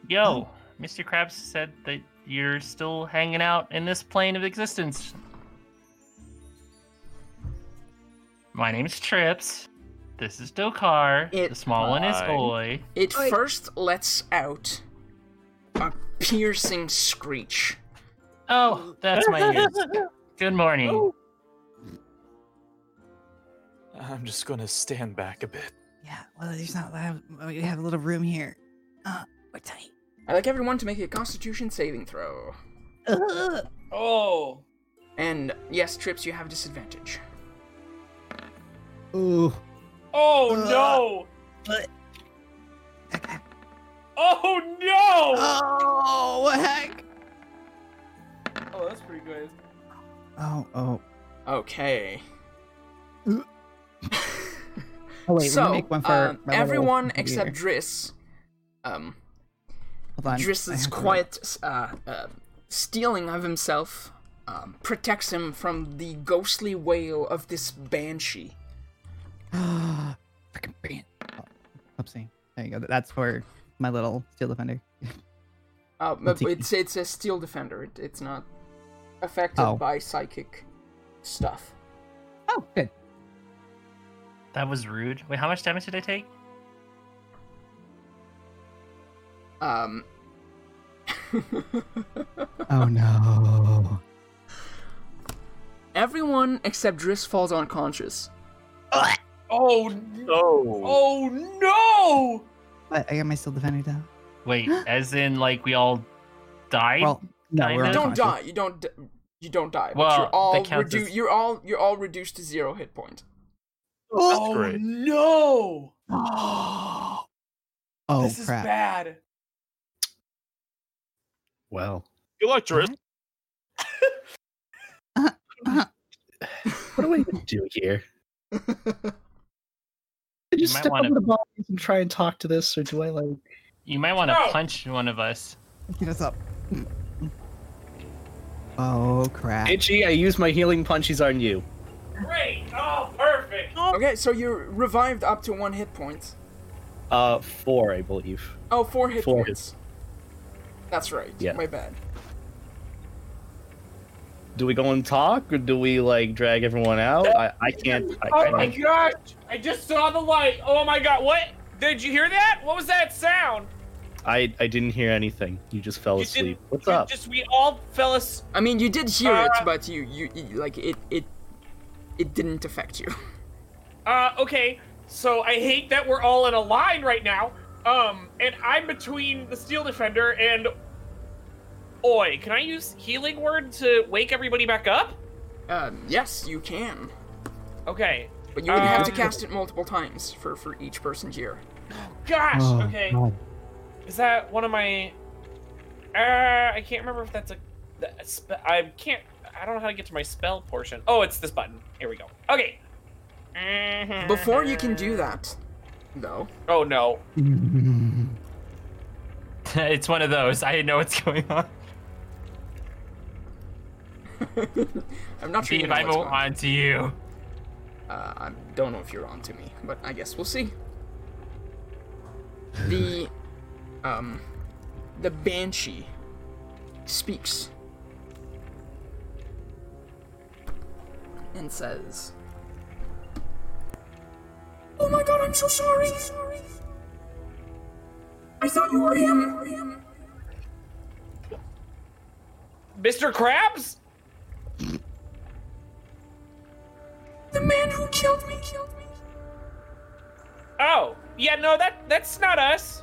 Speaker 5: Yo, Mr. Krabs said that you're still hanging out in this plane of existence. My name's Trips. This is Dokar.
Speaker 4: It-
Speaker 5: the small one is
Speaker 1: Hi.
Speaker 5: Oi.
Speaker 4: It first lets out a piercing screech.
Speaker 5: Oh, that's my ears. Good morning.
Speaker 1: Oh. I'm just gonna stand back a bit.
Speaker 3: Yeah, well, there's not. Have, we have a little room here. Uh, we're tight.
Speaker 4: I'd like everyone to make a Constitution saving throw.
Speaker 3: Ugh.
Speaker 2: Oh,
Speaker 4: And yes, trips, you have disadvantage.
Speaker 3: Ooh.
Speaker 2: oh
Speaker 3: Ugh.
Speaker 2: no,
Speaker 3: Okay.
Speaker 2: oh no.
Speaker 3: Oh, what heck?
Speaker 2: Oh, that's pretty good.
Speaker 3: Oh, oh.
Speaker 4: Okay.
Speaker 3: Oh wait,
Speaker 4: so,
Speaker 3: we make one for
Speaker 4: uh,
Speaker 3: my little
Speaker 4: everyone
Speaker 3: computer.
Speaker 4: except Driss, um,
Speaker 3: Hold on, I
Speaker 4: Driss's
Speaker 3: have to-
Speaker 4: quiet uh, uh, stealing of himself um, protects him from the ghostly wail of this banshee.
Speaker 3: Freaking brilliant. Oh, oopsie. There you go. That's for my little steel defender.
Speaker 4: Uh,
Speaker 3: I'll
Speaker 4: but
Speaker 3: take
Speaker 4: it's it's a steel defender. It, it's not affected
Speaker 3: Oh.
Speaker 4: by psychic stuff.
Speaker 3: Oh, good.
Speaker 5: That was rude. Wait, how much damage did I take?
Speaker 4: Um,
Speaker 3: Oh no.
Speaker 4: everyone except Driss falls unconscious.
Speaker 2: Oh, n-
Speaker 1: Oh,
Speaker 2: oh no.
Speaker 3: What? I got my steel defender down.
Speaker 5: Wait, as in like we all died?
Speaker 3: Well, no,
Speaker 5: I
Speaker 3: we're
Speaker 5: know.
Speaker 4: You don't
Speaker 3: unconscious.
Speaker 4: die. You don't. d- You don't die. but
Speaker 5: Well,
Speaker 4: you're all
Speaker 5: that counts
Speaker 4: redu-
Speaker 5: as-
Speaker 4: You're all. You're all reduced to zero hit point.
Speaker 1: that's
Speaker 2: oh
Speaker 1: great.
Speaker 2: no.
Speaker 3: Oh,
Speaker 2: this is
Speaker 3: crap.
Speaker 2: bad.
Speaker 6: Well,
Speaker 1: Electris.
Speaker 6: what do I even do here? I
Speaker 5: You
Speaker 6: just
Speaker 5: might
Speaker 6: step
Speaker 5: wanna-
Speaker 6: on the box and try and talk to this, or do I like?
Speaker 5: You might want to
Speaker 2: No.
Speaker 5: punch one of us.
Speaker 3: Get us up. Oh crap.
Speaker 6: Itchy, I use my healing punches on you.
Speaker 2: Great. Oh, perfect.
Speaker 4: Okay, so you're revived up to one hit point.
Speaker 6: Uh, four, I believe.
Speaker 4: Oh, four hit
Speaker 6: Four
Speaker 4: points. That's right.
Speaker 6: Yeah.
Speaker 4: My bad.
Speaker 6: Do we go and talk, or do we like drag everyone out? I, I can't. I,
Speaker 2: Oh
Speaker 6: I
Speaker 2: my
Speaker 6: can't-
Speaker 2: gosh! I just saw the light. Oh my god! What? Did you hear that? What was that sound?
Speaker 6: I, I didn't hear anything. You just fell
Speaker 2: You
Speaker 6: asleep.
Speaker 2: didn't-
Speaker 6: What's
Speaker 2: you
Speaker 6: up?
Speaker 2: Just we all fell asleep.
Speaker 4: I mean, you did hear
Speaker 2: Uh,
Speaker 4: it, but you, you, you- like it, it, it didn't affect you.
Speaker 2: Uh, okay. So I hate that we're all in a line right now. Um, and I'm between the steel defender and. Oi, can I use healing word to wake everybody back up?
Speaker 4: Um, yes, you can,
Speaker 2: Okay.
Speaker 4: but you would have to
Speaker 2: Um,
Speaker 4: cast it multiple times for for each person's year.
Speaker 2: Gosh.
Speaker 3: Oh,
Speaker 2: okay.
Speaker 3: God.
Speaker 2: Is that one of my? Uh, I can't remember if that's a. that- a spe- I can't. I don't know how to get to my spell portion. Oh, it's this button. Here we go. Okay. Mm-hmm.
Speaker 4: Before you can do that, though,
Speaker 2: Oh no.
Speaker 3: Mm-hmm.
Speaker 5: it's one of those. I didn't know what's going on.
Speaker 4: I'm not sure. you
Speaker 5: Steve,
Speaker 4: know
Speaker 5: I'm
Speaker 4: what's going on.
Speaker 5: oh on to you.
Speaker 4: Uh, I don't know if you're on to me, but I guess we'll see. The, um, the banshee speaks and says, "Oh my God, I'm so sorry. I thought you were him.
Speaker 2: Mr. Krabs?
Speaker 4: The man who killed me killed me."
Speaker 2: Oh, yeah, no, that that's not us.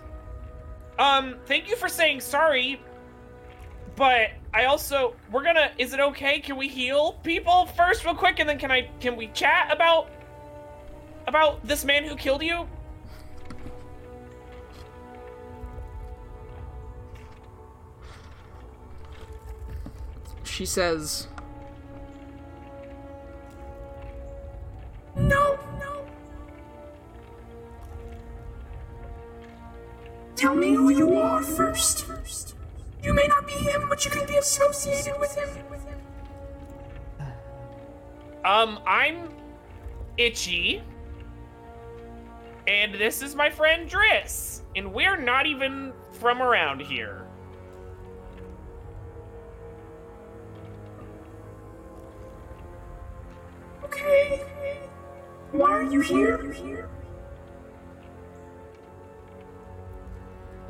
Speaker 2: Um, thank you for saying sorry. But I also we're gonna is it okay? Can we heal people first real quick and then can I can we chat about about this man who killed you?
Speaker 4: she says, No, no. Tell me who you are first. You may not be him, but you can be associated with him.
Speaker 2: Um, I'm itchy. And this is my friend Driss. And we're not even from around here.
Speaker 4: Okay. Why are you here?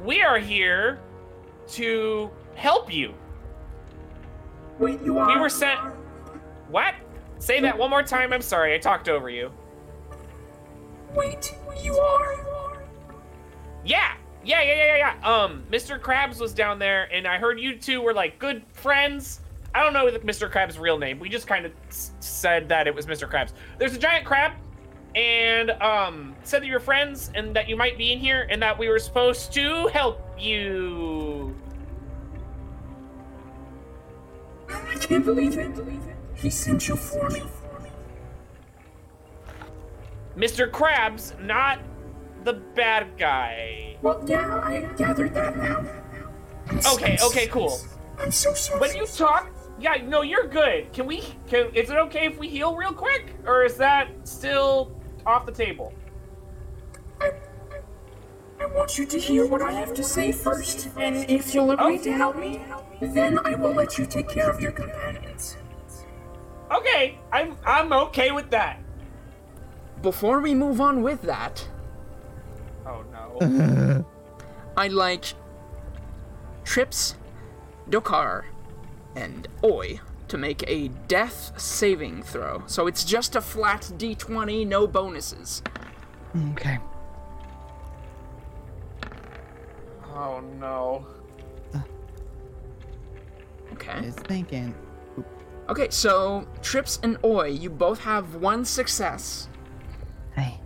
Speaker 2: We are here to help you.
Speaker 4: Wait, you are.
Speaker 2: We were sent. What? Say that one more time. I'm sorry. I talked over you.
Speaker 9: Wait, you are.
Speaker 2: Yeah. Yeah, yeah, yeah, yeah, yeah. Um, Mr. Krabs was down there, and I heard you two were like good friends. I don't know the- Mr. Krabs' real name. We just kind of s- said that it was Mr. Krabs. There's a giant crab, and um, said that you're friends, and that you might be in here, and that we were supposed to help you.
Speaker 9: I can't believe it. He sent you for me.
Speaker 2: Mr. Krabs, not the bad guy.
Speaker 9: Well, yeah, I gathered that now.
Speaker 2: Okay, okay, cool.
Speaker 9: I'm so sorry.
Speaker 2: When you talk, yeah, no, you're good. Can we? Can is it okay if we heal real quick, or is that still off the table?
Speaker 9: I want you to hear what I have to say first, and if you'll agree to help me, then I will let you take care of your companions.
Speaker 2: Okay, I'm I'm okay with that.
Speaker 4: Before we move on with that,
Speaker 2: Oh no.
Speaker 4: I like Trips, Dokar, and Oi to make a death saving throw. So it's just a flat d20, no bonuses.
Speaker 3: Okay.
Speaker 2: Oh no.
Speaker 4: Okay.
Speaker 3: Is thinking.
Speaker 4: Okay, so Trips and Oi, you both have one success.
Speaker 3: Hey.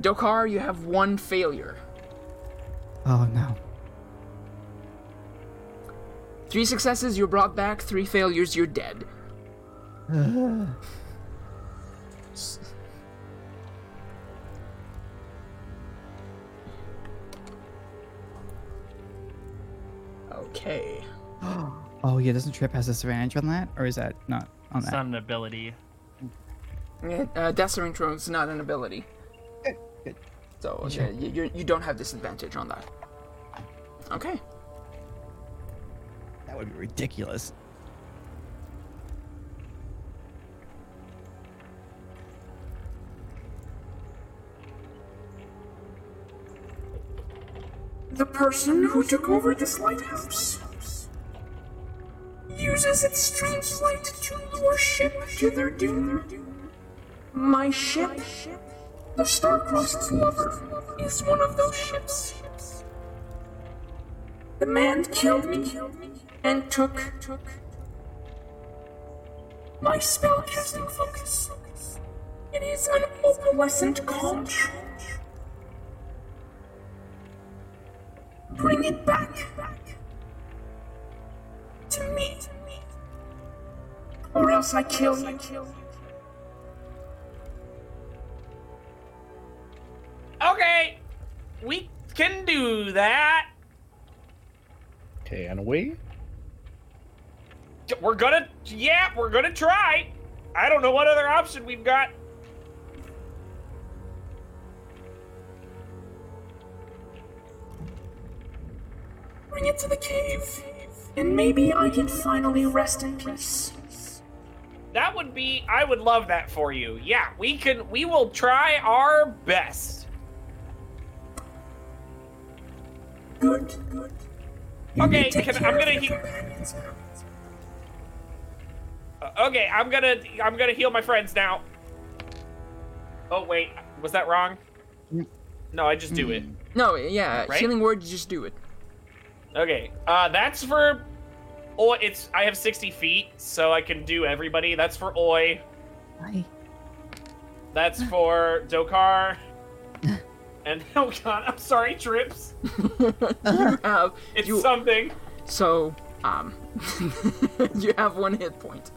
Speaker 4: Dokar, you have one failure.
Speaker 3: Oh no.
Speaker 4: Three successes, you're brought back. Three failures, you're dead. Okay.
Speaker 3: Oh yeah, doesn't Trip has disadvantage on that, or is that not on
Speaker 5: It's
Speaker 3: that?
Speaker 5: not an ability.
Speaker 4: Yeah, Uh, Death Saving Throw is not an ability.
Speaker 3: good.
Speaker 4: So okay, you, you, you don't have disadvantage on that. Okay.
Speaker 3: That would be ridiculous.
Speaker 9: The person who took over this lighthouse uses its strange light to lure ship to their doom. My ship, the Star-Crossed Lover, is one of those ships. The man killed me and took my spellcasting focus. It is an opalescent calm. Bring it back to me, or else I kill you.
Speaker 2: Okay, we can do that.
Speaker 6: Can we?
Speaker 2: We're gonna, yeah, we're gonna try. I don't know what other option we've got.
Speaker 9: Bring it to the cave, and maybe I can finally rest in peace.
Speaker 2: That would be, I would love that for you. Yeah, we can, we will try our best.
Speaker 9: Good, good.
Speaker 2: Okay, can, I'm gonna heal. Uh, Okay, I'm gonna, I'm gonna heal my friends now. Oh wait, was that wrong? No, I just do it.
Speaker 4: No, yeah,
Speaker 2: Right?
Speaker 4: healing word, you just do it.
Speaker 2: Okay, uh, that's for. Oi, it's I have 60 feet, so I can do everybody. That's for Oi.
Speaker 3: Why?
Speaker 2: That's for Dokar. And oh god, I'm sorry, Trips.
Speaker 4: you have Uh,
Speaker 2: It's
Speaker 4: you,
Speaker 2: something.
Speaker 4: so um you have one hit point.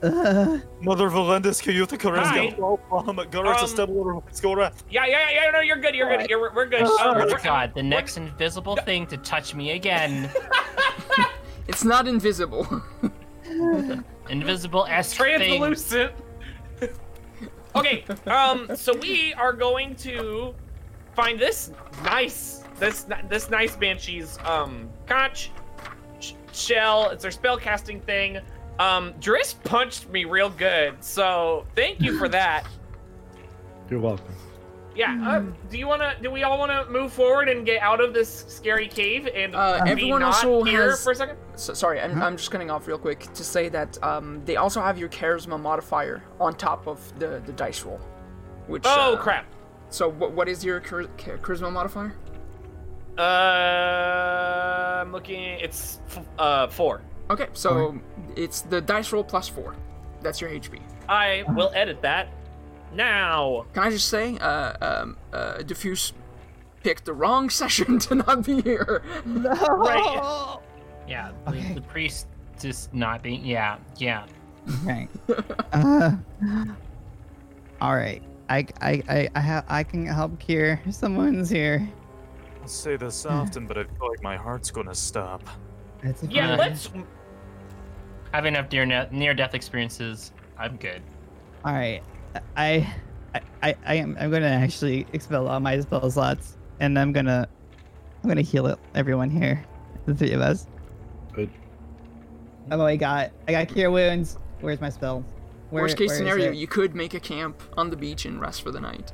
Speaker 3: Uh,
Speaker 1: Mother Valendis, Cayuta,
Speaker 2: Hi.
Speaker 1: Kareska, Bahamut, Garata,
Speaker 2: Um,
Speaker 1: Stebler, Skora.
Speaker 2: Yeah, yeah, yeah. No, you're good. You're good. You're, we're good.
Speaker 5: Swear
Speaker 2: Um,
Speaker 5: to God, the next invisible thing to touch me again.
Speaker 4: It's not invisible.
Speaker 5: Invisible S thing.
Speaker 2: translucent. okay, um, so we are going to find this nice, this this nice banshee's um conch sh- shell. It's their spellcasting thing. Um, Driss punched me real good, so thank you for that.
Speaker 6: You're welcome.
Speaker 2: yeah. Uh, do you wanna? Do we all wanna move forward and get out of this scary cave and
Speaker 4: Uh,
Speaker 2: be
Speaker 4: everyone
Speaker 2: not
Speaker 4: also
Speaker 2: here
Speaker 4: has-
Speaker 2: for a second?
Speaker 4: So, sorry, I'm, I'm just cutting off real quick to say that um, they also have your charisma modifier on top of the, the dice roll. Which,
Speaker 2: Oh
Speaker 4: uh,
Speaker 2: crap.
Speaker 4: So what, what is your char- char- charisma modifier?
Speaker 2: Uh, I'm looking. It's f- uh four.
Speaker 4: Okay, so it's the dice roll plus four. That's your HP.
Speaker 2: I will edit that now.
Speaker 4: Can I just say, uh, um, uh, Diffuse picked the wrong session to not be here.
Speaker 2: Right.
Speaker 5: Yeah, the, the priest just not being. Yeah, yeah.
Speaker 3: Okay. uh, all right. I I I I, ha- I can help cure. Someone's here.
Speaker 1: I say this often, but I feel like my heart's gonna stop.
Speaker 3: That's a
Speaker 2: Yeah,
Speaker 5: Uh,
Speaker 2: let's.
Speaker 5: Having enough near ne- near death experiences, I'm good.
Speaker 3: All right. I I I, I am I'm gonna actually expel all my spell slots, and I'm gonna I'm gonna heal it, everyone here, the three of us.
Speaker 6: Good.
Speaker 3: I've only got I got cure wounds. Where's my spell? Where-
Speaker 4: Worst case
Speaker 3: where is
Speaker 4: scenario,
Speaker 3: it?
Speaker 4: you could make a camp on the beach and rest for the night.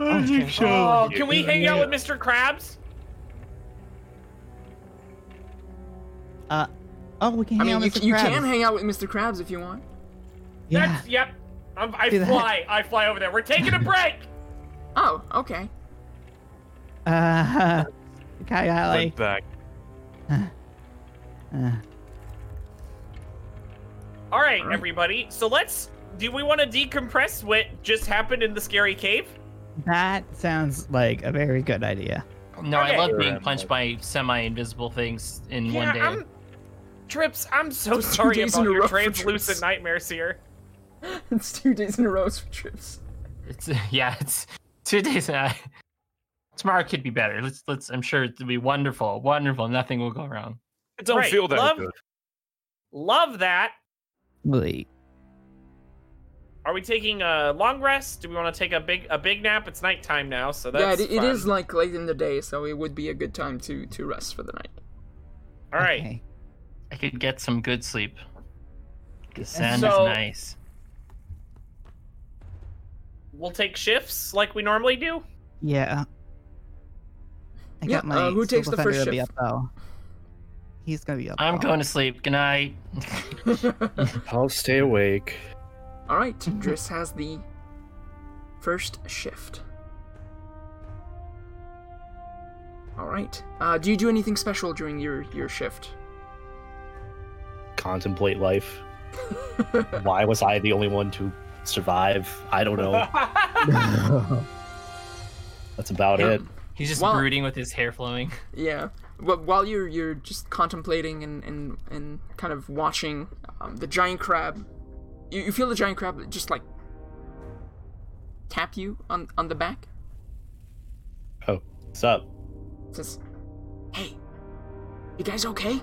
Speaker 2: Oh, can we hang out with Mr. Krabs?
Speaker 3: Uh, oh, we can
Speaker 4: I
Speaker 3: hang
Speaker 4: mean,
Speaker 3: out
Speaker 4: you,
Speaker 3: with the
Speaker 4: you
Speaker 3: crabs.
Speaker 4: can hang out with Mr. Krabs if you want.
Speaker 3: Yeah.
Speaker 2: That's yep. I'm, I
Speaker 3: Do that.
Speaker 2: fly. I fly over there. We're taking a break.
Speaker 4: Oh, okay.
Speaker 3: Uh, Kayali.
Speaker 1: Went back.
Speaker 3: Uh,
Speaker 2: All right, everybody. So let's. Do we want to decompress what just happened in the scary cave?
Speaker 3: that sounds like a very good idea.
Speaker 5: No,
Speaker 2: Okay.
Speaker 5: I love being punched by semi-invisible things in one day.
Speaker 2: I'm. Trips, I'm so sorry
Speaker 4: days
Speaker 2: about
Speaker 4: in a row
Speaker 2: your
Speaker 4: for Trips.
Speaker 2: translucent nightmares here.
Speaker 4: it's two days in a row for trips.
Speaker 5: It's yeah, it's two days. Uh, tomorrow could be better. Let's let's. I'm sure it'll be wonderful, wonderful. Nothing will go wrong.
Speaker 1: I don't
Speaker 2: Right,
Speaker 1: feel that
Speaker 2: love-
Speaker 1: good.
Speaker 2: Love that.
Speaker 3: Wait.
Speaker 2: Are we taking a long rest? Do we want to take a big a big nap? It's nighttime now, so that's
Speaker 4: yeah, it, it
Speaker 2: fun.
Speaker 4: is like late in the day, so it would be a good time to to rest for the night.
Speaker 2: All right.
Speaker 3: Okay.
Speaker 5: I could get some good sleep. The sand
Speaker 2: So-
Speaker 5: is nice.
Speaker 2: We'll take shifts like we normally do.
Speaker 3: Yeah. I
Speaker 4: Yeah,
Speaker 3: got my.
Speaker 4: uh, who takes
Speaker 3: Super
Speaker 4: the first
Speaker 3: Thunder to Be up,
Speaker 4: shift?
Speaker 3: though. He's gonna be up.
Speaker 5: I'm
Speaker 3: though.
Speaker 5: going to sleep. Good night.
Speaker 6: I'll stay awake.
Speaker 4: All right, Driss has the first shift. All right. Uh, do you do anything special during your your shift?
Speaker 6: Contemplate life. Why was I the only one to survive? I don't know. That's about
Speaker 4: Yeah.
Speaker 6: it.
Speaker 5: He's just
Speaker 4: Well-
Speaker 5: brooding with his hair flowing.
Speaker 4: Yeah. Well, while you're you're just contemplating and and, and kind of watching um, the giant crab, you, you feel the giant crab just like tap you on on the back.
Speaker 6: Oh, what's up?
Speaker 4: Says, "Hey, you guys okay?"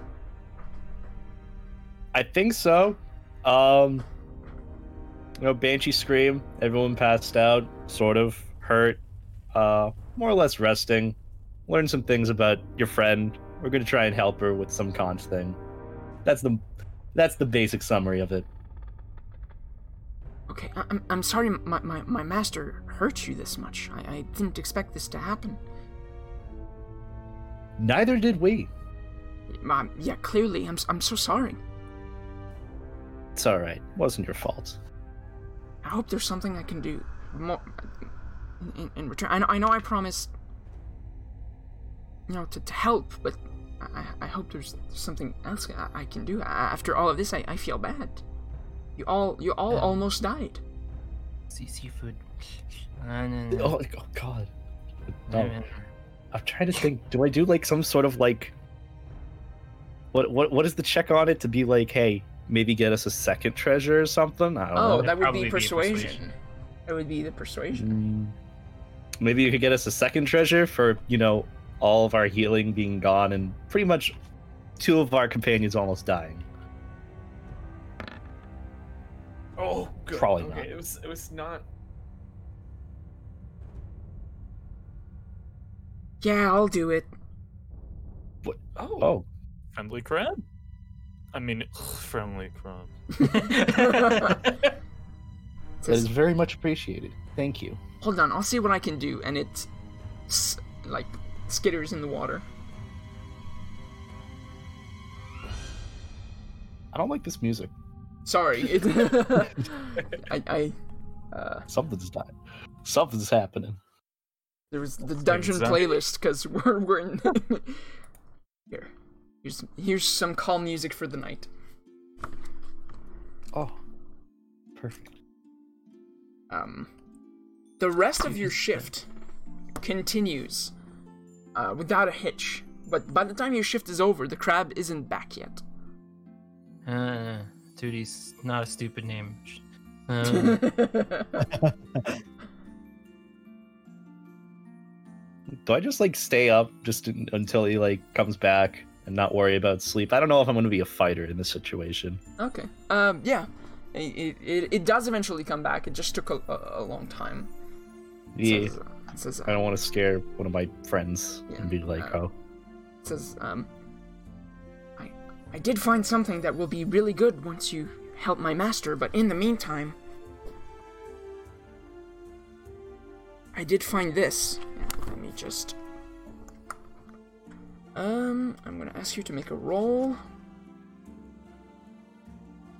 Speaker 6: I think so. Um, you know, Banshee scream. Everyone passed out, sort of hurt, uh, more or less resting. Learned some things about your friend. We're gonna try and help her with some conch thing. That's the that's the basic summary of it.
Speaker 4: Okay, I- I'm, I'm sorry my, my, my master hurt you this much. I, I didn't expect this to happen.
Speaker 6: Neither did we.
Speaker 4: Um, yeah, clearly, I'm, s- I'm so sorry.
Speaker 6: It's all right. Wasn't your fault.
Speaker 4: I hope there's something I can do more in, in, in return. I know, I know I promised, you know, to, to help, but I, I- I hope there's something else I, I can do. A- After all of this, I, I feel bad. You all you all
Speaker 5: Yeah.
Speaker 4: almost died.
Speaker 5: See seafood. Uh, no, no,
Speaker 6: Oh, like, oh God.
Speaker 5: no,
Speaker 6: No.
Speaker 5: no, no.
Speaker 6: I'm trying to think. Do I do like some sort of like? What what what is the check on it to be like? Hey, maybe get us a second treasure or something. I don't
Speaker 4: Oh,
Speaker 6: know.
Speaker 4: that would
Speaker 5: probably
Speaker 4: be
Speaker 5: be
Speaker 4: persuasion.
Speaker 5: persuasion.
Speaker 4: That would be the persuasion.
Speaker 6: Mm. Maybe you could get us a second treasure for you know all of our healing being gone and pretty much two of our companions almost dying.
Speaker 2: Oh, good.
Speaker 6: Probably
Speaker 2: okay,
Speaker 6: not.
Speaker 2: It was it was not.
Speaker 4: Yeah, I'll do it.
Speaker 2: Oh,
Speaker 6: Oh,
Speaker 1: Friendly crab? I mean, friendly crab.
Speaker 4: Says-
Speaker 6: very much appreciated.
Speaker 10: Thank you.
Speaker 4: Hold on, I'll see what I can do. And it, s- like, skitters in the water.
Speaker 10: I don't like this music.
Speaker 4: Sorry. It, I, I, uh,
Speaker 10: Something's not. Something's happening.
Speaker 4: there was the dungeon
Speaker 1: sense.
Speaker 4: playlist because we're we're in. Here, here's here's some calm music for the night.
Speaker 10: Oh, perfect.
Speaker 4: Um, the rest of your shift continues uh, without a hitch, but by the time your shift is over, the crab isn't back yet.
Speaker 5: Uh, duty's not a stupid name. Sh- Uh,
Speaker 6: Do I just like stay up just un- until he like comes back and not worry about sleep? I don't know if I'm going to be a fighter in this situation.
Speaker 4: Okay. Um. Yeah. It, it, it does eventually come back. It just took a, a, a long time. It
Speaker 6: Yeah, Oh.
Speaker 4: says, uh, it says,
Speaker 6: I don't want to scare one of my friends
Speaker 4: Yeah,
Speaker 6: and be like,
Speaker 4: uh,
Speaker 6: oh,
Speaker 4: it says um. I I did find something that will be really good once you help my master, but in the meantime, I did find this. Yeah, let me just. Um, I'm gonna ask you to make a roll.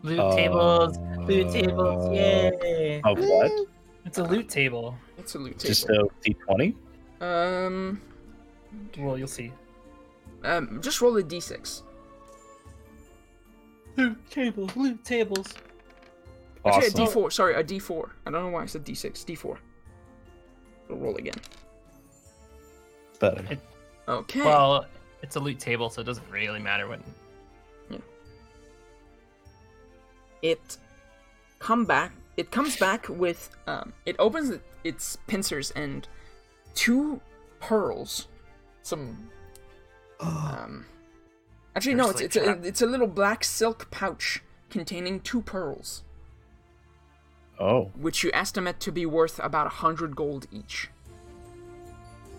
Speaker 5: loot
Speaker 4: Uh.
Speaker 5: tables, loot
Speaker 6: "Oh, Uh,
Speaker 5: tables, yay!
Speaker 6: oh what?
Speaker 5: It's a loot table.
Speaker 4: It's a loot table.
Speaker 6: Just a d20.
Speaker 4: Um,
Speaker 5: Well, you'll see.
Speaker 4: um, just roll a d6.
Speaker 5: Loot tables, loot tables.
Speaker 4: Actually, a
Speaker 6: Awesome.
Speaker 4: D4. Sorry, a D4. I don't know why I said D6. D4. We'll roll again.
Speaker 6: Better.
Speaker 4: Okay.
Speaker 5: Well, it's a loot table, so it doesn't really matter what.
Speaker 4: it come back. It comes back with. Um, it opens it- its pincers and two pearls. Some. Um. Actually, no. It's
Speaker 5: Fiercely
Speaker 4: it's a,
Speaker 5: trapped.
Speaker 4: it's a little black silk pouch containing two pearls,
Speaker 6: Oh,
Speaker 4: which you estimate to be worth about a hundred gold each.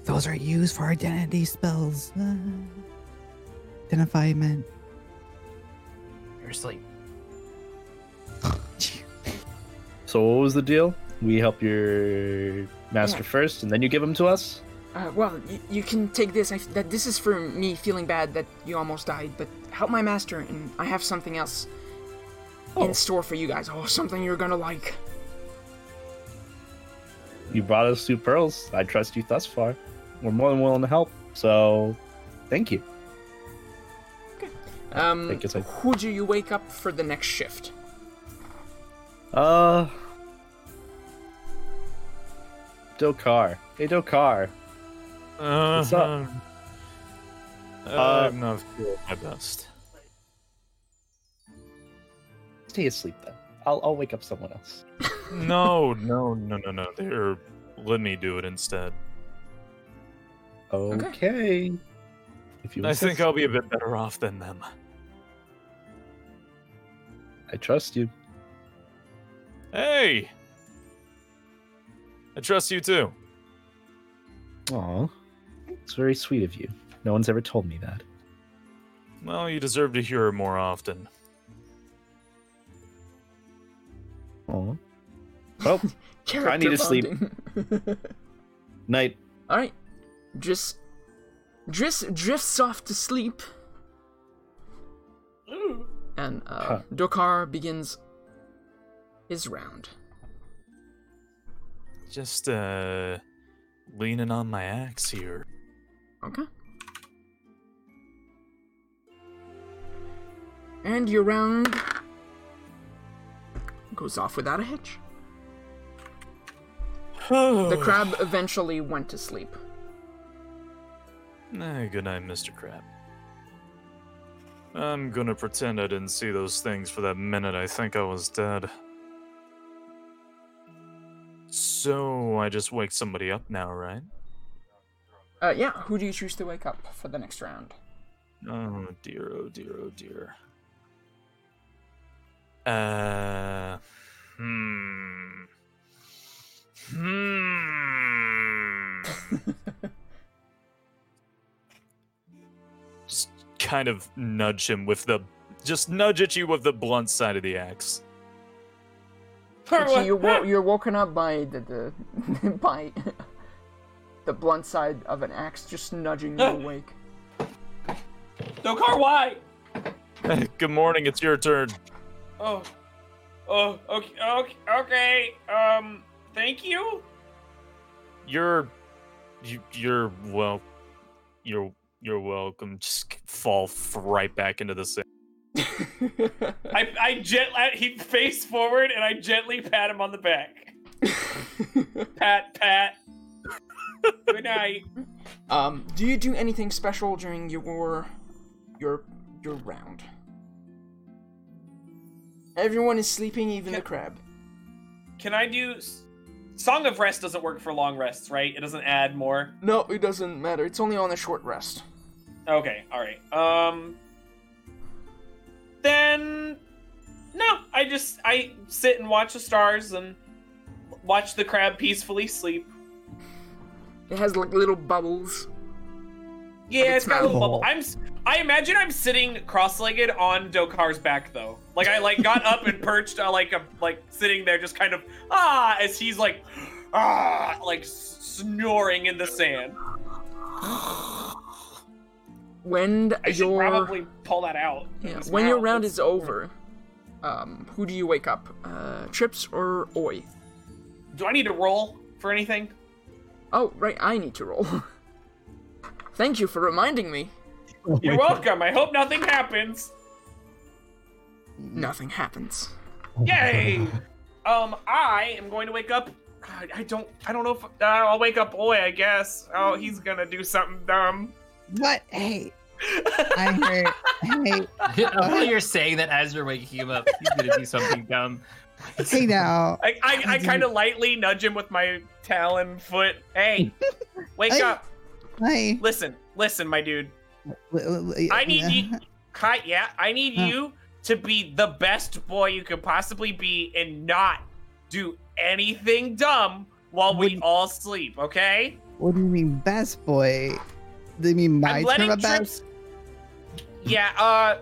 Speaker 3: Those are used for identity spells. Uh, identifyment.
Speaker 5: Seriously,
Speaker 6: so what was the deal? We help your master
Speaker 4: Yeah.
Speaker 6: first, and then you give him to us.
Speaker 4: Uh, well, you, you can take this. I, f- that this is for me feeling bad that you almost died, but help my master, and I have something else in store for you guys. Oh, something you're gonna like.
Speaker 6: You brought us two pearls. I trust you thus far. We're more than willing to help. So, thank you.
Speaker 4: Um,
Speaker 6: Thank you, sir.
Speaker 4: who do you wake up for the next shift?
Speaker 6: Uh, Dokar. Hey, Dokar. What's up?
Speaker 1: Um,
Speaker 6: Uh,
Speaker 1: I'm not feeling my best.
Speaker 6: Stay asleep then. I'll, I'll wake up someone else.
Speaker 1: No, no, no, no, no. They're, let me do it instead.
Speaker 6: Okay. If you
Speaker 1: I think
Speaker 6: insist.
Speaker 1: I'll be a bit better off than them.
Speaker 6: I trust you.
Speaker 1: Hey! I trust you too.
Speaker 6: Aw. It's very sweet of you. No one's ever told me that.
Speaker 1: Well, you deserve to hear it more often.
Speaker 6: Aw. Well, I need to sleep. night.
Speaker 4: All right, Driss, Driss drifts off to sleep, and uh,
Speaker 6: Huh.
Speaker 4: Dokar begins his round.
Speaker 1: Just, uh, leaning on my axe here.
Speaker 4: Okay. And your round goes off without a hitch. The crab eventually went to sleep.
Speaker 1: Eh, good night, Mr. Crab. I'm gonna pretend I didn't see those things for that minute. I think I was dead. So, I just wake somebody up now, right?
Speaker 4: Uh, yeah, who do you choose to wake up for the next round?
Speaker 1: Oh dear, oh dear, oh dear. Uh, hmm. Hmm. just kind of nudge him with the. Just nudge at you with the blunt side of the axe.
Speaker 4: Actually, you're, wo- you're woken up by the, the by the blunt side of an axe just nudging you awake.
Speaker 2: No car, why?
Speaker 1: Good morning. It's your turn.
Speaker 2: Oh, oh, okay, okay, okay. Um, thank you.
Speaker 1: You're, you, you're well, you're you're welcome. Just fall f- right back into the sand.
Speaker 2: I, I gent, I, he faced forward, and I gently pat him on the back. pat, pat. Good night.
Speaker 4: Um, do you do anything special during your your your round? Everyone is sleeping, even the crab.
Speaker 2: Can I do s- song of rest? Doesn't work for long rests, right? It doesn't add more.
Speaker 4: No, it doesn't matter. It's only on a short rest.
Speaker 2: Okay, all right. Um, then no, I just I sit and watch the stars and watch the crab peacefully sleep.
Speaker 4: It has like little bubbles.
Speaker 2: Yeah,
Speaker 4: It's
Speaker 2: it's got a little
Speaker 4: not-
Speaker 2: bubble. I'm s- I imagine I'm sitting cross-legged on Dokar's back though. Like I like got up and perched uh, like I'm like sitting there just kind of ah as he's like ah like s- snoring in the sand.
Speaker 4: When
Speaker 2: I should
Speaker 4: your
Speaker 2: probably pull that out.
Speaker 4: yeah,
Speaker 2: It's
Speaker 4: when your
Speaker 2: loud.
Speaker 4: round is over, um, who do you wake up? Uh, Trips or Oi?
Speaker 2: Do I need to roll for anything?
Speaker 4: Oh, right, I need to roll. Thank you for reminding me.
Speaker 2: You're welcome. I hope nothing happens.
Speaker 4: Nothing happens.
Speaker 2: Yay! Um, I am going to wake up. God, I don't. I don't know if uh, I'll wake up. Boy, I guess. Oh, he's gonna do something dumb.
Speaker 3: What? Hey, I heard. hey,
Speaker 5: I love how you're saying that as you're waking him up. He's gonna do something dumb.
Speaker 3: hey now.
Speaker 2: I, I, I kind of lightly nudge him with my talon foot. Hey, wake
Speaker 3: Hey.
Speaker 2: up!
Speaker 3: Hi.
Speaker 2: Listen, listen, my dude. I
Speaker 3: I
Speaker 2: need you. Kai, yeah, I need
Speaker 3: Huh.
Speaker 2: you to be the best boy you could possibly be and not do anything dumb while we
Speaker 3: Wouldn't-
Speaker 2: all sleep. Okay?
Speaker 3: What do you mean, best boy? Do you mean my
Speaker 2: I'm
Speaker 3: term
Speaker 2: letting
Speaker 3: of best?
Speaker 2: trips. Yeah. Uh,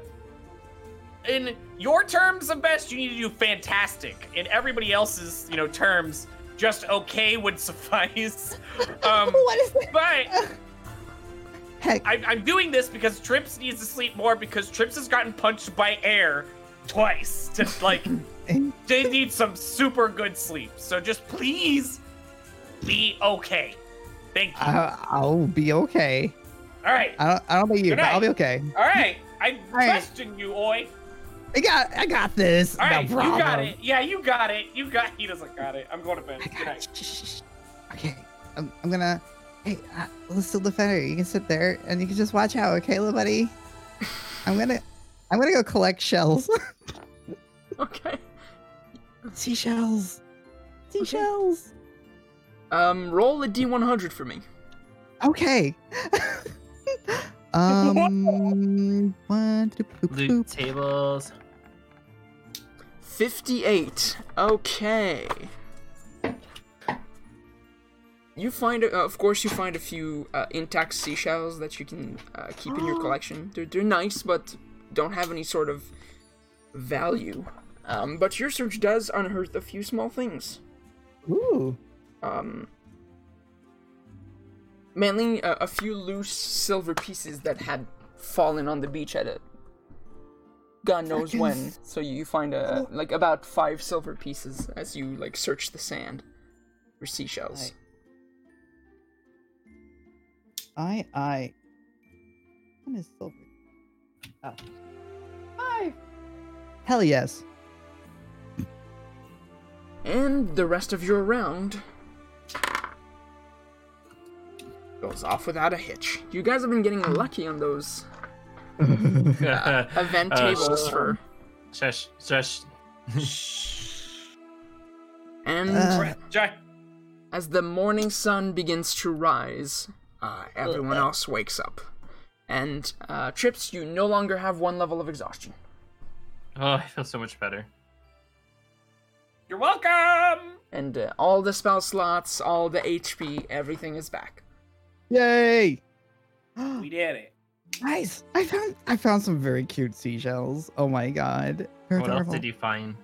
Speaker 2: in your terms of best, you need to do fantastic. In everybody else's, you know, terms, just okay would suffice. Um,
Speaker 3: what is that?
Speaker 2: but
Speaker 3: Heck,
Speaker 2: I, I'm doing this because Trips needs to sleep more because Trips has gotten punched by air twice. To like, they need some super good sleep. So just please be okay. Thank you.
Speaker 3: I, I'll be okay.
Speaker 2: All right.
Speaker 3: I don't. I don't know about you,
Speaker 2: Good
Speaker 3: but
Speaker 2: night.
Speaker 3: I'll be okay.
Speaker 2: All right. I
Speaker 3: right.
Speaker 2: question you, Oi.
Speaker 3: I got. I got this.
Speaker 2: All right,
Speaker 3: no
Speaker 2: you
Speaker 3: problem.
Speaker 2: got it. Yeah, you got it. You got. He doesn't got it. I'm going to bed.
Speaker 3: I
Speaker 2: Good
Speaker 3: got
Speaker 2: night.
Speaker 3: it. Shh, shh, shh. Okay. I'm, I'm gonna. Hey, uh, let's do the fire. You can sit there and you can just watch out, okay, little buddy. I'm gonna. I'm gonna go collect shells.
Speaker 4: Okay.
Speaker 3: Seashells. Seashells.
Speaker 4: Um, roll a d100 for me.
Speaker 3: Okay. um. One. two, boop,
Speaker 5: Loot
Speaker 3: boop.
Speaker 5: tables.
Speaker 4: 58. Okay. You find, a, uh, of course, you find a few uh, intact seashells that you can uh, keep in your collection. They're, they're nice, but don't have any sort of value. Um, but your search does unearth a few small things.
Speaker 3: Ooh.
Speaker 4: Um, mainly uh, a few loose silver pieces that had fallen on the beach at it. God knows
Speaker 3: Fucking
Speaker 4: when. So you find a like about five silver pieces as you like search the sand for seashells.
Speaker 3: I I. One is silver. Oh. Five. Hell yes.
Speaker 4: And the rest of your round goes off without a hitch. You guys have been getting lucky on those event
Speaker 5: Uh,
Speaker 4: tables for
Speaker 5: Shush, shush.
Speaker 4: and.
Speaker 3: Uh,
Speaker 2: Right, Jack.
Speaker 4: As the morning sun begins to rise, uh, everyone else wakes up. And uh, Trips, you no longer have one level of exhaustion.
Speaker 5: Oh, I feel so much better.
Speaker 2: You're welcome.
Speaker 4: And uh, all the spell slots, all the HP, everything is back.
Speaker 3: Yay!
Speaker 2: We did it.
Speaker 3: nice. I found I found some very cute seashells. Oh my god. They're
Speaker 5: What else
Speaker 3: adorable.
Speaker 5: did you find?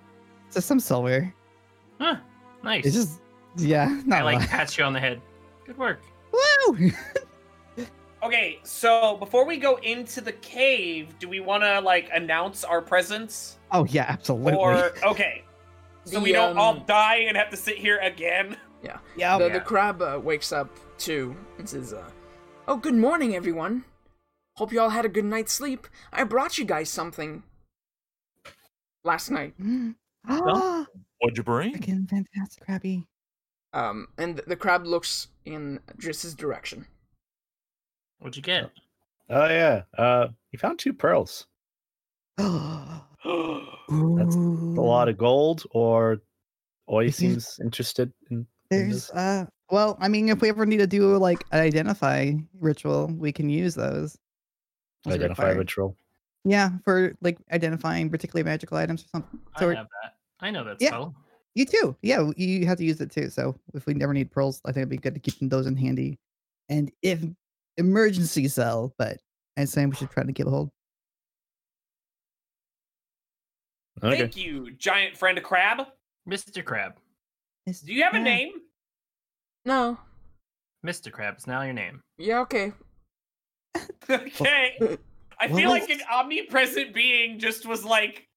Speaker 3: Just some silver.
Speaker 5: Huh, nice.
Speaker 3: It's just yeah,
Speaker 5: I
Speaker 3: not
Speaker 5: like
Speaker 3: much.
Speaker 5: pat you on the head. Good work.
Speaker 3: Woo!
Speaker 2: Okay, so before we go into the cave, do we want to like announce our presence?
Speaker 3: oh yeah, absolutely.
Speaker 2: Or okay, so we
Speaker 4: The,
Speaker 2: don't all
Speaker 4: um,
Speaker 2: die and have to sit here again. Oh,
Speaker 3: yeah,
Speaker 4: the, the crab uh, wakes up too and says, uh, "Oh, good morning, everyone. Hope you all had a good night's sleep. I brought you guys something last night."
Speaker 3: Ah,
Speaker 1: What'd you bring?
Speaker 3: again, fantastic, crabby.
Speaker 4: Um, and the crab looks in Driss's direction.
Speaker 5: What'd you get?
Speaker 6: Oh yeah. Uh you found two pearls.
Speaker 3: That's
Speaker 6: A lot of gold or Oi seems interested in, in
Speaker 3: There's
Speaker 6: this.
Speaker 3: uh well, I mean if we ever need to do like an identify ritual, we can use those. as
Speaker 6: identify
Speaker 3: required.
Speaker 6: ritual.
Speaker 3: Yeah, for like identifying particularly magical items or something. So
Speaker 5: I
Speaker 3: we're-
Speaker 5: have that. I know that
Speaker 3: Yeah.
Speaker 5: spell.
Speaker 3: you too. Yeah, you have to use it too. So if we never need pearls, I think it'd be good to keep those in handy. And if emergency cell, but I'm saying we should try to get a hold.
Speaker 6: Okay.
Speaker 2: Thank you, giant friend of crab.
Speaker 5: Mr. Crab.
Speaker 2: Do you have a name?
Speaker 4: No.
Speaker 5: Mr. Crab is now your name.
Speaker 4: Yeah. Okay.
Speaker 2: okay. I feel
Speaker 3: What?
Speaker 2: like an omnipresent being just was like,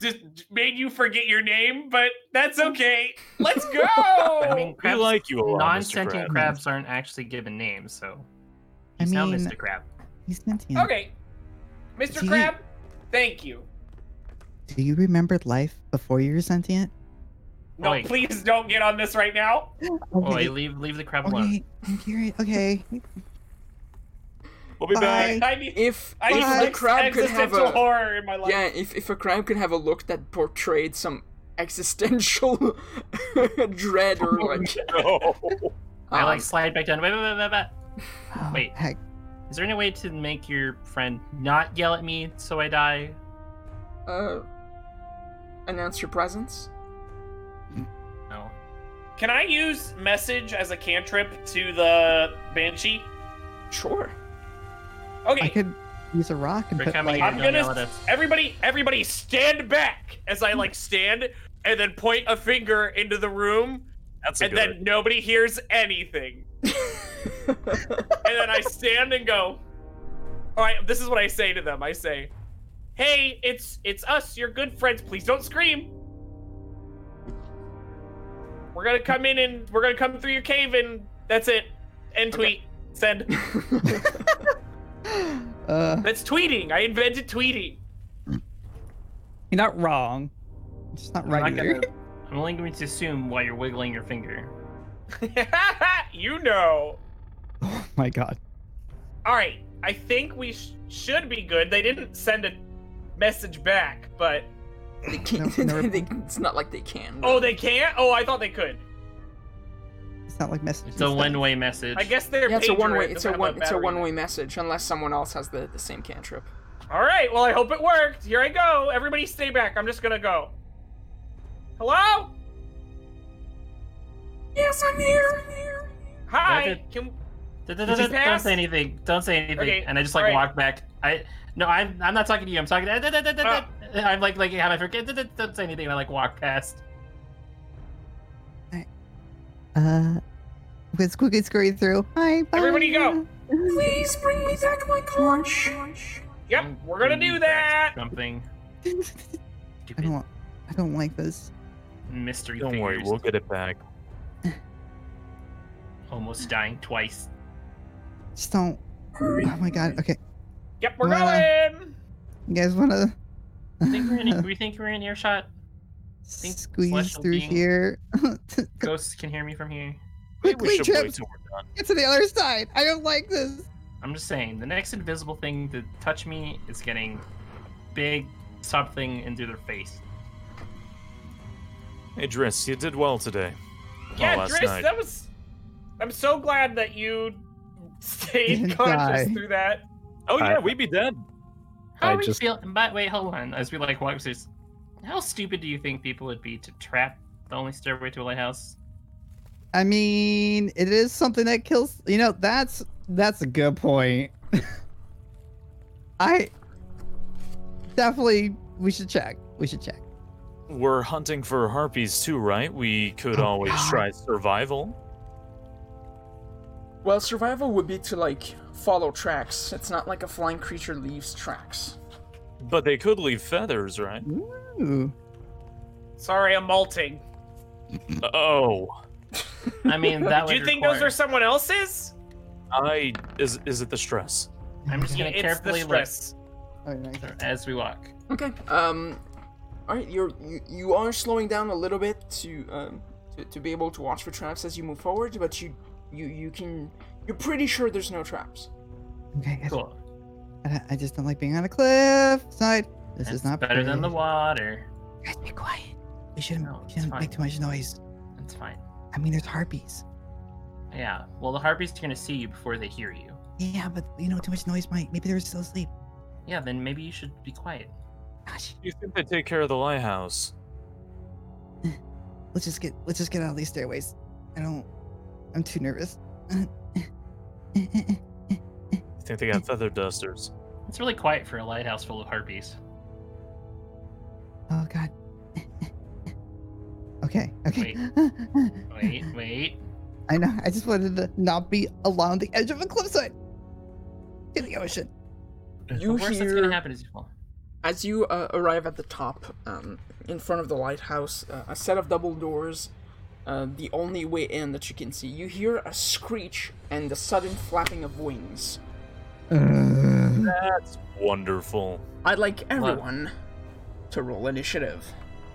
Speaker 2: just made you forget your name, but that's okay. Let's go.
Speaker 5: I mean,
Speaker 1: We
Speaker 5: crabs,
Speaker 1: like you a lot, Mr.
Speaker 5: non-sentient
Speaker 1: Crab.
Speaker 5: crabs aren't actually given names, so
Speaker 3: I
Speaker 5: he's now
Speaker 3: mean-
Speaker 5: Mr. Crab.
Speaker 3: He's sentient.
Speaker 2: okay, Mr.
Speaker 3: Do you-
Speaker 2: Crab, thank you.
Speaker 3: Do you remember life before you were sentient?
Speaker 2: No,
Speaker 5: Oi.
Speaker 2: please don't get on this right now.
Speaker 5: Oi, leave leave the crab alone.
Speaker 3: okay, I'm curious. Okay.
Speaker 1: We'll be
Speaker 3: Bye.
Speaker 1: back.
Speaker 2: I need,
Speaker 4: If
Speaker 2: I need
Speaker 4: if the
Speaker 2: like
Speaker 4: crab could have
Speaker 2: existential
Speaker 4: a
Speaker 2: horror in my life.
Speaker 4: yeah, if if a crab could have a look that portrayed some existential dread or like
Speaker 1: No.
Speaker 5: I
Speaker 4: um,
Speaker 5: like slide back down. Wait, wait, wait, wait, wait.
Speaker 3: Oh,
Speaker 5: Wait.
Speaker 3: Heck.
Speaker 5: Is there any way to make your friend not yell at me so I die?
Speaker 4: uh, announce your presence.
Speaker 5: No.
Speaker 2: Can I use message as a cantrip to the banshee?
Speaker 4: Sure.
Speaker 3: I
Speaker 2: Okay,
Speaker 3: could use a rock and
Speaker 5: We're
Speaker 3: put
Speaker 5: coming
Speaker 3: like
Speaker 5: here.
Speaker 2: I'm
Speaker 5: Don't
Speaker 2: gonna-
Speaker 5: yell at us.
Speaker 2: everybody, everybody, stand back as I like stand and then point a finger into the room,
Speaker 1: That's a
Speaker 2: and
Speaker 1: good.
Speaker 2: then nobody hears anything. and then I stand and go. All right, this is what I say to them. I say, "Hey, it's it's us. Your good friends. Please don't scream. We're gonna come in and we're gonna come through your cave and that's it. End tweet. Send.
Speaker 3: uh,
Speaker 2: That's tweeting. I invented tweeting.
Speaker 3: you're not wrong. It's just not right
Speaker 5: I'm, not
Speaker 3: here.
Speaker 5: gonna, I'm only going to assume while you're wiggling your finger.
Speaker 2: you know.
Speaker 3: Oh my god.
Speaker 2: All right. I think we sh- should be good. They didn't send a message back, but
Speaker 4: They can't.
Speaker 3: No- no
Speaker 4: they-
Speaker 3: reply.
Speaker 4: it's not like they can.
Speaker 2: oh, they can't. Oh, I thought they could.
Speaker 3: It's not like messaging.
Speaker 5: It's a
Speaker 3: stuff.
Speaker 5: one-way message.
Speaker 2: I guess they're.
Speaker 4: yeah, it's a
Speaker 2: pager.
Speaker 4: one way.
Speaker 2: It
Speaker 4: It's a
Speaker 2: doesn't
Speaker 4: one.
Speaker 2: have
Speaker 4: It's a
Speaker 2: battery in
Speaker 4: one
Speaker 2: it.
Speaker 4: way message unless someone else has the the same cantrip.
Speaker 2: All right. Well, I hope it worked. Here I go. Everybody, stay back. I'm just gonna go. Hello.
Speaker 9: Yes, I'm here.
Speaker 2: Hi.
Speaker 5: Roger.
Speaker 2: Can
Speaker 5: D- d- d-
Speaker 2: Did you
Speaker 5: d- Don't
Speaker 2: pass?
Speaker 5: say anything. Don't say anything.
Speaker 2: Okay,
Speaker 5: And I just like
Speaker 2: alright.
Speaker 5: walk back. I no, I'm I'm not talking to you. I'm talking. To,
Speaker 2: Oh.
Speaker 5: I'm like like how I forget. Don't say anything. And I like walk past.
Speaker 3: Uh, with Squeaky Scurry through. Hi. Bye.
Speaker 2: Everybody go.
Speaker 9: Please bring me back my conch.
Speaker 2: yep. We're gonna do that.
Speaker 5: Something.
Speaker 3: I
Speaker 5: Stupid
Speaker 3: don't. want- I don't like this.
Speaker 5: mystery.
Speaker 1: Don't worry,
Speaker 5: fingers.
Speaker 1: we'll get it back.
Speaker 5: Almost dying twice.
Speaker 3: Just don't. Oh my god. Okay.
Speaker 2: Yep. We're
Speaker 3: Well,
Speaker 2: going.
Speaker 3: You guys wanna
Speaker 5: Think we're in, we think we're in earshot. think
Speaker 3: squeeze
Speaker 5: celestial
Speaker 3: through
Speaker 5: being-
Speaker 3: here?
Speaker 5: Ghosts can hear me from here.
Speaker 1: Maybe we
Speaker 3: Quickly,
Speaker 1: should wait
Speaker 3: Chips.
Speaker 1: till we're done.
Speaker 3: Get to the other side. I don't like this.
Speaker 5: I'm just saying, the next invisible thing to touch me is getting big something into their face.
Speaker 1: Hey, Driss, you did well today.
Speaker 2: Yeah,
Speaker 1: oh, last
Speaker 2: Driss,
Speaker 1: night.
Speaker 2: that was. I'm so glad that you stayed
Speaker 3: Didn't
Speaker 2: conscious
Speaker 3: die.
Speaker 2: through that.
Speaker 1: Oh
Speaker 6: I-
Speaker 1: yeah, we'd be dead.
Speaker 5: How
Speaker 6: I
Speaker 5: are we
Speaker 6: just-
Speaker 5: feel? But wait, hold on. As we like walk, says, how stupid do you think people would be to trap the only stairway to a lighthouse?
Speaker 3: I mean, it is something that kills. You know, that's that's a good point. I definitely we should check. We should check.
Speaker 1: We're hunting for harpies too, right? We could always try survival.
Speaker 4: Well, survival would be to like follow tracks. It's not like a flying creature leaves tracks.
Speaker 1: But they could leave feathers, right?
Speaker 3: Ooh.
Speaker 2: Sorry, I'm molting.
Speaker 1: Oh.
Speaker 5: I mean, that
Speaker 2: Do
Speaker 5: would
Speaker 2: you think
Speaker 5: require-
Speaker 2: those are someone else's?
Speaker 1: I is is it the stress?
Speaker 5: I'm just gonna
Speaker 2: It's
Speaker 5: carefully
Speaker 2: the
Speaker 5: look
Speaker 2: stress.
Speaker 3: Oh, nice.
Speaker 5: as we walk.
Speaker 4: Okay. Um. All right. You're you, you are slowing down a little bit to um to, to be able to watch for traps as you move forward, but you you you can you're pretty sure there's no traps.
Speaker 3: Okay, good.
Speaker 5: Cool.
Speaker 3: I, I just don't like being on a cliff side. This
Speaker 5: That's
Speaker 3: is not
Speaker 5: better than the
Speaker 3: pretty.
Speaker 5: water.
Speaker 3: Guys, be quiet. We shouldn't,
Speaker 5: No, it's
Speaker 3: shouldn't
Speaker 5: fine.
Speaker 3: make too much noise.
Speaker 5: That's fine.
Speaker 3: I mean, there's harpies.
Speaker 5: Yeah. Well, the harpies are gonna see you before they hear you.
Speaker 3: Yeah, but you know, too much noise might. Maybe they're still asleep.
Speaker 5: Yeah. Then maybe you should be quiet.
Speaker 3: Gosh,
Speaker 1: You think they take care of the lighthouse?
Speaker 3: let's just get let's just get out of these stairways. I don't. I'm too nervous. Oh,
Speaker 1: You think they got feather dusters?
Speaker 5: It's really quiet for a lighthouse full of harpies.
Speaker 3: Oh God. okay. Okay.
Speaker 5: Wait, wait.
Speaker 3: I know. I just wanted to not be along the edge of a cliffside to the ocean.
Speaker 5: The
Speaker 4: You
Speaker 5: worst that's
Speaker 4: hear
Speaker 5: gonna happen is you fall.
Speaker 4: as you uh, arrive at the top, um, in front of the lighthouse, uh, a set of double doors, uh, the only way in that you can see. You hear a screech and the sudden flapping of wings.
Speaker 1: That's wonderful.
Speaker 4: I'd like everyone to roll initiative.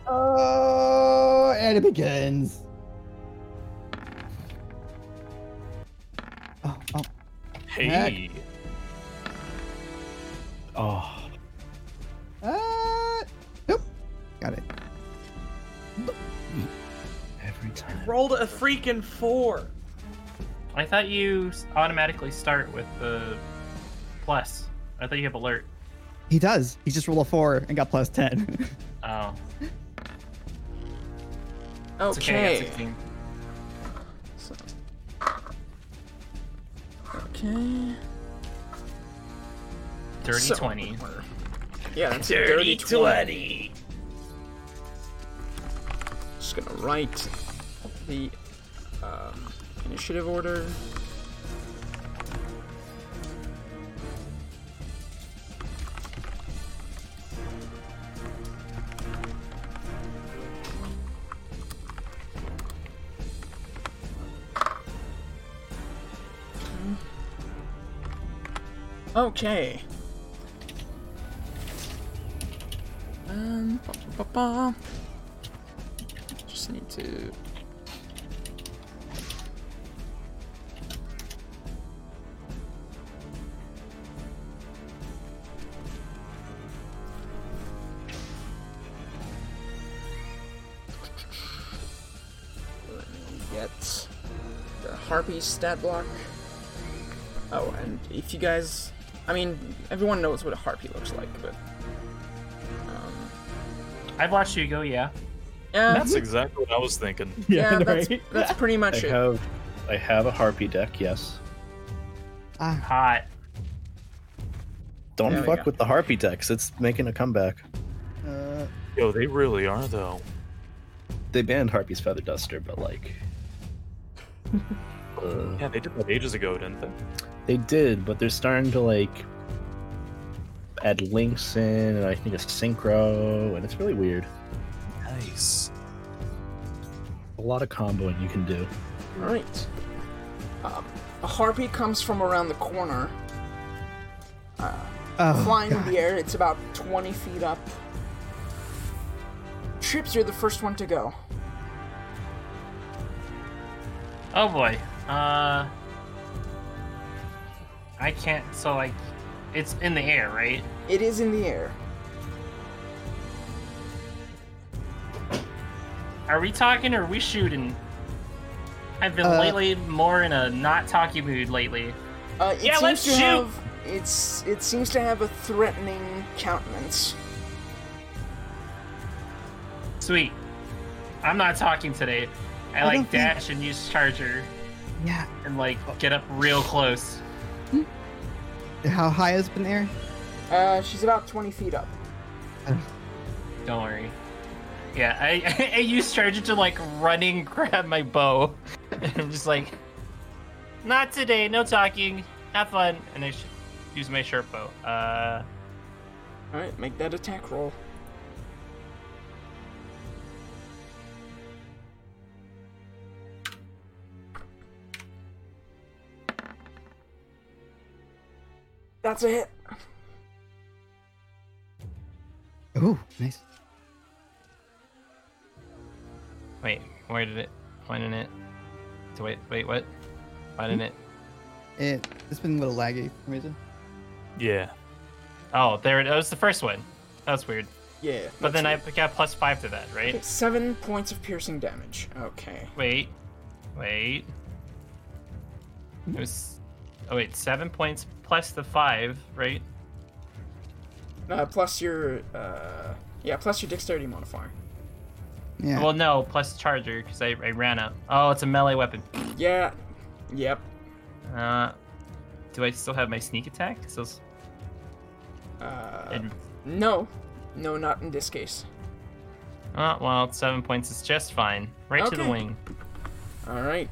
Speaker 3: Oh, and it begins. Oh, oh,
Speaker 1: Hey.
Speaker 10: Oh,
Speaker 3: ah, nope. Got it.
Speaker 10: every time.
Speaker 2: Rolled a freaking four.
Speaker 5: I thought you s- automatically start with the plus. I thought you have alert.
Speaker 3: He does. He just rolled a four and got plus 10.
Speaker 5: Oh. It's okay. I
Speaker 4: Okay.
Speaker 5: got 16.
Speaker 4: So- Okay.
Speaker 5: 30
Speaker 4: So-
Speaker 5: 20.
Speaker 4: Yeah, that's a dirty
Speaker 2: Dirty
Speaker 4: 20.
Speaker 2: twenty.
Speaker 4: Just gonna write the um, initiative order. Okay. Um, ba- ba- ba- ba. Just need to. Let me get the harpy stat block. Oh, and if you guys, I mean, everyone knows what a harpy looks like, but um,
Speaker 5: I've watched you go, yeah.
Speaker 4: yeah,
Speaker 1: That's exactly what I was thinking.
Speaker 4: yeah, that's, that's pretty
Speaker 6: I
Speaker 4: much it.
Speaker 6: have, I have a harpy deck. Yes.
Speaker 3: ah,
Speaker 5: Hot.
Speaker 6: Don't
Speaker 4: There we
Speaker 6: fuck
Speaker 4: go.
Speaker 6: with the harpy decks. It's making a comeback.
Speaker 3: uh,
Speaker 1: Yo, they really are though.
Speaker 6: They banned harpy's feather duster, but like. uh,
Speaker 1: Yeah, they did that ages ago, didn't they?
Speaker 6: They did, but they're starting to like add links in, and I think a synchro, and it's really weird.
Speaker 1: Nice.
Speaker 6: A lot of comboing you can do.
Speaker 4: All right. Um, a harpy comes from around the corner,
Speaker 3: oh,
Speaker 4: flying
Speaker 3: God.
Speaker 4: in the air. It's about 20 feet up. Trips, you're the first one to go.
Speaker 5: Oh boy. Uh. I can't. So, like, it's in the air, right?
Speaker 4: It is in the air.
Speaker 5: Are we talking or are we shooting? I've been
Speaker 3: Uh,
Speaker 5: lately more in a not talky mood lately.
Speaker 4: Uh, it
Speaker 2: Yeah,
Speaker 4: seems
Speaker 2: let's
Speaker 4: to
Speaker 2: shoot!
Speaker 4: Have, it's it seems to have a threatening countenance.
Speaker 5: Sweet. I'm not talking today. I,
Speaker 3: I don't
Speaker 5: like
Speaker 3: think-
Speaker 5: dash and use charger
Speaker 3: Yeah.
Speaker 5: and like get up real close.
Speaker 3: How high has it been there?
Speaker 4: Uh, she's about 20 feet up.
Speaker 5: Don't worry. Yeah, I, I use charge to like running, grab my bow, and I'm just like, not today, no talking, have fun, and I sh- use my sharp bow. Uh,
Speaker 4: All right, make that attack roll. That's a hit.
Speaker 3: Ooh, nice.
Speaker 5: wait, where did it? Why didn't it? So wait, wait, what? Why didn't it?
Speaker 3: It, it's been a little laggy for some reason.
Speaker 1: Yeah.
Speaker 5: Oh, there it. That was the first one. That was weird.
Speaker 4: Yeah.
Speaker 5: But then
Speaker 4: that's
Speaker 5: I got plus five to that,
Speaker 4: it. Okay,
Speaker 5: right?
Speaker 4: seven points of piercing damage. Okay.
Speaker 5: Wait, wait. It was. Oh wait, seven points plus the five, right?
Speaker 4: Uh, plus your uh, yeah, plus your dexterity modifier.
Speaker 3: Yeah.
Speaker 5: Well, no, plus charger because I, I ran out. Oh, it's a melee weapon.
Speaker 4: Yeah. Yep.
Speaker 5: Uh, do I still have my sneak attack? So it's-
Speaker 4: Uh,
Speaker 5: and-
Speaker 4: no, no, not in this case.
Speaker 5: oh, well, seven points is just fine. Right to the
Speaker 4: Okay.
Speaker 5: wing.
Speaker 4: All right.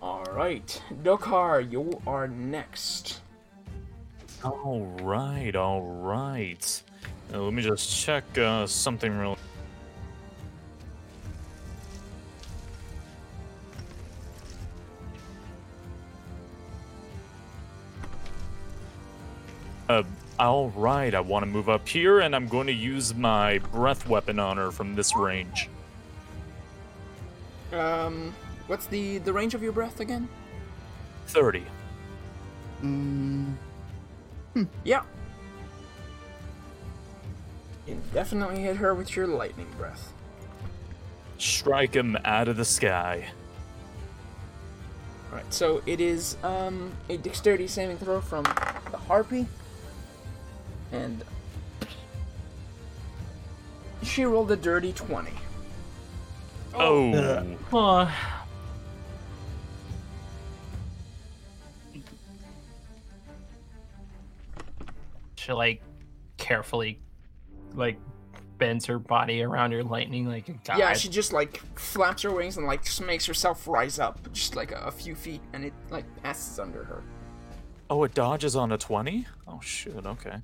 Speaker 4: All right, Dokar, you are next.
Speaker 1: All right, all right. Uh, let me just check uh, something real. Uh, all right, I want to move up here, and I'm going to use my breath weapon on her from this range.
Speaker 4: Um, what's the the range of your breath again?
Speaker 1: Thirty.
Speaker 3: Mm,
Speaker 4: Yeah. You definitely hit her with your lightning breath.
Speaker 1: Strike him out of the sky.
Speaker 4: All right, so it is um, a dexterity saving throw from the harpy, and she rolled a dirty twenty.
Speaker 1: Oh,
Speaker 5: Oh. She like carefully like bends her body around her lightning like a god.
Speaker 4: Yeah, she just like flaps her wings and like just makes herself rise up just like a, a few feet, and it like passes under her.
Speaker 1: oh, it dodges on a twenty. Oh shoot. Okay.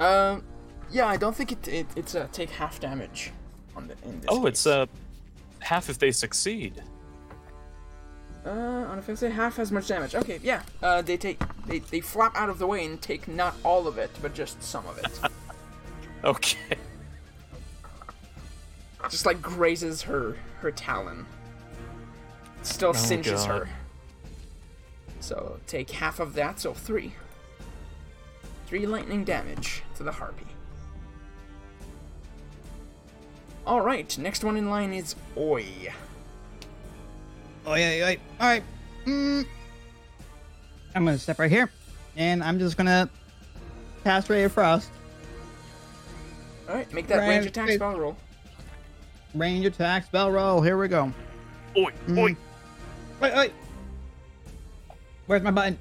Speaker 4: Um, yeah, I don't think it, it it's uh, take half damage on the in this.
Speaker 1: Oh, it's
Speaker 4: case.
Speaker 1: uh, half if they succeed.
Speaker 4: uh on offense they half as much damage. Okay, yeah, uh, they take they they flap out of the way and take not all of it, but just some of it.
Speaker 1: Okay.
Speaker 4: just like grazes her her talon. Still singes
Speaker 1: God.
Speaker 4: her. So take half of that, so three. Three lightning damage to the harpy. All right, next one in line is Oi.
Speaker 3: Oh yeah, yeah. All right. Mm. I'm gonna step right here, and I'm just gonna cast Ray of Frost.
Speaker 4: All right, make that
Speaker 3: Right,
Speaker 4: range attack
Speaker 3: right.
Speaker 4: spell roll.
Speaker 3: Range attack, spell roll. Here we go. Mm.
Speaker 1: Oi, oi.
Speaker 3: Wait, wait. Where's my button?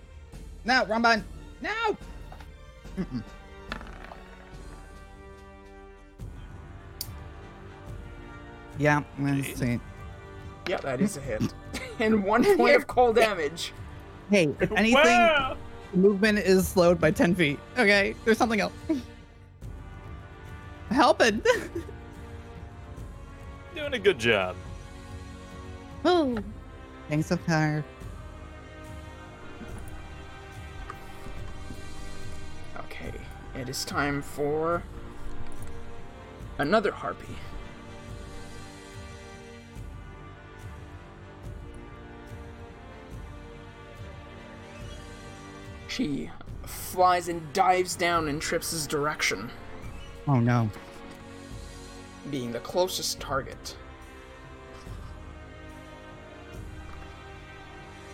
Speaker 3: No, wrong button. No. Mm-mm. Yeah, I'm gonna say it.
Speaker 4: Yeah, that is a hit. and one point of cold damage.
Speaker 3: Hey, if anything,
Speaker 2: Wow.
Speaker 3: movement is slowed by 10 feet. Okay, there's something else. Helping.
Speaker 1: Doing a good job.
Speaker 3: oh. Thanks, so far.
Speaker 4: Okay, it is time for another harpy. She flies and dives down in Trips' direction,
Speaker 3: Oh no.
Speaker 4: being the closest target.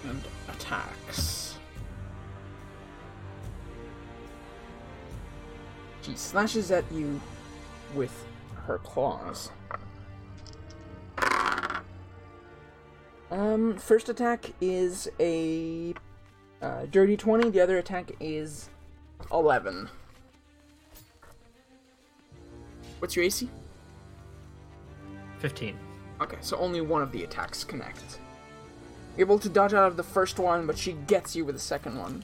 Speaker 4: And attacks. She slashes at you with her claws. Um, first attack is a uh, dirty 20, the other attack is Eleven. What's your AC?
Speaker 5: 15.
Speaker 4: Okay, so only one of the attacks connects. You're able to dodge out of the first one, but she gets you with the second one.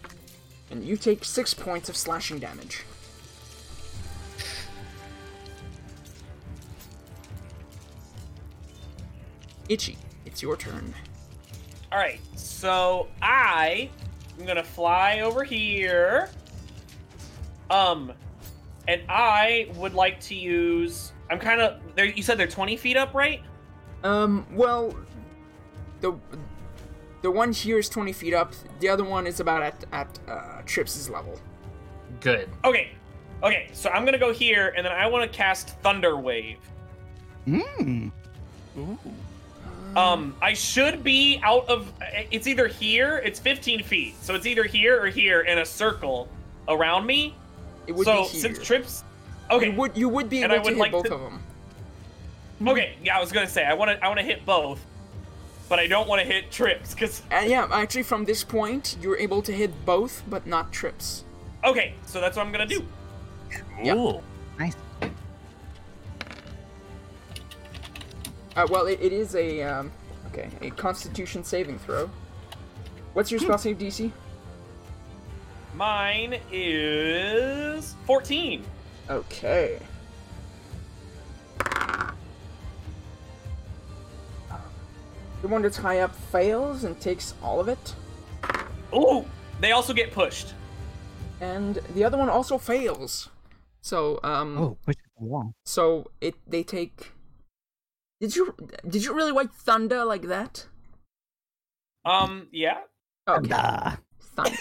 Speaker 4: And you take six points of slashing damage. Itchy, it's your turn.
Speaker 2: All right, so I am gonna fly over here. Um, and I would like to use. I'm kind of there. You said they're 20 feet up, right?
Speaker 4: Um, well, the the one here is 20 feet up. The other one is about at at uh, Trips' level.
Speaker 5: Good.
Speaker 2: Okay, okay. So I'm gonna go here, and then I want to cast Thunder Wave.
Speaker 3: Mmm.
Speaker 2: Ooh. Um, I should be out of. It's either here. It's 15 feet, so it's either here or here in a circle around me.
Speaker 4: It would
Speaker 2: so
Speaker 4: be here.
Speaker 2: since trips, okay,
Speaker 4: You would you would be
Speaker 2: And
Speaker 4: able
Speaker 2: I
Speaker 4: to
Speaker 2: would
Speaker 4: hit
Speaker 2: like
Speaker 4: both
Speaker 2: to-
Speaker 4: of them.
Speaker 2: okay. Yeah, I was gonna say I want to. I want to hit both, but I don't want to hit trips because
Speaker 4: And Uh, yeah, actually, from this point, you're able to hit both, but not Trips.
Speaker 2: okay. So that's what I'm gonna do.
Speaker 4: Yep.
Speaker 1: Ooh.
Speaker 4: Uh, well, it, it is a um, okay a Constitution saving throw. What's your spell save DC?
Speaker 2: Mine is 14.
Speaker 4: Okay. The one that's high up fails and takes all of it,
Speaker 2: Ooh, they also get pushed.
Speaker 4: and the other one also fails. So um,
Speaker 3: Oh, push it to the wall.
Speaker 4: so it they take. Did you did you really write thunder like that?
Speaker 2: Um, yeah.
Speaker 4: Okay.
Speaker 3: Nah.
Speaker 4: thunder.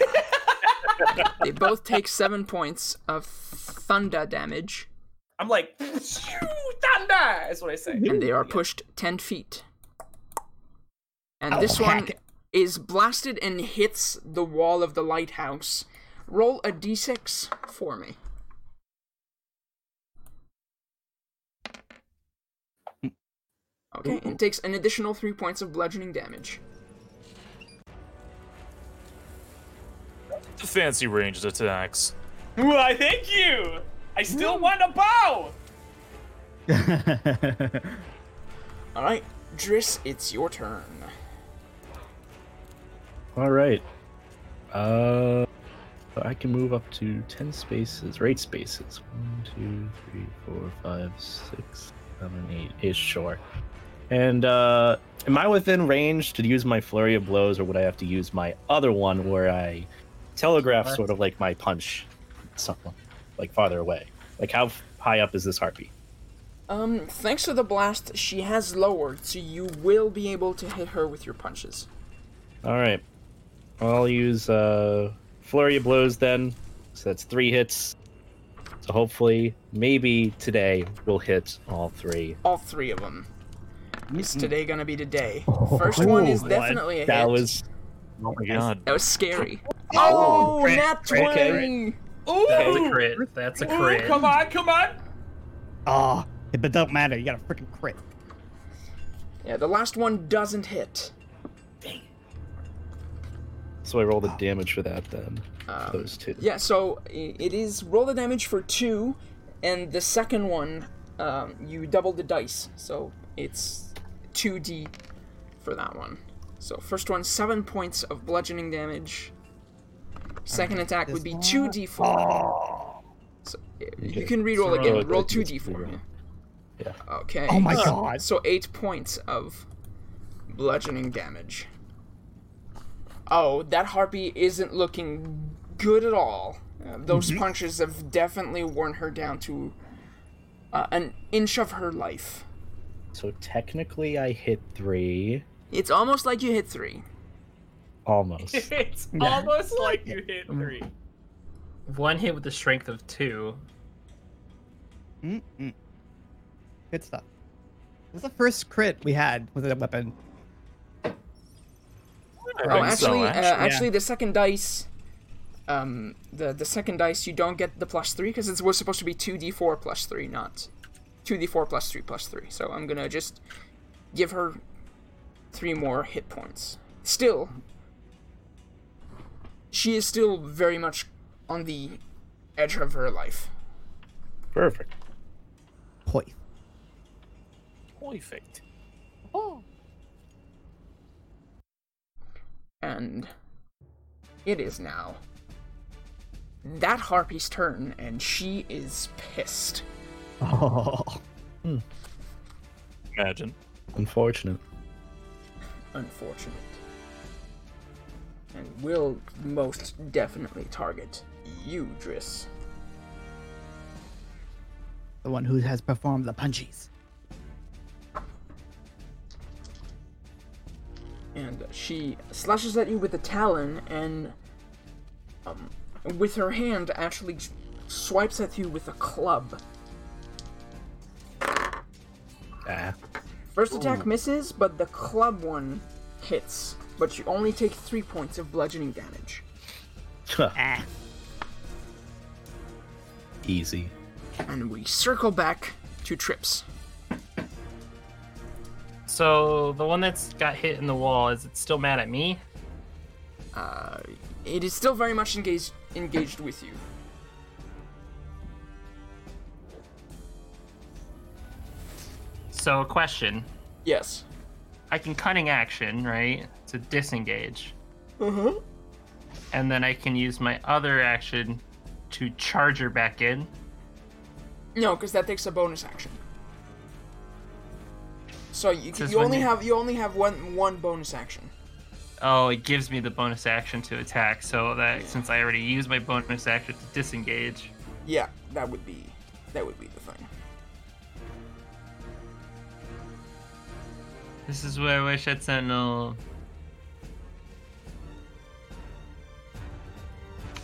Speaker 4: they both take seven points of thunder damage,
Speaker 2: I'm like, "Phew, thunder is what I say.
Speaker 4: and they are pushed ten feet. And this one is blasted and hits the wall of the lighthouse. Roll a d6 for me. Okay, and takes an additional three points of bludgeoning damage.
Speaker 1: The fancy ranged attacks.
Speaker 2: Why, thank you. I still want a bow.
Speaker 4: All right, Driss, it's your turn.
Speaker 6: All right. Uh, so I can move up to ten spaces, or eight spaces. One, two, three, four, five, six, seven, eight. Is sure. And uh, am I within range to use my flurry of blows, or would I have to use my other one where I telegraph sort of like my punch, something like farther away? Like how f- high up is this harpy?
Speaker 4: Um, thanks to the blast, she has lowered, so you will be able to hit her with your punches.
Speaker 6: All right. I'll use uh, flurry of blows then. So that's three hits. So hopefully, maybe today we'll hit all three.
Speaker 4: All three of them.
Speaker 6: Mm-hmm.
Speaker 4: Is today gonna be today? First one is definitely a
Speaker 6: Oh, that
Speaker 4: hit.
Speaker 6: was
Speaker 1: Oh my god.
Speaker 4: That was scary. Oh,
Speaker 5: crit,
Speaker 4: nat
Speaker 5: crit,
Speaker 4: 20!
Speaker 5: crit.
Speaker 2: Ooh,
Speaker 5: That's a crit. That's a
Speaker 2: ooh,
Speaker 5: crit.
Speaker 2: come on, come on.
Speaker 3: Oh, but don't matter. You got a freaking crit.
Speaker 4: Yeah, the last one doesn't hit.
Speaker 6: so I roll the damage for that then. those two.
Speaker 4: Um, Yeah, so i- it is roll the damage for two, and the second one, um, you double the dice, so it's 2d for that one. So first one, seven points of bludgeoning damage. Second attack would be
Speaker 3: this
Speaker 4: 2d4. So i- you can reroll
Speaker 6: So roll
Speaker 4: again.
Speaker 6: it,
Speaker 4: Roll
Speaker 6: like,
Speaker 4: 2d4.
Speaker 6: reroll.
Speaker 4: yeah.
Speaker 6: Yeah.
Speaker 4: Okay.
Speaker 3: Oh my god.
Speaker 4: So eight points of bludgeoning damage. Oh, that harpy isn't looking good at all. Uh, those punches have definitely worn her down to uh, an inch of her life.
Speaker 6: So technically, I hit three
Speaker 4: It's almost like you hit three.
Speaker 6: almost.
Speaker 2: It's almost like you hit three.
Speaker 5: One hit with the strength of two.
Speaker 3: Mm-mm. Good stuff. This is the first crit we had with a weapon.
Speaker 1: I think
Speaker 4: Oh,
Speaker 1: so,
Speaker 4: actually, uh,
Speaker 1: actually.
Speaker 4: actually, the second dice, um, the the second dice, you don't get the plus three because it was supposed to be two d four plus three, not two d four plus three plus three. So I'm gonna just give her three more hit points. Still, she is still very much on the edge of her life.
Speaker 6: Perfect.
Speaker 3: Hoi.
Speaker 1: Perfect.
Speaker 4: And it is now that harpy's turn, and she is pissed.
Speaker 3: Oh.
Speaker 1: Imagine.
Speaker 6: Unfortunate.
Speaker 4: Unfortunate. And will most definitely target you, Driss.
Speaker 3: The one who has performed the punchies.
Speaker 4: and she slashes at you with a talon and um, with her hand actually s- swipes at you with a club
Speaker 6: Ah.
Speaker 4: first attack misses but the club one hits but you only take three points of bludgeoning damage
Speaker 6: Easy.
Speaker 4: and we circle back to trips
Speaker 5: So the one that's got hit in the wall is it still mad at me?
Speaker 4: uh, it is still very much engaged engaged with you
Speaker 5: So a question:
Speaker 4: yes
Speaker 5: I can cunning action, right, to disengage,
Speaker 4: uh-huh.
Speaker 5: and then I can use my other action to charge her back in.
Speaker 4: No, because that takes a bonus action. So you,
Speaker 5: Says
Speaker 4: you
Speaker 5: when
Speaker 4: only
Speaker 5: you-
Speaker 4: have you only have one one bonus action.
Speaker 5: Oh, it gives me the bonus action to attack. So that since I already used my bonus action to disengage,
Speaker 4: Yeah, that would be that would be the thing.
Speaker 5: this is where I wish I'd Sentinel.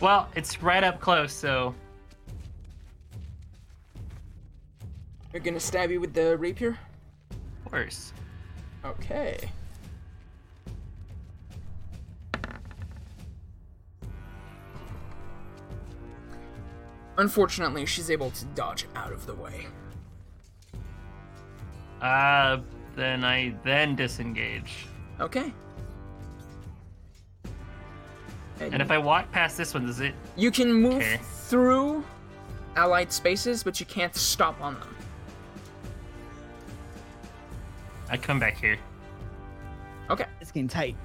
Speaker 5: Well, it's right up close, so
Speaker 4: They're gonna stab you with the rapier.
Speaker 5: worse.
Speaker 4: Okay. Unfortunately, she's able to dodge out of the way.
Speaker 5: Uh, then I then disengage.
Speaker 4: Okay.
Speaker 5: And if I walk past this one, does it?
Speaker 4: You can move
Speaker 5: Okay.
Speaker 4: through allied spaces, but you can't stop on them.
Speaker 5: I come back here.
Speaker 4: Okay.
Speaker 3: It's getting tight.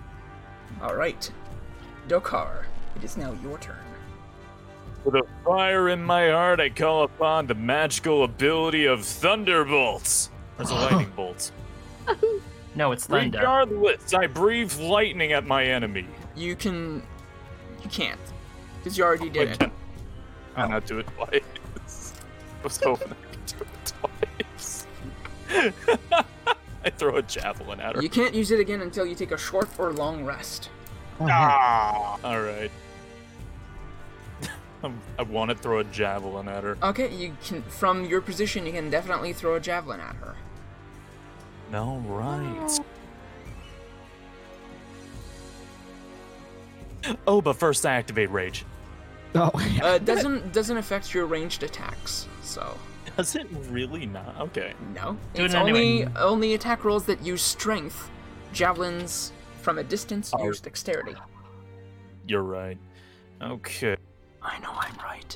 Speaker 4: All right, Dokar, it is now your turn.
Speaker 1: With a fire in my heart, I call upon the magical ability of thunderbolts. Or is it lightning bolts?
Speaker 5: No, it's thunder.
Speaker 1: Regardless, I breathe lightning at my enemy.
Speaker 4: You can, you can't, because you already did it.
Speaker 1: Again. Why not do it twice? I was hoping I could do it twice. I throw a javelin at her.
Speaker 4: You can't use it again until you take a short or long rest.
Speaker 5: Oh,
Speaker 1: Ah, all right. I'm- I want to throw a javelin at her.
Speaker 4: Okay, you can from your position you can definitely throw a javelin at her.
Speaker 1: No, right. Oh, but first I activate rage.
Speaker 3: Oh,
Speaker 4: Uh, doesn't doesn't affect your ranged attacks, so
Speaker 1: Does it really not? Okay.
Speaker 4: no.
Speaker 5: Do it
Speaker 4: it's
Speaker 5: anyway.
Speaker 4: only only attack rolls that use strength. Javelins from a distance
Speaker 1: Oh.
Speaker 4: use dexterity.
Speaker 1: You're right. Okay.
Speaker 4: I know I'm right.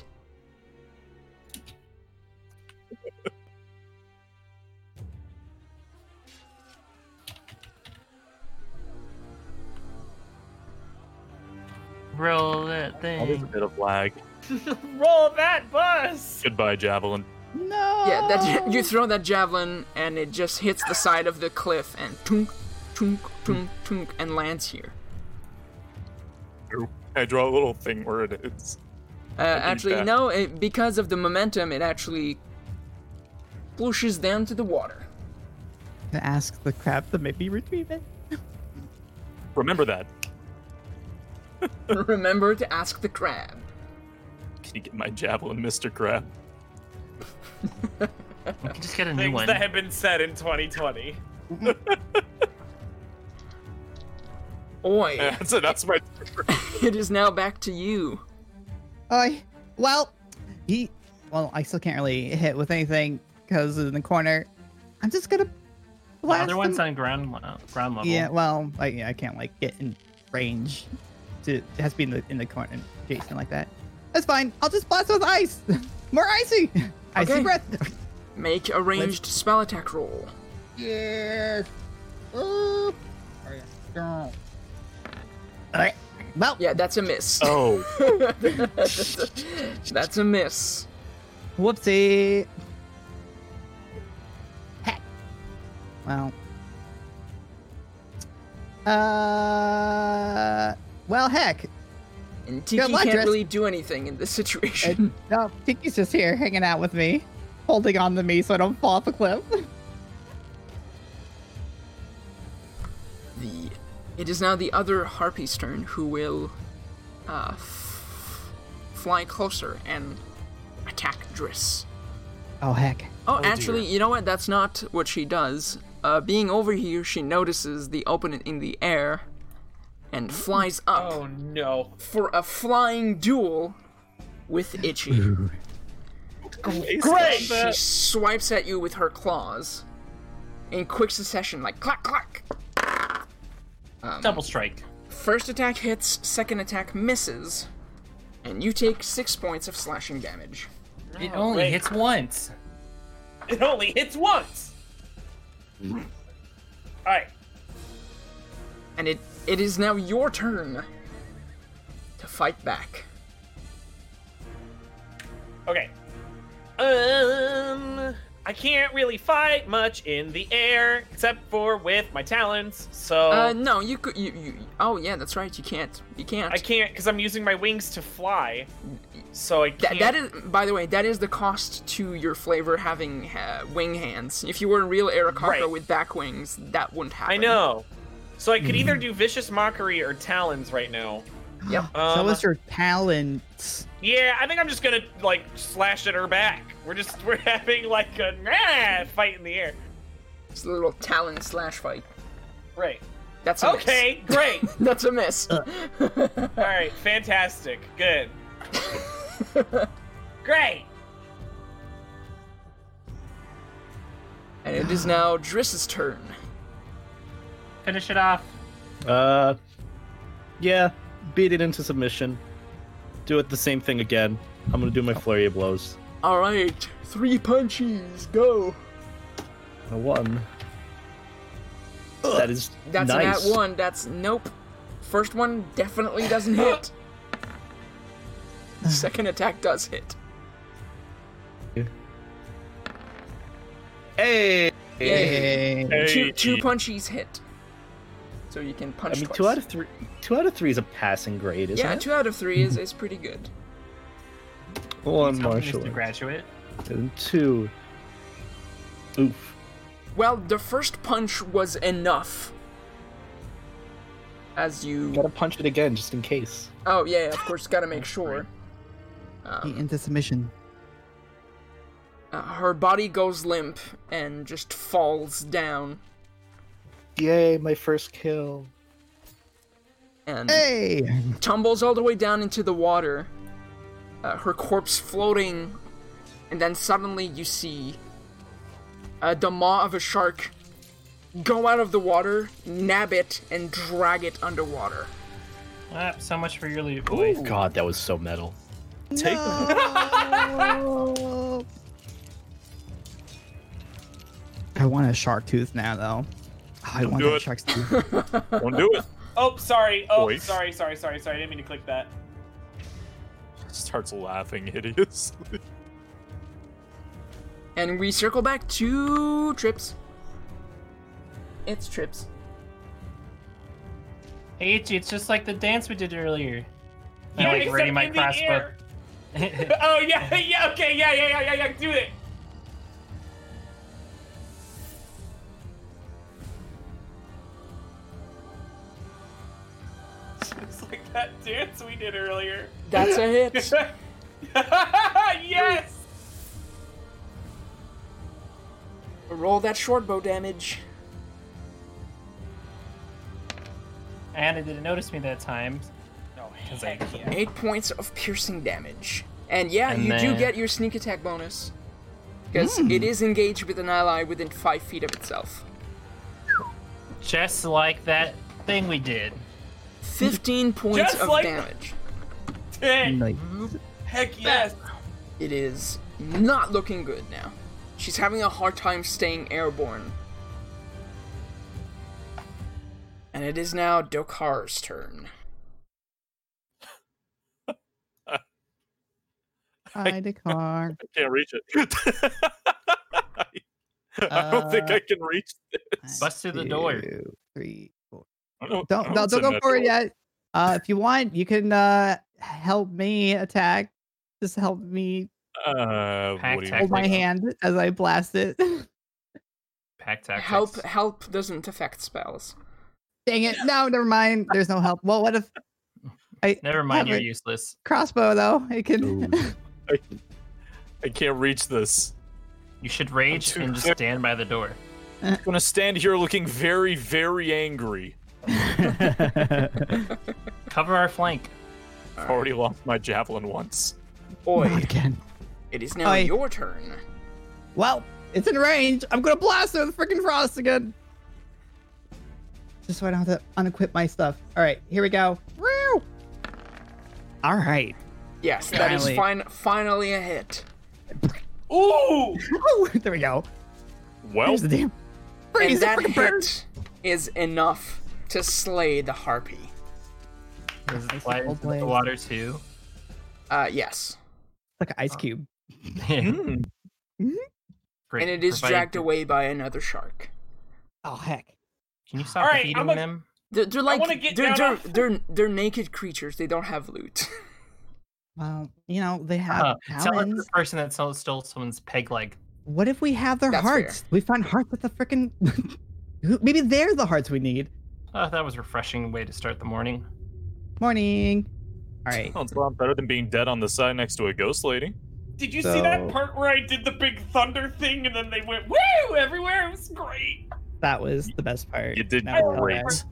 Speaker 5: Roll that
Speaker 1: Oh, there's a
Speaker 5: thing.
Speaker 1: bit of lag.
Speaker 2: Roll that bus.
Speaker 1: Goodbye, javelin.
Speaker 3: No.
Speaker 4: Yeah, that you throw that javelin and it just hits the side of the cliff and tunk, tunk, tunk, tunk, and lands here.
Speaker 1: I draw a little thing where it is.
Speaker 4: Uh, actually,
Speaker 1: that.
Speaker 4: no, it, because of the momentum, it actually pushes down to the water.
Speaker 3: To ask the crab to maybe retrieve it.
Speaker 1: Remember that.
Speaker 4: Remember to ask the crab.
Speaker 1: Can you get my javelin, Mr. Crab?
Speaker 5: We can just get a new
Speaker 2: Things
Speaker 5: one.
Speaker 2: that have been said in 2020.
Speaker 4: Oi,
Speaker 1: That's it. That's my.
Speaker 4: it is now back to you.
Speaker 3: I. Well, he. Well, I still can't really hit with anything because in the corner. I'm just gonna.
Speaker 5: The
Speaker 3: Blast
Speaker 5: other one's
Speaker 3: him.
Speaker 5: on ground le- ground level.
Speaker 3: Yeah. Well, I, yeah, I can't like get in range. To it has to be in the in the corner, Jason, like that. That's fine. I'll just blast with ice. More icy. Icy
Speaker 4: Okay.
Speaker 3: breath.
Speaker 4: Make a ranged spell attack roll.
Speaker 3: yeah. Ooh. Oh, yeah. Well,
Speaker 4: Yeah, that's a miss.
Speaker 1: Oh,
Speaker 4: That's a miss.
Speaker 3: whoopsie. Heck. Well. Uh. Well, heck.
Speaker 4: And Tiki
Speaker 3: luck,
Speaker 4: can't
Speaker 3: Dress.
Speaker 4: really do anything in this
Speaker 3: Uh,
Speaker 4: situation.
Speaker 3: no, Tiki's just here hanging out with me, holding on to me so I don't fall off a cliff.
Speaker 4: the it is now the other harpy's turn who will uh, f- fly closer and attack Driss.
Speaker 3: Oh, heck.
Speaker 4: Oh, actually, you know what? That's not what she does. Uh, being over here, she notices the opening in the air and flies up
Speaker 2: Oh no.
Speaker 4: for a flying duel with Itchy.
Speaker 2: Great.
Speaker 4: she swipes at you with her claws in quick succession, like clack clack.
Speaker 5: Double strike.
Speaker 2: Oh,
Speaker 4: First attack hits, second attack misses, and you take six points of slashing damage.
Speaker 5: It only
Speaker 2: wait.
Speaker 5: hits once.
Speaker 2: It only hits once.
Speaker 5: Mm.
Speaker 2: All right.
Speaker 4: And it it is now your turn to fight back.
Speaker 2: Okay. Um, I can't really fight much in the air except for with my talons. So
Speaker 4: Uh, no, you could you, you oh yeah, that's right. You can't. You can't.
Speaker 2: I can't because I'm using my wings to fly. So I
Speaker 4: That,
Speaker 2: can't.
Speaker 4: that is, by the way, that is the cost to your flavor having uh, wing hands. If you were a real Arakaka
Speaker 2: Right.
Speaker 4: with back wings, that wouldn't happen.
Speaker 2: I know. So I could either do vicious mockery or talons right now.
Speaker 4: Yep.
Speaker 2: Um,
Speaker 3: Show us your talents.
Speaker 2: Yeah, I think I'm just gonna like slash at her back. We're just we're having like a nah, fight in the air.
Speaker 4: It's a little talon slash fight.
Speaker 2: Right.
Speaker 4: That's a miss.
Speaker 2: Okay. Great.
Speaker 4: That's a miss.
Speaker 2: All right. Fantastic. Good. Great.
Speaker 4: and it is now Driss's turn.
Speaker 5: Finish it off.
Speaker 6: Uh, yeah, beat it into submission. Do it the same thing again. I'm gonna do my flurry of blows.
Speaker 4: All right, three punches, go.
Speaker 6: A one. That is
Speaker 4: That's
Speaker 6: nice.
Speaker 4: an at one. That's nope. First one definitely doesn't hit. Second attack does hit.
Speaker 6: Hey,
Speaker 4: Yay.
Speaker 3: Hey.
Speaker 4: Two,
Speaker 1: hey,
Speaker 4: two punchies hit. So you can
Speaker 6: I
Speaker 4: punch
Speaker 6: mean,
Speaker 4: twice.
Speaker 6: two out of three. Two out of three is a passing grade, isn't
Speaker 4: yeah,
Speaker 6: it?
Speaker 4: two out of three is, is pretty good.
Speaker 6: One
Speaker 5: Something
Speaker 6: martial
Speaker 5: is the
Speaker 6: arts.
Speaker 5: graduate.
Speaker 6: and two. Oof.
Speaker 4: Well, the first punch was enough. As you.
Speaker 6: Gotta punch it again just in case.
Speaker 4: Oh, yeah, of course, gotta make sure.
Speaker 3: He into submission.
Speaker 4: Uh, her body goes limp and just falls down.
Speaker 6: Yay, my first kill.
Speaker 4: And.
Speaker 3: Hey!
Speaker 4: tumbles all the way down into the water, uh, her corpse floating, and then suddenly you see uh, the maw of a shark go out of the water, nab it, and drag it underwater.
Speaker 5: Ah, so much for your loot, boy.
Speaker 6: Oh God, that was so metal.
Speaker 1: take
Speaker 3: No. I want a shark tooth now, though. Oh, I want
Speaker 1: do
Speaker 3: that
Speaker 1: it.
Speaker 3: shark's tooth.
Speaker 1: them. Don't do it.
Speaker 2: Oh, sorry. Oh,
Speaker 1: Boink.
Speaker 2: sorry, sorry, sorry, sorry. I didn't mean to click that.
Speaker 1: Starts laughing hideously.
Speaker 4: And we circle back to Trips. It's Trips.
Speaker 5: Hey, Ichi, it's just like the dance we did earlier.
Speaker 2: Yeah,
Speaker 5: I like
Speaker 2: except
Speaker 5: ready my
Speaker 2: in the air.
Speaker 5: crossbow.
Speaker 2: Oh yeah, yeah. Okay, yeah, yeah, yeah, yeah, yeah. Do it. It's like that dance we did earlier.
Speaker 4: That's a hit.
Speaker 2: yes.
Speaker 4: Roll that short bow damage.
Speaker 5: and it didn't notice me that time.
Speaker 2: No,
Speaker 5: Cause I,
Speaker 4: Eight points of piercing damage. And yeah,
Speaker 5: And
Speaker 4: you do
Speaker 5: then-
Speaker 4: get your sneak attack bonus. Because
Speaker 3: Hmm.
Speaker 4: it is engaged with an ally within five feet of itself.
Speaker 5: just like that thing we did.
Speaker 4: 15 points
Speaker 2: Just
Speaker 4: of
Speaker 2: like-
Speaker 4: damage.
Speaker 2: Dang.
Speaker 3: Like,
Speaker 2: Heck yes.
Speaker 4: It is not looking good now. She's having a hard time staying airborne. And it is now Dokar's turn.
Speaker 3: Hi, Dakar.
Speaker 1: I can't reach it. I don't think
Speaker 3: Uh,
Speaker 1: I can reach this.
Speaker 5: Bust through the door.
Speaker 3: Two, three, four.
Speaker 1: I don't, I
Speaker 3: Don't, don't,
Speaker 1: send
Speaker 3: don't go
Speaker 1: that
Speaker 3: for
Speaker 1: door.
Speaker 3: it yet. Uh, if you want, you can uh, help me attack. Just help me
Speaker 1: Uh,
Speaker 5: Hack
Speaker 1: what do you-
Speaker 5: tech.
Speaker 3: hold Oh my
Speaker 5: Technique.
Speaker 3: hand as I blast it. Dang
Speaker 5: Pack tactics.
Speaker 4: Help help doesn't affect spells.
Speaker 3: it. No, never mind. There's no help. Well, what if
Speaker 5: Never mind,
Speaker 3: Have
Speaker 5: you're
Speaker 3: it.
Speaker 5: useless.
Speaker 3: crossbow though? It can.
Speaker 6: Ooh.
Speaker 1: I can't reach this.
Speaker 5: You should rage
Speaker 1: too
Speaker 5: and just
Speaker 1: quick.
Speaker 5: stand by the door.
Speaker 1: I'm gonna stand here looking very, very angry.
Speaker 5: Cover our flank.
Speaker 1: I've already lost my javelin once.
Speaker 4: Boy,
Speaker 3: Not again.
Speaker 4: it is now
Speaker 3: Oi.
Speaker 4: your turn.
Speaker 3: Well, it's in range. I'm gonna blast it with freaking frost again. Just so I don't have to unequip my stuff. All right, here we go. Woo! All right.
Speaker 4: Yes, that is
Speaker 3: Finally.
Speaker 4: fin- finally a hit.
Speaker 2: Ooh.
Speaker 3: there we go.
Speaker 1: Well,
Speaker 3: Here's the damn.
Speaker 4: And
Speaker 3: Freeze it,
Speaker 4: that
Speaker 3: freaking bird.
Speaker 4: hit is enough to slay the harpy.
Speaker 5: Does it
Speaker 3: Nice
Speaker 5: slide
Speaker 3: little
Speaker 5: into
Speaker 3: blade.
Speaker 5: the water too?
Speaker 4: Uh, yes.
Speaker 3: Like an ice cube.
Speaker 1: hmm,
Speaker 3: Mm-hmm.
Speaker 5: Great.
Speaker 4: and it is
Speaker 5: Provided-
Speaker 4: dragged away by another shark.
Speaker 3: Oh heck.
Speaker 5: Can you stop
Speaker 2: All right,
Speaker 5: feeding
Speaker 2: I'm a-
Speaker 5: them?
Speaker 4: They're, they're like
Speaker 2: wanna get
Speaker 4: they're,
Speaker 2: down
Speaker 4: they're,
Speaker 2: off-
Speaker 4: they're they're naked creatures. They don't have loot.
Speaker 3: Well, you know they have
Speaker 5: Uh, tell us
Speaker 3: talons.
Speaker 5: the person that stole, stole someone's peg leg.
Speaker 3: What if we have their
Speaker 4: That's fair.
Speaker 3: hearts? We find hearts with the freaking. Maybe they're the hearts we need.
Speaker 5: Oh, that was a refreshing way to start the morning.
Speaker 3: Morning. All right.
Speaker 1: sounds a lot better than being dead on the side next to a ghost lady.
Speaker 2: Did you see that
Speaker 6: So-
Speaker 2: part where I did the big thunder thing and then they went woo everywhere? It was great.
Speaker 3: That was the best part.
Speaker 1: You did
Speaker 3: That was all
Speaker 1: great.
Speaker 3: right.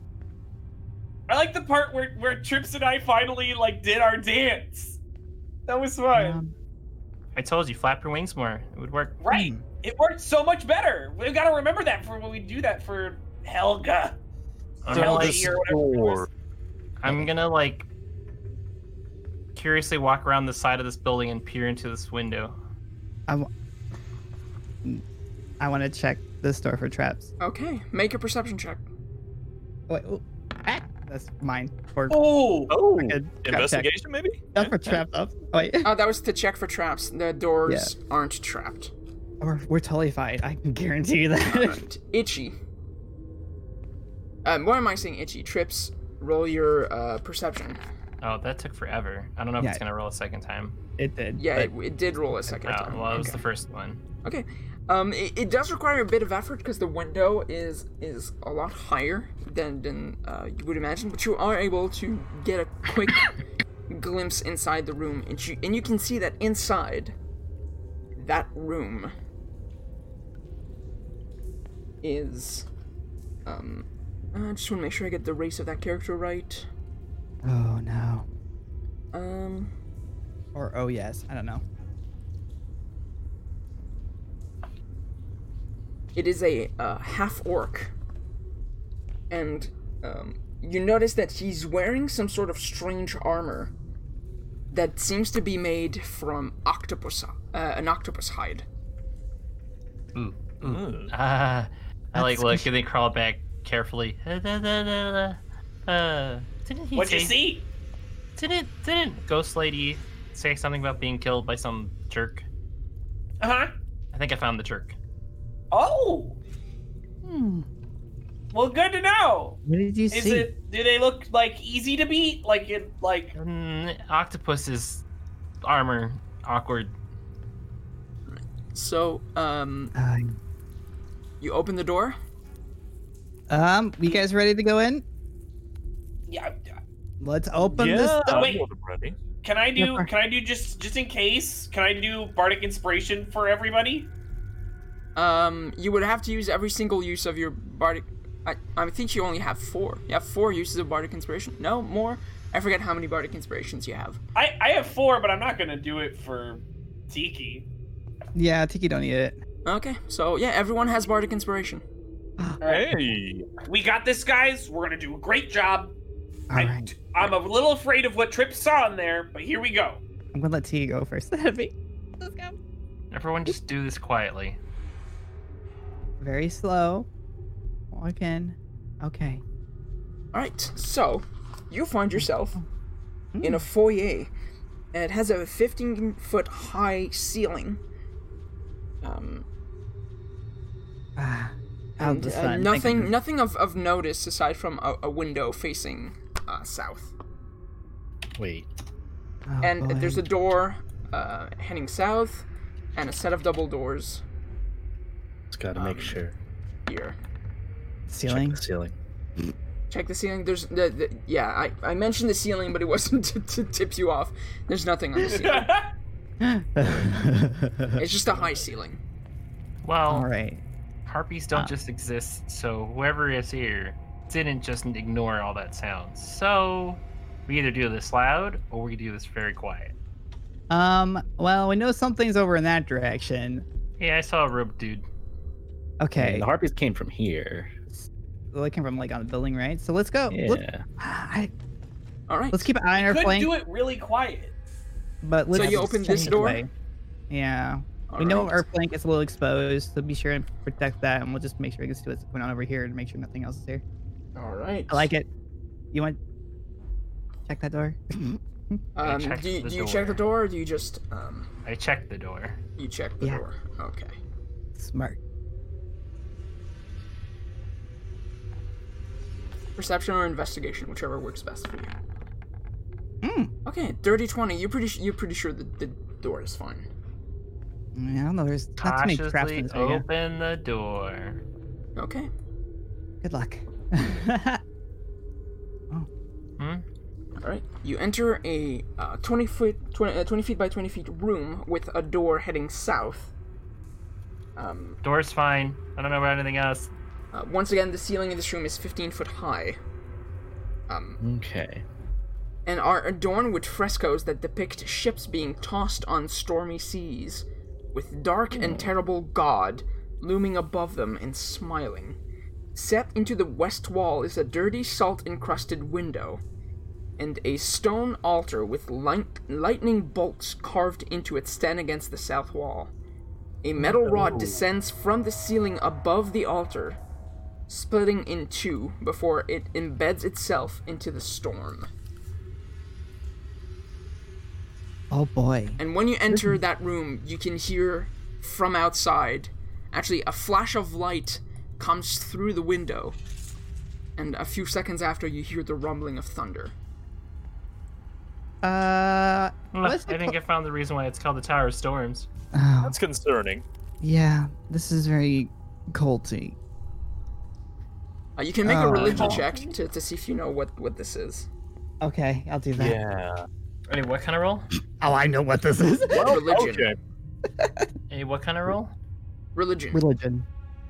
Speaker 2: I like the part where where Trips and I finally like did our dance. That was fun.
Speaker 3: Um,
Speaker 5: I told you, flap your wings more. It would work.
Speaker 2: Right.
Speaker 3: Hmm.
Speaker 2: It worked so much better. We've got to remember that for when we do that for Helga.
Speaker 5: I'm
Speaker 2: So
Speaker 5: gonna,
Speaker 2: I'll
Speaker 5: like,
Speaker 2: just- or whatever it was.
Speaker 5: I'm gonna like curiously walk around the side of this building and peer into this window.
Speaker 3: Um, I want to check this door for traps.
Speaker 4: okay, make a perception check.
Speaker 3: Wait, ooh, ah, that's mine. For
Speaker 2: Oh,
Speaker 1: Oh,
Speaker 3: good trap check.
Speaker 1: investigation maybe?
Speaker 3: Not for traps. Oh, wait,
Speaker 4: Oh, that was to check for traps. The doors aren't trapped.
Speaker 3: we're, we're totally fine. I can guarantee you that.
Speaker 4: Alright, Itchy. Um, why am I saying itchy? Trips, roll your uh, perception.
Speaker 5: Oh, that took forever. I don't know if it's
Speaker 3: Yeah.
Speaker 5: gonna roll a second time.
Speaker 3: it did.
Speaker 4: Yeah, it, it did roll a second
Speaker 5: Oh,
Speaker 4: time.
Speaker 5: well, it was
Speaker 4: Okay.
Speaker 5: the first one.
Speaker 4: Okay. Um, it, it does require a bit of effort because the window is is a lot higher than than uh, you would imagine, but you are able to get a quick glimpse inside the room, and you and you can see that inside that room is um. I just want to make sure I get the race of that character right.
Speaker 3: Oh no.
Speaker 4: Um,
Speaker 3: Or oh yes. I don't know.
Speaker 4: It is a uh, half orc. And um, you notice that he's wearing some sort of strange armor that seems to be made from octopus, uh, an octopus hide.
Speaker 1: Mm.
Speaker 5: Ah, I like
Speaker 3: That's
Speaker 5: look and then crawl back carefully. Uh, da, da, da, da. Uh, didn't he
Speaker 2: what'd
Speaker 5: say,
Speaker 2: you see?
Speaker 5: Didn't didn't Ghost Lady say something about being killed by some jerk?
Speaker 2: Uh huh.
Speaker 5: I think I found the jerk.
Speaker 2: Oh,
Speaker 3: Hmm.
Speaker 2: well, good to know.
Speaker 3: What did you
Speaker 2: Is
Speaker 3: see?
Speaker 2: it? Do they look like easy to beat? Like it? Like
Speaker 5: Mm, octopus's armor awkward.
Speaker 4: So, um,
Speaker 3: Um,
Speaker 4: you open the door.
Speaker 3: um, you guys ready to go in?
Speaker 2: yeah.
Speaker 3: Let's open this.
Speaker 1: Yeah,
Speaker 2: wait.
Speaker 1: I'm ready.
Speaker 2: Can I do?
Speaker 3: Yeah.
Speaker 2: Can I do just just in case? Can I do bardic inspiration for everybody?
Speaker 4: Um, you would have to use every single use of your bardic. I, I think you only have four. You have four uses of bardic inspiration. No more. I forget how many bardic inspirations you have.
Speaker 2: I I have four, but I'm not gonna do it for Tiki.
Speaker 3: Yeah, Tiki don't need it.
Speaker 4: Okay, so yeah, everyone has bardic inspiration.
Speaker 1: Hey,
Speaker 2: We got this, guys. We're gonna do a great job.
Speaker 3: All
Speaker 2: I,
Speaker 3: right.
Speaker 2: I'm a little afraid of what Trip saw in there, but here we go.
Speaker 3: I'm I'm gonna let T go first. Heavy. Let's go.
Speaker 5: Everyone, just do this quietly.
Speaker 3: Very slow. Walk in. Okay.
Speaker 4: All right, so you find yourself in a foyer, and it has a 15 foot high ceiling. Um,
Speaker 3: Ah, out
Speaker 4: and
Speaker 3: the
Speaker 4: uh,
Speaker 3: sun. I can-
Speaker 4: nothing, nothing of, of notice aside from a, a window facing uh, south.
Speaker 6: Wait.
Speaker 3: Oh,
Speaker 4: and
Speaker 3: boy.
Speaker 4: there's a door uh, heading south, and a set of double doors
Speaker 6: Just gotta
Speaker 4: Um,
Speaker 6: make sure.
Speaker 4: here.
Speaker 3: ceiling.
Speaker 6: Check the ceiling.
Speaker 4: Check the ceiling. There's the, the yeah. I, I mentioned the ceiling, but it wasn't to, to tip you off. There's nothing on the ceiling. it's just a high ceiling. Oh.
Speaker 5: Well,
Speaker 3: All right. Uh.
Speaker 5: harpies don't just exist, so whoever is here didn't just ignore all that sound. So we either do this loud or we do this very quiet.
Speaker 3: Um. Well, we know something's over in that direction.
Speaker 5: Yeah, I saw a rope dude.
Speaker 3: Okay.
Speaker 6: The harpies came from here.
Speaker 3: Looking from like on the building, right? So let's
Speaker 4: Oh,
Speaker 3: go. Let-
Speaker 6: Yeah.
Speaker 3: I-
Speaker 4: All right.
Speaker 3: let's keep an eye on our
Speaker 2: Could
Speaker 3: flank.
Speaker 2: do it really quiet.
Speaker 3: But let's
Speaker 4: you
Speaker 3: just
Speaker 4: open this
Speaker 3: check
Speaker 4: door?
Speaker 3: away. Yeah.
Speaker 4: All
Speaker 3: we know
Speaker 4: right.
Speaker 3: our flank is a little exposed, so be sure and protect that, and we'll just make sure it gets to what's going on over here and make sure nothing else is here.
Speaker 4: All right.
Speaker 3: I like it. You want check that door?
Speaker 4: Um,
Speaker 5: check
Speaker 4: do you,
Speaker 5: the
Speaker 4: do you check the door, or do you just um
Speaker 5: I checked the door.
Speaker 4: you check the
Speaker 3: Yeah.
Speaker 4: door? Okay.
Speaker 3: Smart.
Speaker 4: Perception or investigation, whichever works best for you.
Speaker 3: Hmm.
Speaker 4: Okay, dirty twenty. You're pretty su- you're pretty sure that the door is fine.
Speaker 3: I, mean, I don't know. There's not too many traps in
Speaker 5: Cautiously
Speaker 3: this area.
Speaker 5: open the door.
Speaker 4: Okay.
Speaker 3: Good luck.
Speaker 4: All right. You enter a uh, 20 foot 20, uh, 20 feet by 20 feet room with a door heading south. Um,
Speaker 5: Door's fine. I don't know about anything else.
Speaker 4: uh, once again, the ceiling of this room is 15 foot high. Um,
Speaker 6: Okay.
Speaker 4: and are adorned with frescoes that depict ships being tossed on stormy seas, with dark and terrible God looming above them and smiling. Set into the west wall is a dirty salt encrusted window, and a stone altar with light- lightning bolts carved into it stand against the south wall. A metal rod descends from the ceiling above the altar, splitting in two before it embeds itself into the storm.
Speaker 3: oh boy.
Speaker 4: And when you enter that room, you can hear from outside. Actually, a flash of light comes through the window. And a few seconds after, you hear the rumbling of thunder.
Speaker 3: Uh.
Speaker 5: Look,
Speaker 3: what's
Speaker 5: I
Speaker 3: it
Speaker 5: think I found the reason why it's called the Tower of Storms.
Speaker 3: Oh,
Speaker 1: That's concerning.
Speaker 3: yeah. This is very culty.
Speaker 4: Uh, you can make a
Speaker 3: Oh,
Speaker 4: religion
Speaker 3: no.
Speaker 4: check to, to see if you know what, what this is.
Speaker 3: Okay, I'll do that.
Speaker 1: Yeah.
Speaker 5: Hey, what kind of roll?
Speaker 3: Oh, I know what this is.
Speaker 4: religion.
Speaker 1: Okay.
Speaker 5: Hey, what kind of roll?
Speaker 4: Religion.
Speaker 3: Religion.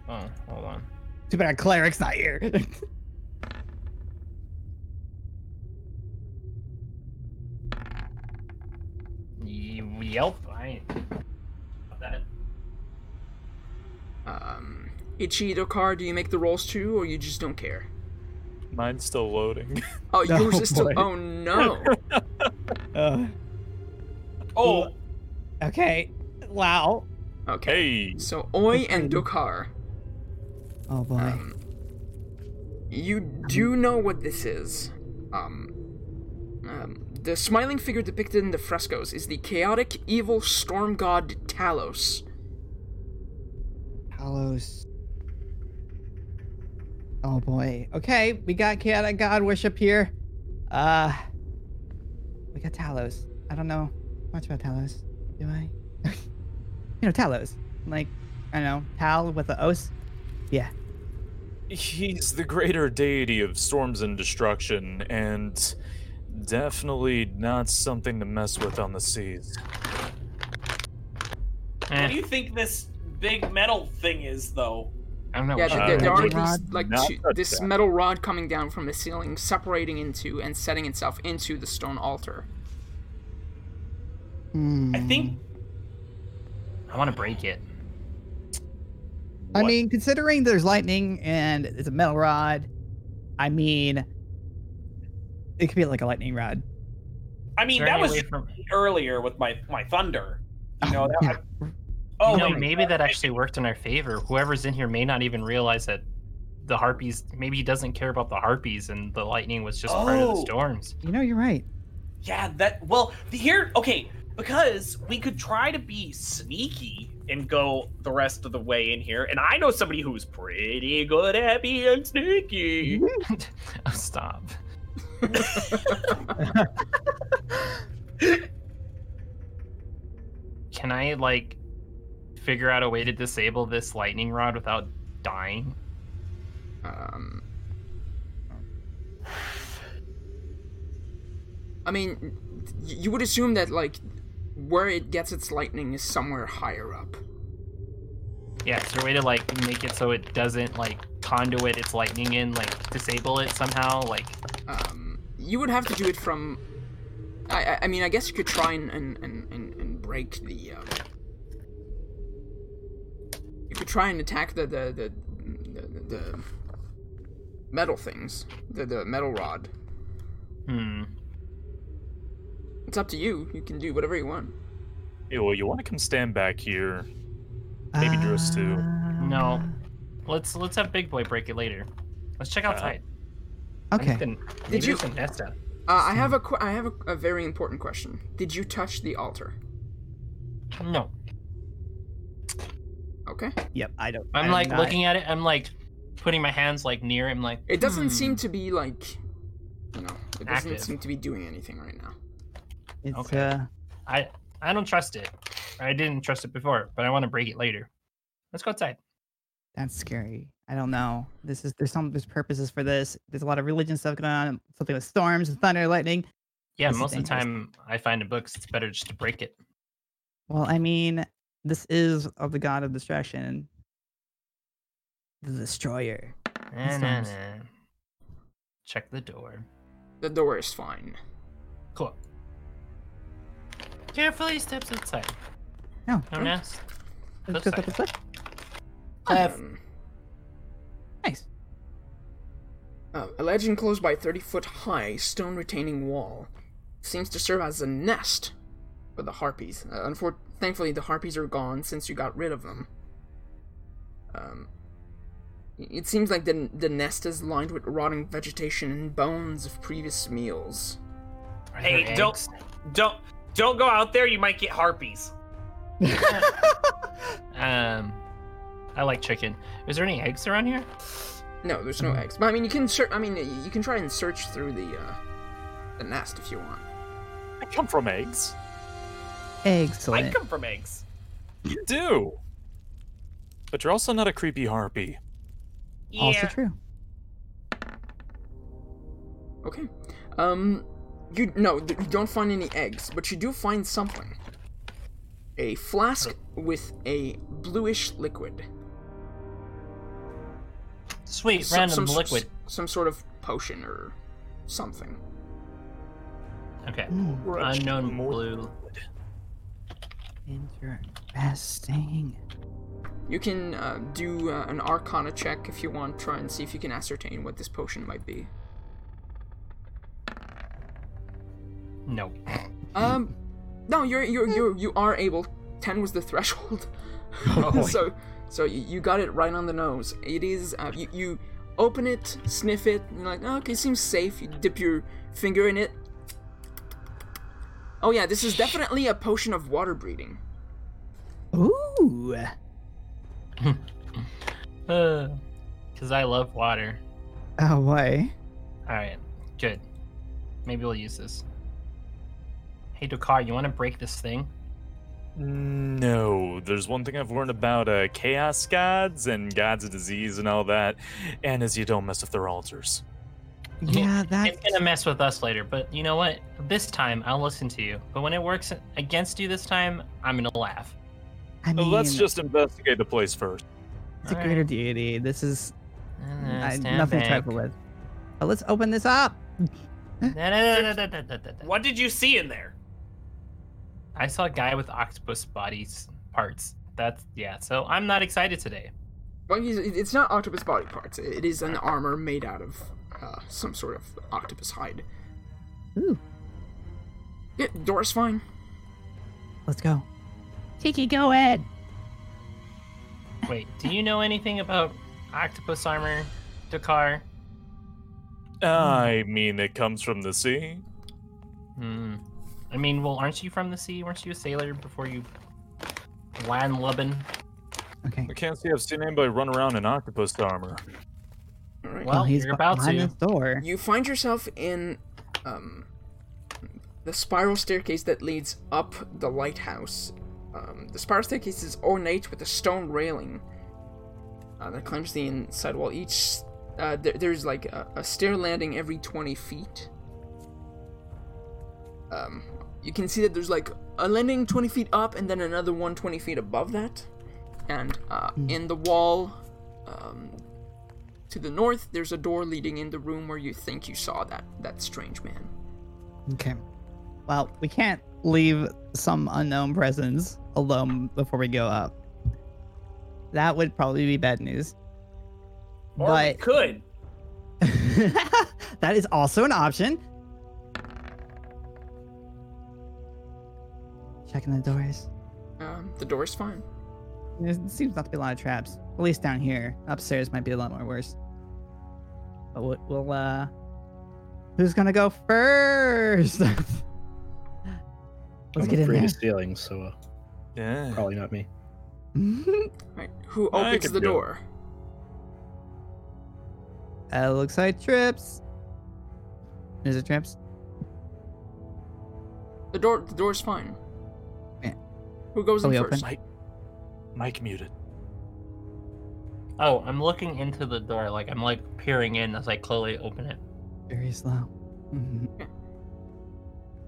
Speaker 5: Oh, hold on.
Speaker 3: Too bad our cleric's not here.
Speaker 5: Ye- Yelp. Eh, I ain't that.
Speaker 4: um, Ichi, Dokar, do you make the rolls too, or you just don't care?
Speaker 1: Mine's still loading.
Speaker 4: Oh,
Speaker 3: No,
Speaker 4: yours is still.
Speaker 3: boy.
Speaker 4: Oh no!
Speaker 3: uh,
Speaker 2: Oh,
Speaker 3: okay. Wow.
Speaker 4: Okay.
Speaker 1: hey.
Speaker 4: So, Oi and Dokar.
Speaker 3: Oh boy.
Speaker 4: Um, you do know what this is. Um, um, the smiling figure depicted in the frescoes is the chaotic, evil storm god Talos.
Speaker 3: Talos. Oh boy. Okay, we got chaotic god worship here. Uh we got Talos. I don't know much about Talos. Do I? you know Talos. Like, I don't know, Tal with the os. Yeah.
Speaker 1: he's the greater deity of storms and destruction, and definitely not something to mess with on the seas.
Speaker 2: what
Speaker 5: Eh,
Speaker 2: do you think this big metal thing is, though?
Speaker 5: I don't know.
Speaker 4: Yeah,
Speaker 5: what
Speaker 4: th-
Speaker 1: Uh,
Speaker 4: there, there are
Speaker 3: metal
Speaker 4: these,
Speaker 3: rod?
Speaker 4: like
Speaker 1: Not
Speaker 4: two,
Speaker 1: touch
Speaker 4: this
Speaker 1: that.
Speaker 4: metal rod coming down from the ceiling, separating into and setting itself into the stone altar.
Speaker 3: Hmm. Mm.
Speaker 2: I think
Speaker 5: I want to break it.
Speaker 3: I
Speaker 1: What?
Speaker 3: mean, considering there's lightning and it's a metal rod, I mean, it could be like a lightning rod.
Speaker 2: I mean,
Speaker 5: there
Speaker 2: that
Speaker 5: any
Speaker 2: was
Speaker 5: way
Speaker 2: just
Speaker 5: from-
Speaker 2: earlier with my my thunder. You know, that,
Speaker 5: Oh,
Speaker 2: oh,
Speaker 5: no,
Speaker 2: wait,
Speaker 5: maybe that actually worked in our favor. Whoever's in here may not even realize that the harpies. Maybe he doesn't care about the harpies, and the lightning was just part of the
Speaker 2: Oh.
Speaker 5: storms.
Speaker 3: You know, you're right.
Speaker 2: yeah, that. Well, the- here, okay, because we could try to be sneaky and go the rest of the way in here. And I know somebody who's pretty good at being sneaky.
Speaker 3: Mm-hmm.
Speaker 5: oh, stop. Can I like figure out a way to disable this lightning rod without dying?
Speaker 4: Um, I mean, y- you would assume that like where it gets its lightning is somewhere higher up.
Speaker 5: Yeah, is there a way to like make it so it doesn't like conduit its lightning in, like disable it somehow? Like
Speaker 4: Um, you would have to do it from. I, I, I mean, I guess you could try and and, and, and, and break the. Um, you could try and attack the the the, the, the, the metal things, the the metal rod.
Speaker 5: hmm.
Speaker 4: It's up to you. You can do whatever you want.
Speaker 1: Hey, well, you want to come stand back here? Maybe Drus too.
Speaker 3: Uh,
Speaker 5: No. Let's let's have Big Boy break it later. Let's check outside. I'm
Speaker 3: Okay.
Speaker 5: just gonna- maybe
Speaker 4: you-
Speaker 5: there's a nest out-
Speaker 4: Uh, I have a qu- I have a, a very important question. Did you touch the altar?
Speaker 5: No.
Speaker 4: Okay.
Speaker 3: Yep, I don't.
Speaker 5: I'm like looking at it, I'm like putting my hands like near it, I'm like
Speaker 4: It doesn't
Speaker 5: hmm.
Speaker 4: seem to be like, you know, it doesn't
Speaker 5: Active.
Speaker 4: seem to be doing anything right now.
Speaker 3: It's,
Speaker 5: Okay.
Speaker 3: uh,
Speaker 5: I I don't trust it. I didn't trust it before, but I want to break it later. Let's go outside.
Speaker 3: that's scary. I don't know. This is there's some there's purposes for this. There's a lot of religion stuff going on. Something with storms and thunder, lightning.
Speaker 5: Yeah,
Speaker 3: This is
Speaker 5: most of the
Speaker 3: dangerous.
Speaker 5: time I find in books it's better just to break it.
Speaker 3: Well, I mean, this is of the god of distraction, the destroyer.
Speaker 5: Nah, nah,
Speaker 3: sounds-
Speaker 5: nah. Check the door.
Speaker 4: The door is fine.
Speaker 5: Cool. Carefully steps outside.
Speaker 3: No,
Speaker 5: No
Speaker 4: Hmm?
Speaker 5: nest.
Speaker 3: let's go
Speaker 5: Outside.
Speaker 3: this way.
Speaker 4: Um,
Speaker 3: Nice.
Speaker 4: uh, a ledge enclosed by 30 foot high stone retaining wall seems to serve as a nest for the harpies. Uh, unfor- thankfully, the harpies are gone since you got rid of them. Um, it seems like the, the nest is lined with rotting vegetation and bones of previous meals.
Speaker 5: Are
Speaker 2: Hey,
Speaker 5: there
Speaker 2: don't-
Speaker 5: eggs?
Speaker 2: Don't don't go out there. You might get harpies.
Speaker 5: Um, I like chicken. Is there any eggs around here?
Speaker 4: No, there's no eggs. But I mean, you can search. I mean, y- you can try and search through the uh, the nest if you want.
Speaker 1: I come from eggs.
Speaker 2: I
Speaker 3: Excellent.
Speaker 2: come from eggs.
Speaker 1: You do. But you're also not a creepy harpy.
Speaker 2: Yeah.
Speaker 3: Also true.
Speaker 4: Okay. Um, you no, th- you don't find any eggs, but you do find something. A flask with a bluish liquid.
Speaker 5: Sweet,
Speaker 4: Some-
Speaker 5: random
Speaker 4: some,
Speaker 5: liquid.
Speaker 4: s- Some sort of potion or something.
Speaker 5: Okay.
Speaker 3: Ooh,
Speaker 5: Unknown blue.
Speaker 3: interesting.
Speaker 4: You can uh, do uh, an Arcana check if you want. Try and see if you can ascertain what this potion might be.
Speaker 5: No.
Speaker 4: Um, no, you're you're you you are able. Ten was the threshold, so so you, you got it right on the nose. It is uh, you you open it, sniff it, and you're like, oh, okay, seems safe. You dip your finger in it. Oh yeah, this is definitely a potion of water breeding.
Speaker 3: Ooh.
Speaker 5: Because Uh. I love water.
Speaker 3: Oh boy.
Speaker 5: All right, good. Maybe we'll use this. Hey, Dakar, you want to break this thing?
Speaker 1: No, there's one thing I've learned about uh, chaos gods and gods of disease and all that, and is you don't mess with their altars.
Speaker 3: Yeah, that.
Speaker 5: It's gonna mess with us later, but you know what? This time I'll listen to you. But when it works against you this time, I'm gonna laugh.
Speaker 3: I
Speaker 1: So
Speaker 3: mean,
Speaker 1: let's just investigate the place first.
Speaker 3: it's a
Speaker 5: All
Speaker 3: greater deity. This is
Speaker 5: right.
Speaker 3: I,
Speaker 5: Ah, Uh, Stand
Speaker 3: nothing to
Speaker 5: back.
Speaker 3: trifle with. But let's open this up.
Speaker 5: Da, da, da, da, da, da, da, da.
Speaker 2: What did you see in there?
Speaker 5: I saw a guy with octopus bodies parts. That's yeah. So I'm not excited today.
Speaker 4: Well, he's- it- it's not octopus body parts. It is an armor made out of uh, some sort of octopus hide.
Speaker 3: Ooh.
Speaker 4: Yeah, door's fine.
Speaker 3: Let's go.
Speaker 11: Tiki, go ahead.
Speaker 5: Wait, do you know anything about octopus armor, Dakar?
Speaker 1: I mean, it comes from the sea.
Speaker 5: Hmm. I mean, well, aren't you from the sea? Weren't you a sailor before you landlubbing?
Speaker 1: I can't see I've seen anybody run around in octopus armor.
Speaker 4: Alright.
Speaker 5: Well, he's you're about
Speaker 3: behind
Speaker 5: to.
Speaker 3: this door.
Speaker 4: You find yourself in um, the spiral staircase that leads up the lighthouse. Um, the spiral staircase is ornate with a stone railing uh, that climbs the inside wall. Each uh, there, there's like a, a stair landing every 20 feet. Um, you can see that there's like a landing 20 feet up and then another one 20 feet above that. And uh, in the wall um, to the north, there's a door leading in the room where you think you saw that that strange man.
Speaker 3: Okay. Well, we can't leave some unknown presence alone before we go up. That would probably be bad news.
Speaker 2: Or we
Speaker 3: but
Speaker 2: could.
Speaker 3: that is also an option. Checking the doors.
Speaker 4: Um, the door's fine.
Speaker 3: There seems not to be a lot of traps. At least down here. Upstairs might be a lot more worse. But we'll, we'll uh, who's gonna go first? Let's
Speaker 6: I'm
Speaker 3: get in
Speaker 6: afraid
Speaker 3: there.
Speaker 6: of stealing, so uh,
Speaker 1: Yeah.
Speaker 6: probably not me.
Speaker 4: Right. Who
Speaker 1: I
Speaker 4: opens
Speaker 1: can
Speaker 4: the
Speaker 1: do it.
Speaker 4: door?
Speaker 3: Uh, looks like trips. Is it trips?
Speaker 4: The door. The door's fine.
Speaker 3: Yeah.
Speaker 4: Who goes
Speaker 3: Are
Speaker 4: in
Speaker 3: we
Speaker 4: first?
Speaker 1: Mike, Mike muted.
Speaker 5: Oh, I'm looking into the door. Like I'm like peering in as I slowly open it.
Speaker 3: Very slow. Mhm.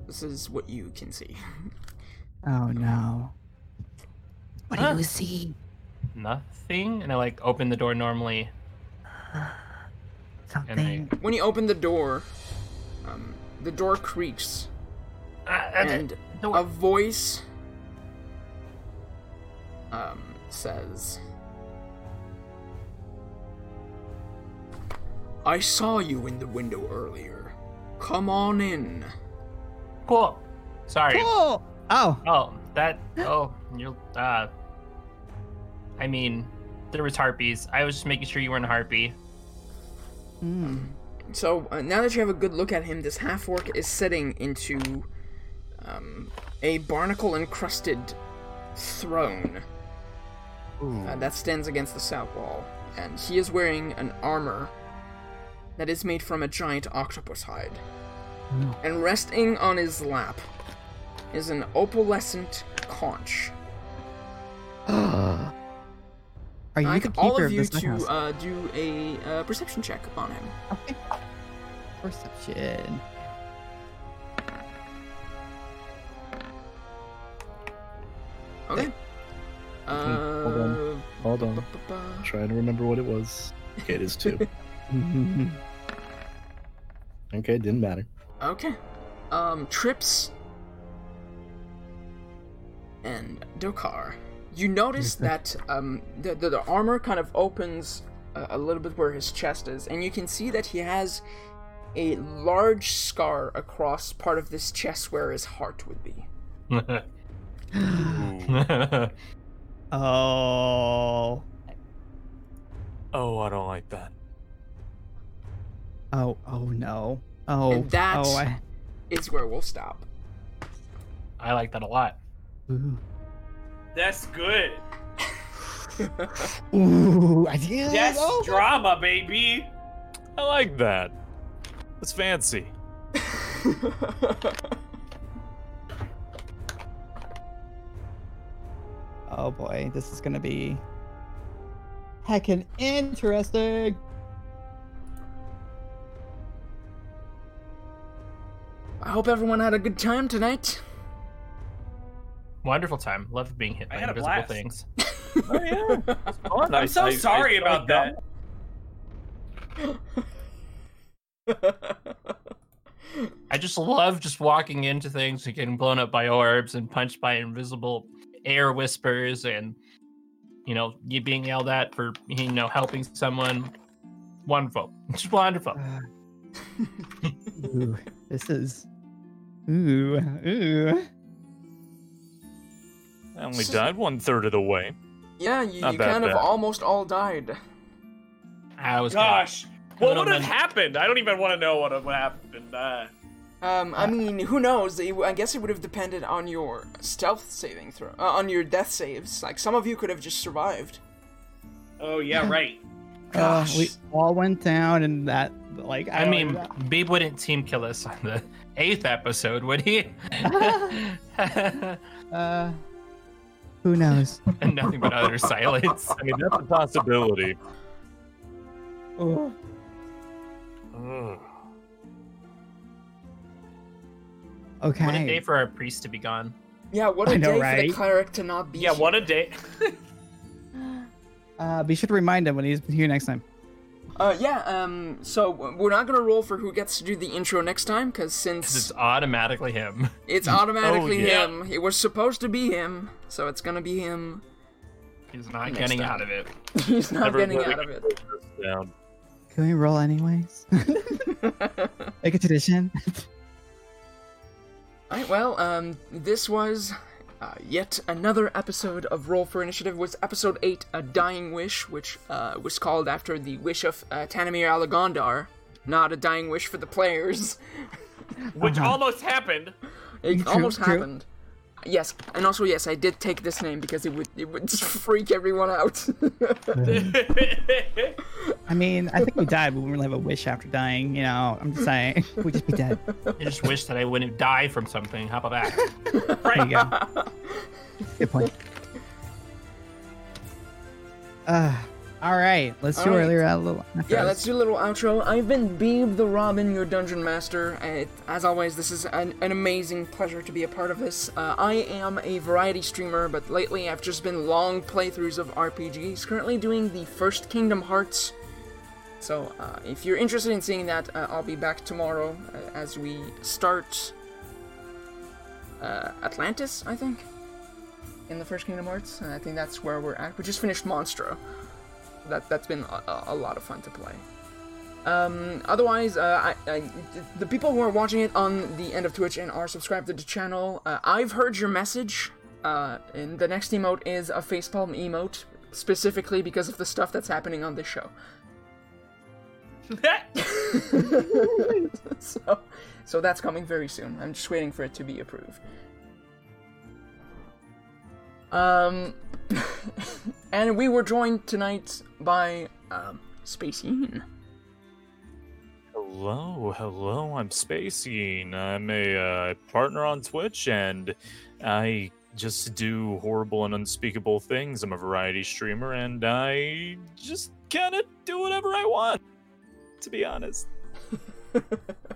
Speaker 4: This is what you can see.
Speaker 3: Oh no.
Speaker 11: What
Speaker 5: Huh?
Speaker 11: do you see?
Speaker 5: Nothing, and I like open the door normally. And I,
Speaker 11: Something.
Speaker 4: When you open the door, um, the door creaks,
Speaker 5: ah, that's it.
Speaker 4: and
Speaker 5: Door.
Speaker 4: a voice um, says, "I saw you in the window earlier. Come on in."
Speaker 5: Cool. Sorry.
Speaker 3: Cool. Oh,
Speaker 5: Oh, that. Oh, you're. Uh, I mean, there was harpies. I was just making sure you weren't a harpy.
Speaker 3: mm.
Speaker 4: So uh, now that you have a good look at him, this half orc is sitting into um, a barnacle encrusted throne uh, that stands against the south wall, and he is wearing an armor that is made from a giant octopus hide. And resting on his lap is an opalescent conch.
Speaker 3: are
Speaker 4: I
Speaker 3: you the
Speaker 4: could all
Speaker 3: keeper
Speaker 4: of
Speaker 3: of
Speaker 4: you
Speaker 3: this
Speaker 4: to
Speaker 3: lighthouse?
Speaker 4: uh, do a uh, perception check on him.
Speaker 3: Okay.
Speaker 4: uh,
Speaker 3: Perception.
Speaker 4: Okay. Uh,
Speaker 6: hold on. Hold on.
Speaker 4: ba-ba-ba.
Speaker 6: Trying to remember what it was. Okay, it is two. okay, didn't matter.
Speaker 4: Okay. Um, Trips and Dokar. You notice that um, the, the, the armor kind of opens a, a little bit where his chest is, and you can see that he has a large scar across part of this chest where his heart would be.
Speaker 3: oh.
Speaker 1: Oh, I don't like that.
Speaker 3: Oh. Oh no. Oh.
Speaker 4: And that-
Speaker 3: Oh. I...
Speaker 4: It's where we'll stop.
Speaker 5: I like that a lot.
Speaker 3: Ooh.
Speaker 2: That's good.
Speaker 3: Ooh. I did.
Speaker 2: That's
Speaker 3: oh.
Speaker 2: drama, baby.
Speaker 1: I like that. It's fancy.
Speaker 3: Oh boy, this is gonna be heckin' interesting.
Speaker 4: I hope everyone had a good time tonight.
Speaker 5: Wonderful time. Love being hit by
Speaker 2: I had a
Speaker 5: invisible
Speaker 2: blast.
Speaker 5: things.
Speaker 1: Oh yeah. It's fun. I-
Speaker 2: I'm so
Speaker 1: I- I
Speaker 2: sorry
Speaker 1: feel
Speaker 2: about
Speaker 1: like
Speaker 2: that.
Speaker 5: I just love just walking into things and getting blown up by orbs and punched by invisible air whispers and you know you being yelled at for you know helping someone. Wonderful. Just wonderful.
Speaker 3: Ooh, this is Ooh, ooh. Uh,
Speaker 1: I only died one third of the way.
Speaker 4: Yeah, you,
Speaker 1: Not
Speaker 4: you
Speaker 1: that
Speaker 4: kind of
Speaker 1: bad.
Speaker 4: almost all died.
Speaker 5: I was
Speaker 2: Gosh, what
Speaker 5: Little
Speaker 2: would have
Speaker 5: men-
Speaker 2: happened? I don't even want to know what would have happened. Uh,
Speaker 4: Um, I mean, who knows? It, I guess it would have depended on your stealth saving throw, uh, on your death saves. Like some of you could have just survived.
Speaker 2: oh yeah, right.
Speaker 3: Uh, we all went down, and that, like,
Speaker 5: I
Speaker 3: don't
Speaker 5: mean,
Speaker 3: even-
Speaker 5: Beeb wouldn't team kill us on the eighth episode, would he?
Speaker 3: uh, who knows?
Speaker 5: and nothing but utter silence.
Speaker 1: I mean, that's a possibility.
Speaker 3: Ooh.
Speaker 5: What a
Speaker 3: Okay.
Speaker 5: day for our priest to be gone.
Speaker 4: Yeah, what
Speaker 3: I
Speaker 4: a
Speaker 3: know,
Speaker 4: day for
Speaker 3: right?
Speaker 4: the cleric to not be.
Speaker 2: Yeah,
Speaker 4: here.
Speaker 2: what a day.
Speaker 3: Uh, be sure to remind him when he's here next time.
Speaker 4: Uh, yeah. Um, so w- we're not gonna roll for who gets to do the intro next time, cause since
Speaker 5: 'Cause It's automatically him.
Speaker 4: it's automatically
Speaker 1: Oh, yeah.
Speaker 4: him, it was supposed to be him, so it's gonna be him.
Speaker 5: He's not
Speaker 4: Next
Speaker 5: getting
Speaker 4: time.
Speaker 5: out of it.
Speaker 4: He's not getting
Speaker 1: Everybody-
Speaker 4: out of it.
Speaker 1: Down.
Speaker 3: Can we roll anyways? Make a tradition.
Speaker 4: Alright, well, um, this was uh, yet another episode of Roll for Initiative. was episode 8, A Dying Wish, which uh, was called after the wish of uh, Tanamir Alagondar. Not a dying wish for the players.
Speaker 2: Which almost happened.
Speaker 4: It
Speaker 3: True,
Speaker 4: almost
Speaker 3: true.
Speaker 4: happened. Yes, and also yes, I did take this name because it would it would freak everyone out.
Speaker 3: I mean, I think we died, but we really have a wish after dying. You know, I'm just saying, we just be dead.
Speaker 5: I just wish that I wouldn't die from something. How about that?
Speaker 3: There you go. Good point. Uh, all right, let's do
Speaker 4: All
Speaker 3: our
Speaker 4: right.
Speaker 3: little- little.
Speaker 4: Yeah, let's do a little outro. I've been Beeb the Robin, your dungeon master. and as always, this is an, an amazing pleasure to be a part of this. Uh, I am a variety streamer, but lately I've just been long playthroughs of RPGs. Currently doing the first Kingdom Hearts. So uh, if you're interested in seeing that, uh, I'll be back tomorrow uh, as we start uh, Atlantis, I think, in the first Kingdom Hearts. And I think that's where we're at. We just finished Monstro that that's been a- a, a lot of fun to play. Um, otherwise, uh, I, I, the people who are watching it on the end of Twitch and are subscribed to the channel, uh, I've heard your message. Uh, and the next emote is a facepalm emote, specifically because of the stuff that's happening on this show. so, so that's coming very soon. I'm just waiting for it to be approved. Um, and we were joined tonight by um, Space Ian.
Speaker 1: Hello, hello. I'm Spaceen. I'm a uh, partner on Twitch, and I just do horrible and unspeakable things. I'm a variety streamer, and I just kind of do whatever I want. To be honest,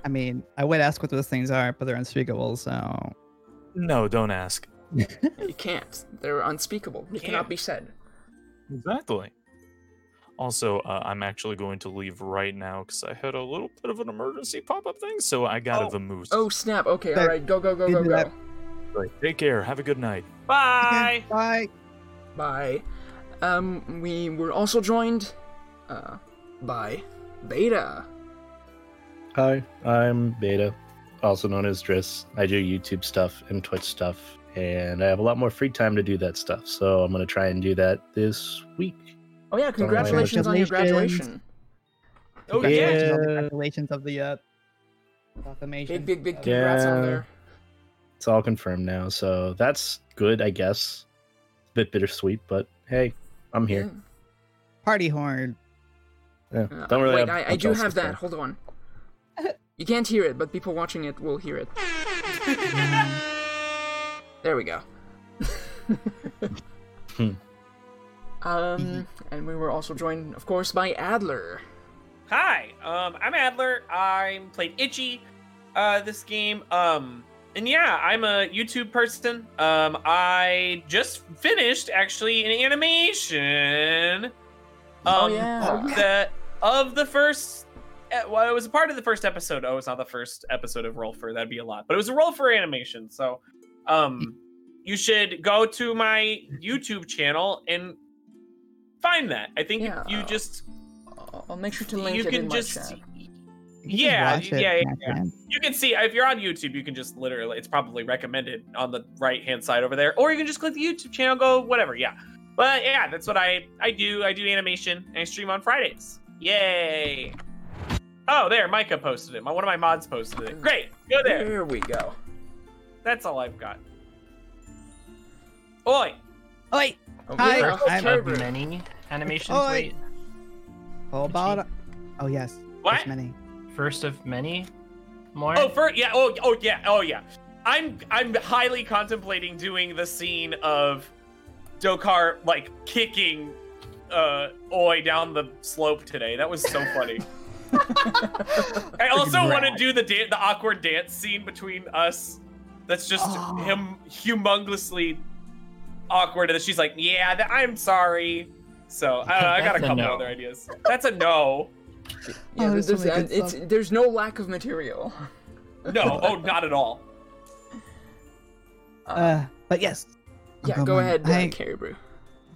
Speaker 3: I mean, I would ask what those things are, but they're unspeakable, so
Speaker 1: no, don't ask.
Speaker 4: You can't. They're unspeakable. They cannot be said.
Speaker 1: Exactly. Also, uh, I'm actually going to leave right now because I had a little bit of an emergency pop-up thing, so I gotta vamoose.
Speaker 4: Oh snap! Okay, all
Speaker 3: That-
Speaker 4: right, go go go
Speaker 3: they
Speaker 4: go
Speaker 3: do
Speaker 4: go.
Speaker 3: that-
Speaker 1: Right. Take care. Have a good night.
Speaker 2: Bye.
Speaker 3: bye.
Speaker 4: Bye. Um, we were also joined uh, by Beta.
Speaker 6: Hi, I'm Beta, also known as Driss. I do YouTube stuff and Twitch stuff, and I have a lot more free time to do that stuff. So I'm gonna try and do that this week.
Speaker 4: Oh yeah, congratulations on your
Speaker 3: Congratulations.
Speaker 4: graduation.
Speaker 2: Oh yeah.
Speaker 3: Congratulations on the
Speaker 6: Yeah.
Speaker 3: Congratulations of the uh, proclamation. Uh,
Speaker 4: Big big big
Speaker 3: of-
Speaker 4: congrats on
Speaker 6: Yeah.
Speaker 4: there.
Speaker 6: It's all confirmed now, so that's good, I guess. A bit bittersweet, but hey, I'm here.
Speaker 3: Party horn.
Speaker 6: Yeah,
Speaker 4: Yeah. Uh,
Speaker 6: don't really
Speaker 4: Wait,
Speaker 6: have
Speaker 4: I, I
Speaker 6: much
Speaker 4: do
Speaker 6: else to
Speaker 4: have
Speaker 6: say.
Speaker 4: that. Hold on. You can't hear it, but people watching it will hear it. There we go.
Speaker 6: Hmm.
Speaker 4: um, and we were also joined, of course, by Adler.
Speaker 2: Hi, um, I'm Adler. I'm played Itchy uh, this game. Um, and yeah, I'm a YouTube person. Um, I just finished actually an animation. Um,
Speaker 4: Oh, yeah.
Speaker 2: that of the first. eh, Well, it was a part of the first episode. Oh, it's not the first episode of Roll for. That'd be a lot, but it was a Roll for animation. So, um, you should go to my YouTube channel and find that. I think if
Speaker 4: Yeah.
Speaker 2: you just
Speaker 4: I'll- I'll make sure to link
Speaker 2: you
Speaker 4: it
Speaker 2: can
Speaker 4: in
Speaker 2: just
Speaker 4: my chat.
Speaker 3: You
Speaker 2: Yeah,
Speaker 3: just watch it
Speaker 2: yeah,
Speaker 3: and
Speaker 2: yeah,
Speaker 3: that's it.
Speaker 2: You can see if you're on YouTube, you can just literally it's probably recommended on the right hand side over there, or you can just click the YouTube channel, go whatever. Yeah, but yeah, that's what I I do. I do animation and I stream on Fridays. Yay! Oh, there, Micah posted it. My one of my mods posted it. Great, go there.
Speaker 4: There we go.
Speaker 5: Oh,
Speaker 2: That's all I've got. Oi,
Speaker 3: Oi!
Speaker 5: Oh,
Speaker 3: Hi,
Speaker 5: first
Speaker 3: I'm-
Speaker 5: of many animations.
Speaker 3: Oi.
Speaker 5: Wait,
Speaker 3: How about? Oh yes.
Speaker 2: What?
Speaker 3: there's Many.
Speaker 5: first of many more.
Speaker 2: Oh, for yeah. Oh, oh yeah. Oh yeah. I'm I'm highly contemplating doing the scene of Dokar like kicking uh Oi down the slope today. That was so funny. I also want to do the da- the awkward dance scene between us. That's just him humongously awkward, and then she's like, "Yeah, th- I'm sorry." So I, don't know, I got a
Speaker 5: That's a
Speaker 2: couple
Speaker 5: no.
Speaker 2: other ideas. That's a no.
Speaker 4: Yeah,
Speaker 3: Oh,
Speaker 4: there's,
Speaker 3: there's so many
Speaker 4: uh,
Speaker 3: good
Speaker 4: it's,
Speaker 3: stuff.
Speaker 4: there's no lack of material.
Speaker 2: No. Oh, not at all.
Speaker 3: Uh, but yes. I'm
Speaker 4: Yeah, go
Speaker 3: going.
Speaker 4: ahead, uh,
Speaker 3: I-
Speaker 4: Caribou.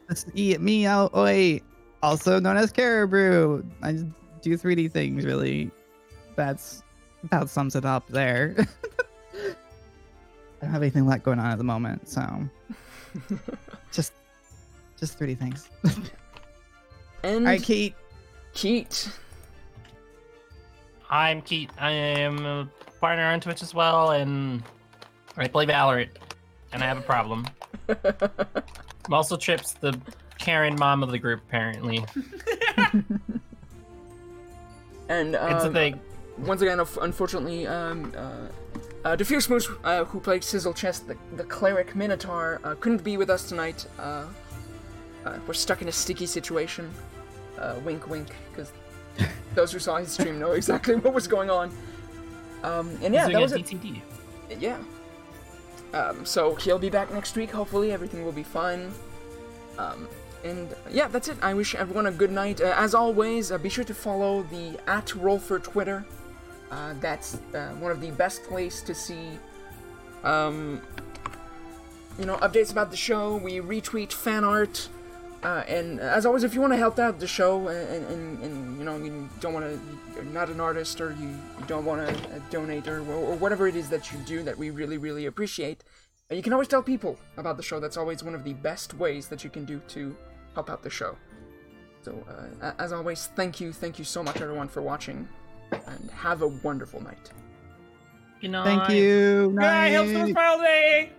Speaker 3: Let's eat me out. Oi! Also known as Caribou. I just do 3D things really. That's about sums it up there. I don't have anything like going on at the moment, so just just 3D things.
Speaker 4: And
Speaker 3: All right, Kate.
Speaker 4: Keat.
Speaker 5: I'm Keith. I am a partner on Twitch as well, and I play Valorant, and I have a problem. I'm also Trips, the Karen mom of the group, apparently.
Speaker 4: And um,
Speaker 5: It's a thing.
Speaker 4: once again, unf- unfortunately, um, uh, uh, Defear Moose, uh, who played Sizzle Chest, the, the cleric Minotaur, uh, couldn't be with us tonight. Uh, uh, we're stuck in a sticky situation. Uh, wink, wink, because those who saw his stream know exactly what was going on. Um, and yeah,
Speaker 5: He's
Speaker 4: that
Speaker 5: doing
Speaker 4: was
Speaker 5: a
Speaker 4: it.
Speaker 5: DTD.
Speaker 4: Yeah. Um, so he'll be back next week. Hopefully, everything will be fine. Um, and yeah, that's it. I wish everyone a good night. Uh, as always, uh, be sure to follow the at roll for Twitter. Uh, that's uh, one of the best place to see, um, you know, updates about the show. We retweet fan art. Uh, and as always, if you want to help out the show, and, and, and you know, you don't want to, you're not an artist, or you, you don't want to uh, donate, or, or whatever it is that you do that we really, really appreciate, uh, you can always tell people about the show. That's always one of the best ways that you can do to help out the show. So, uh, a- as always, thank you, thank you so much, everyone, for watching, and have a wonderful night.
Speaker 5: Good night.
Speaker 3: Thank you.
Speaker 2: Guy helps
Speaker 3: Night.
Speaker 2: with Friday.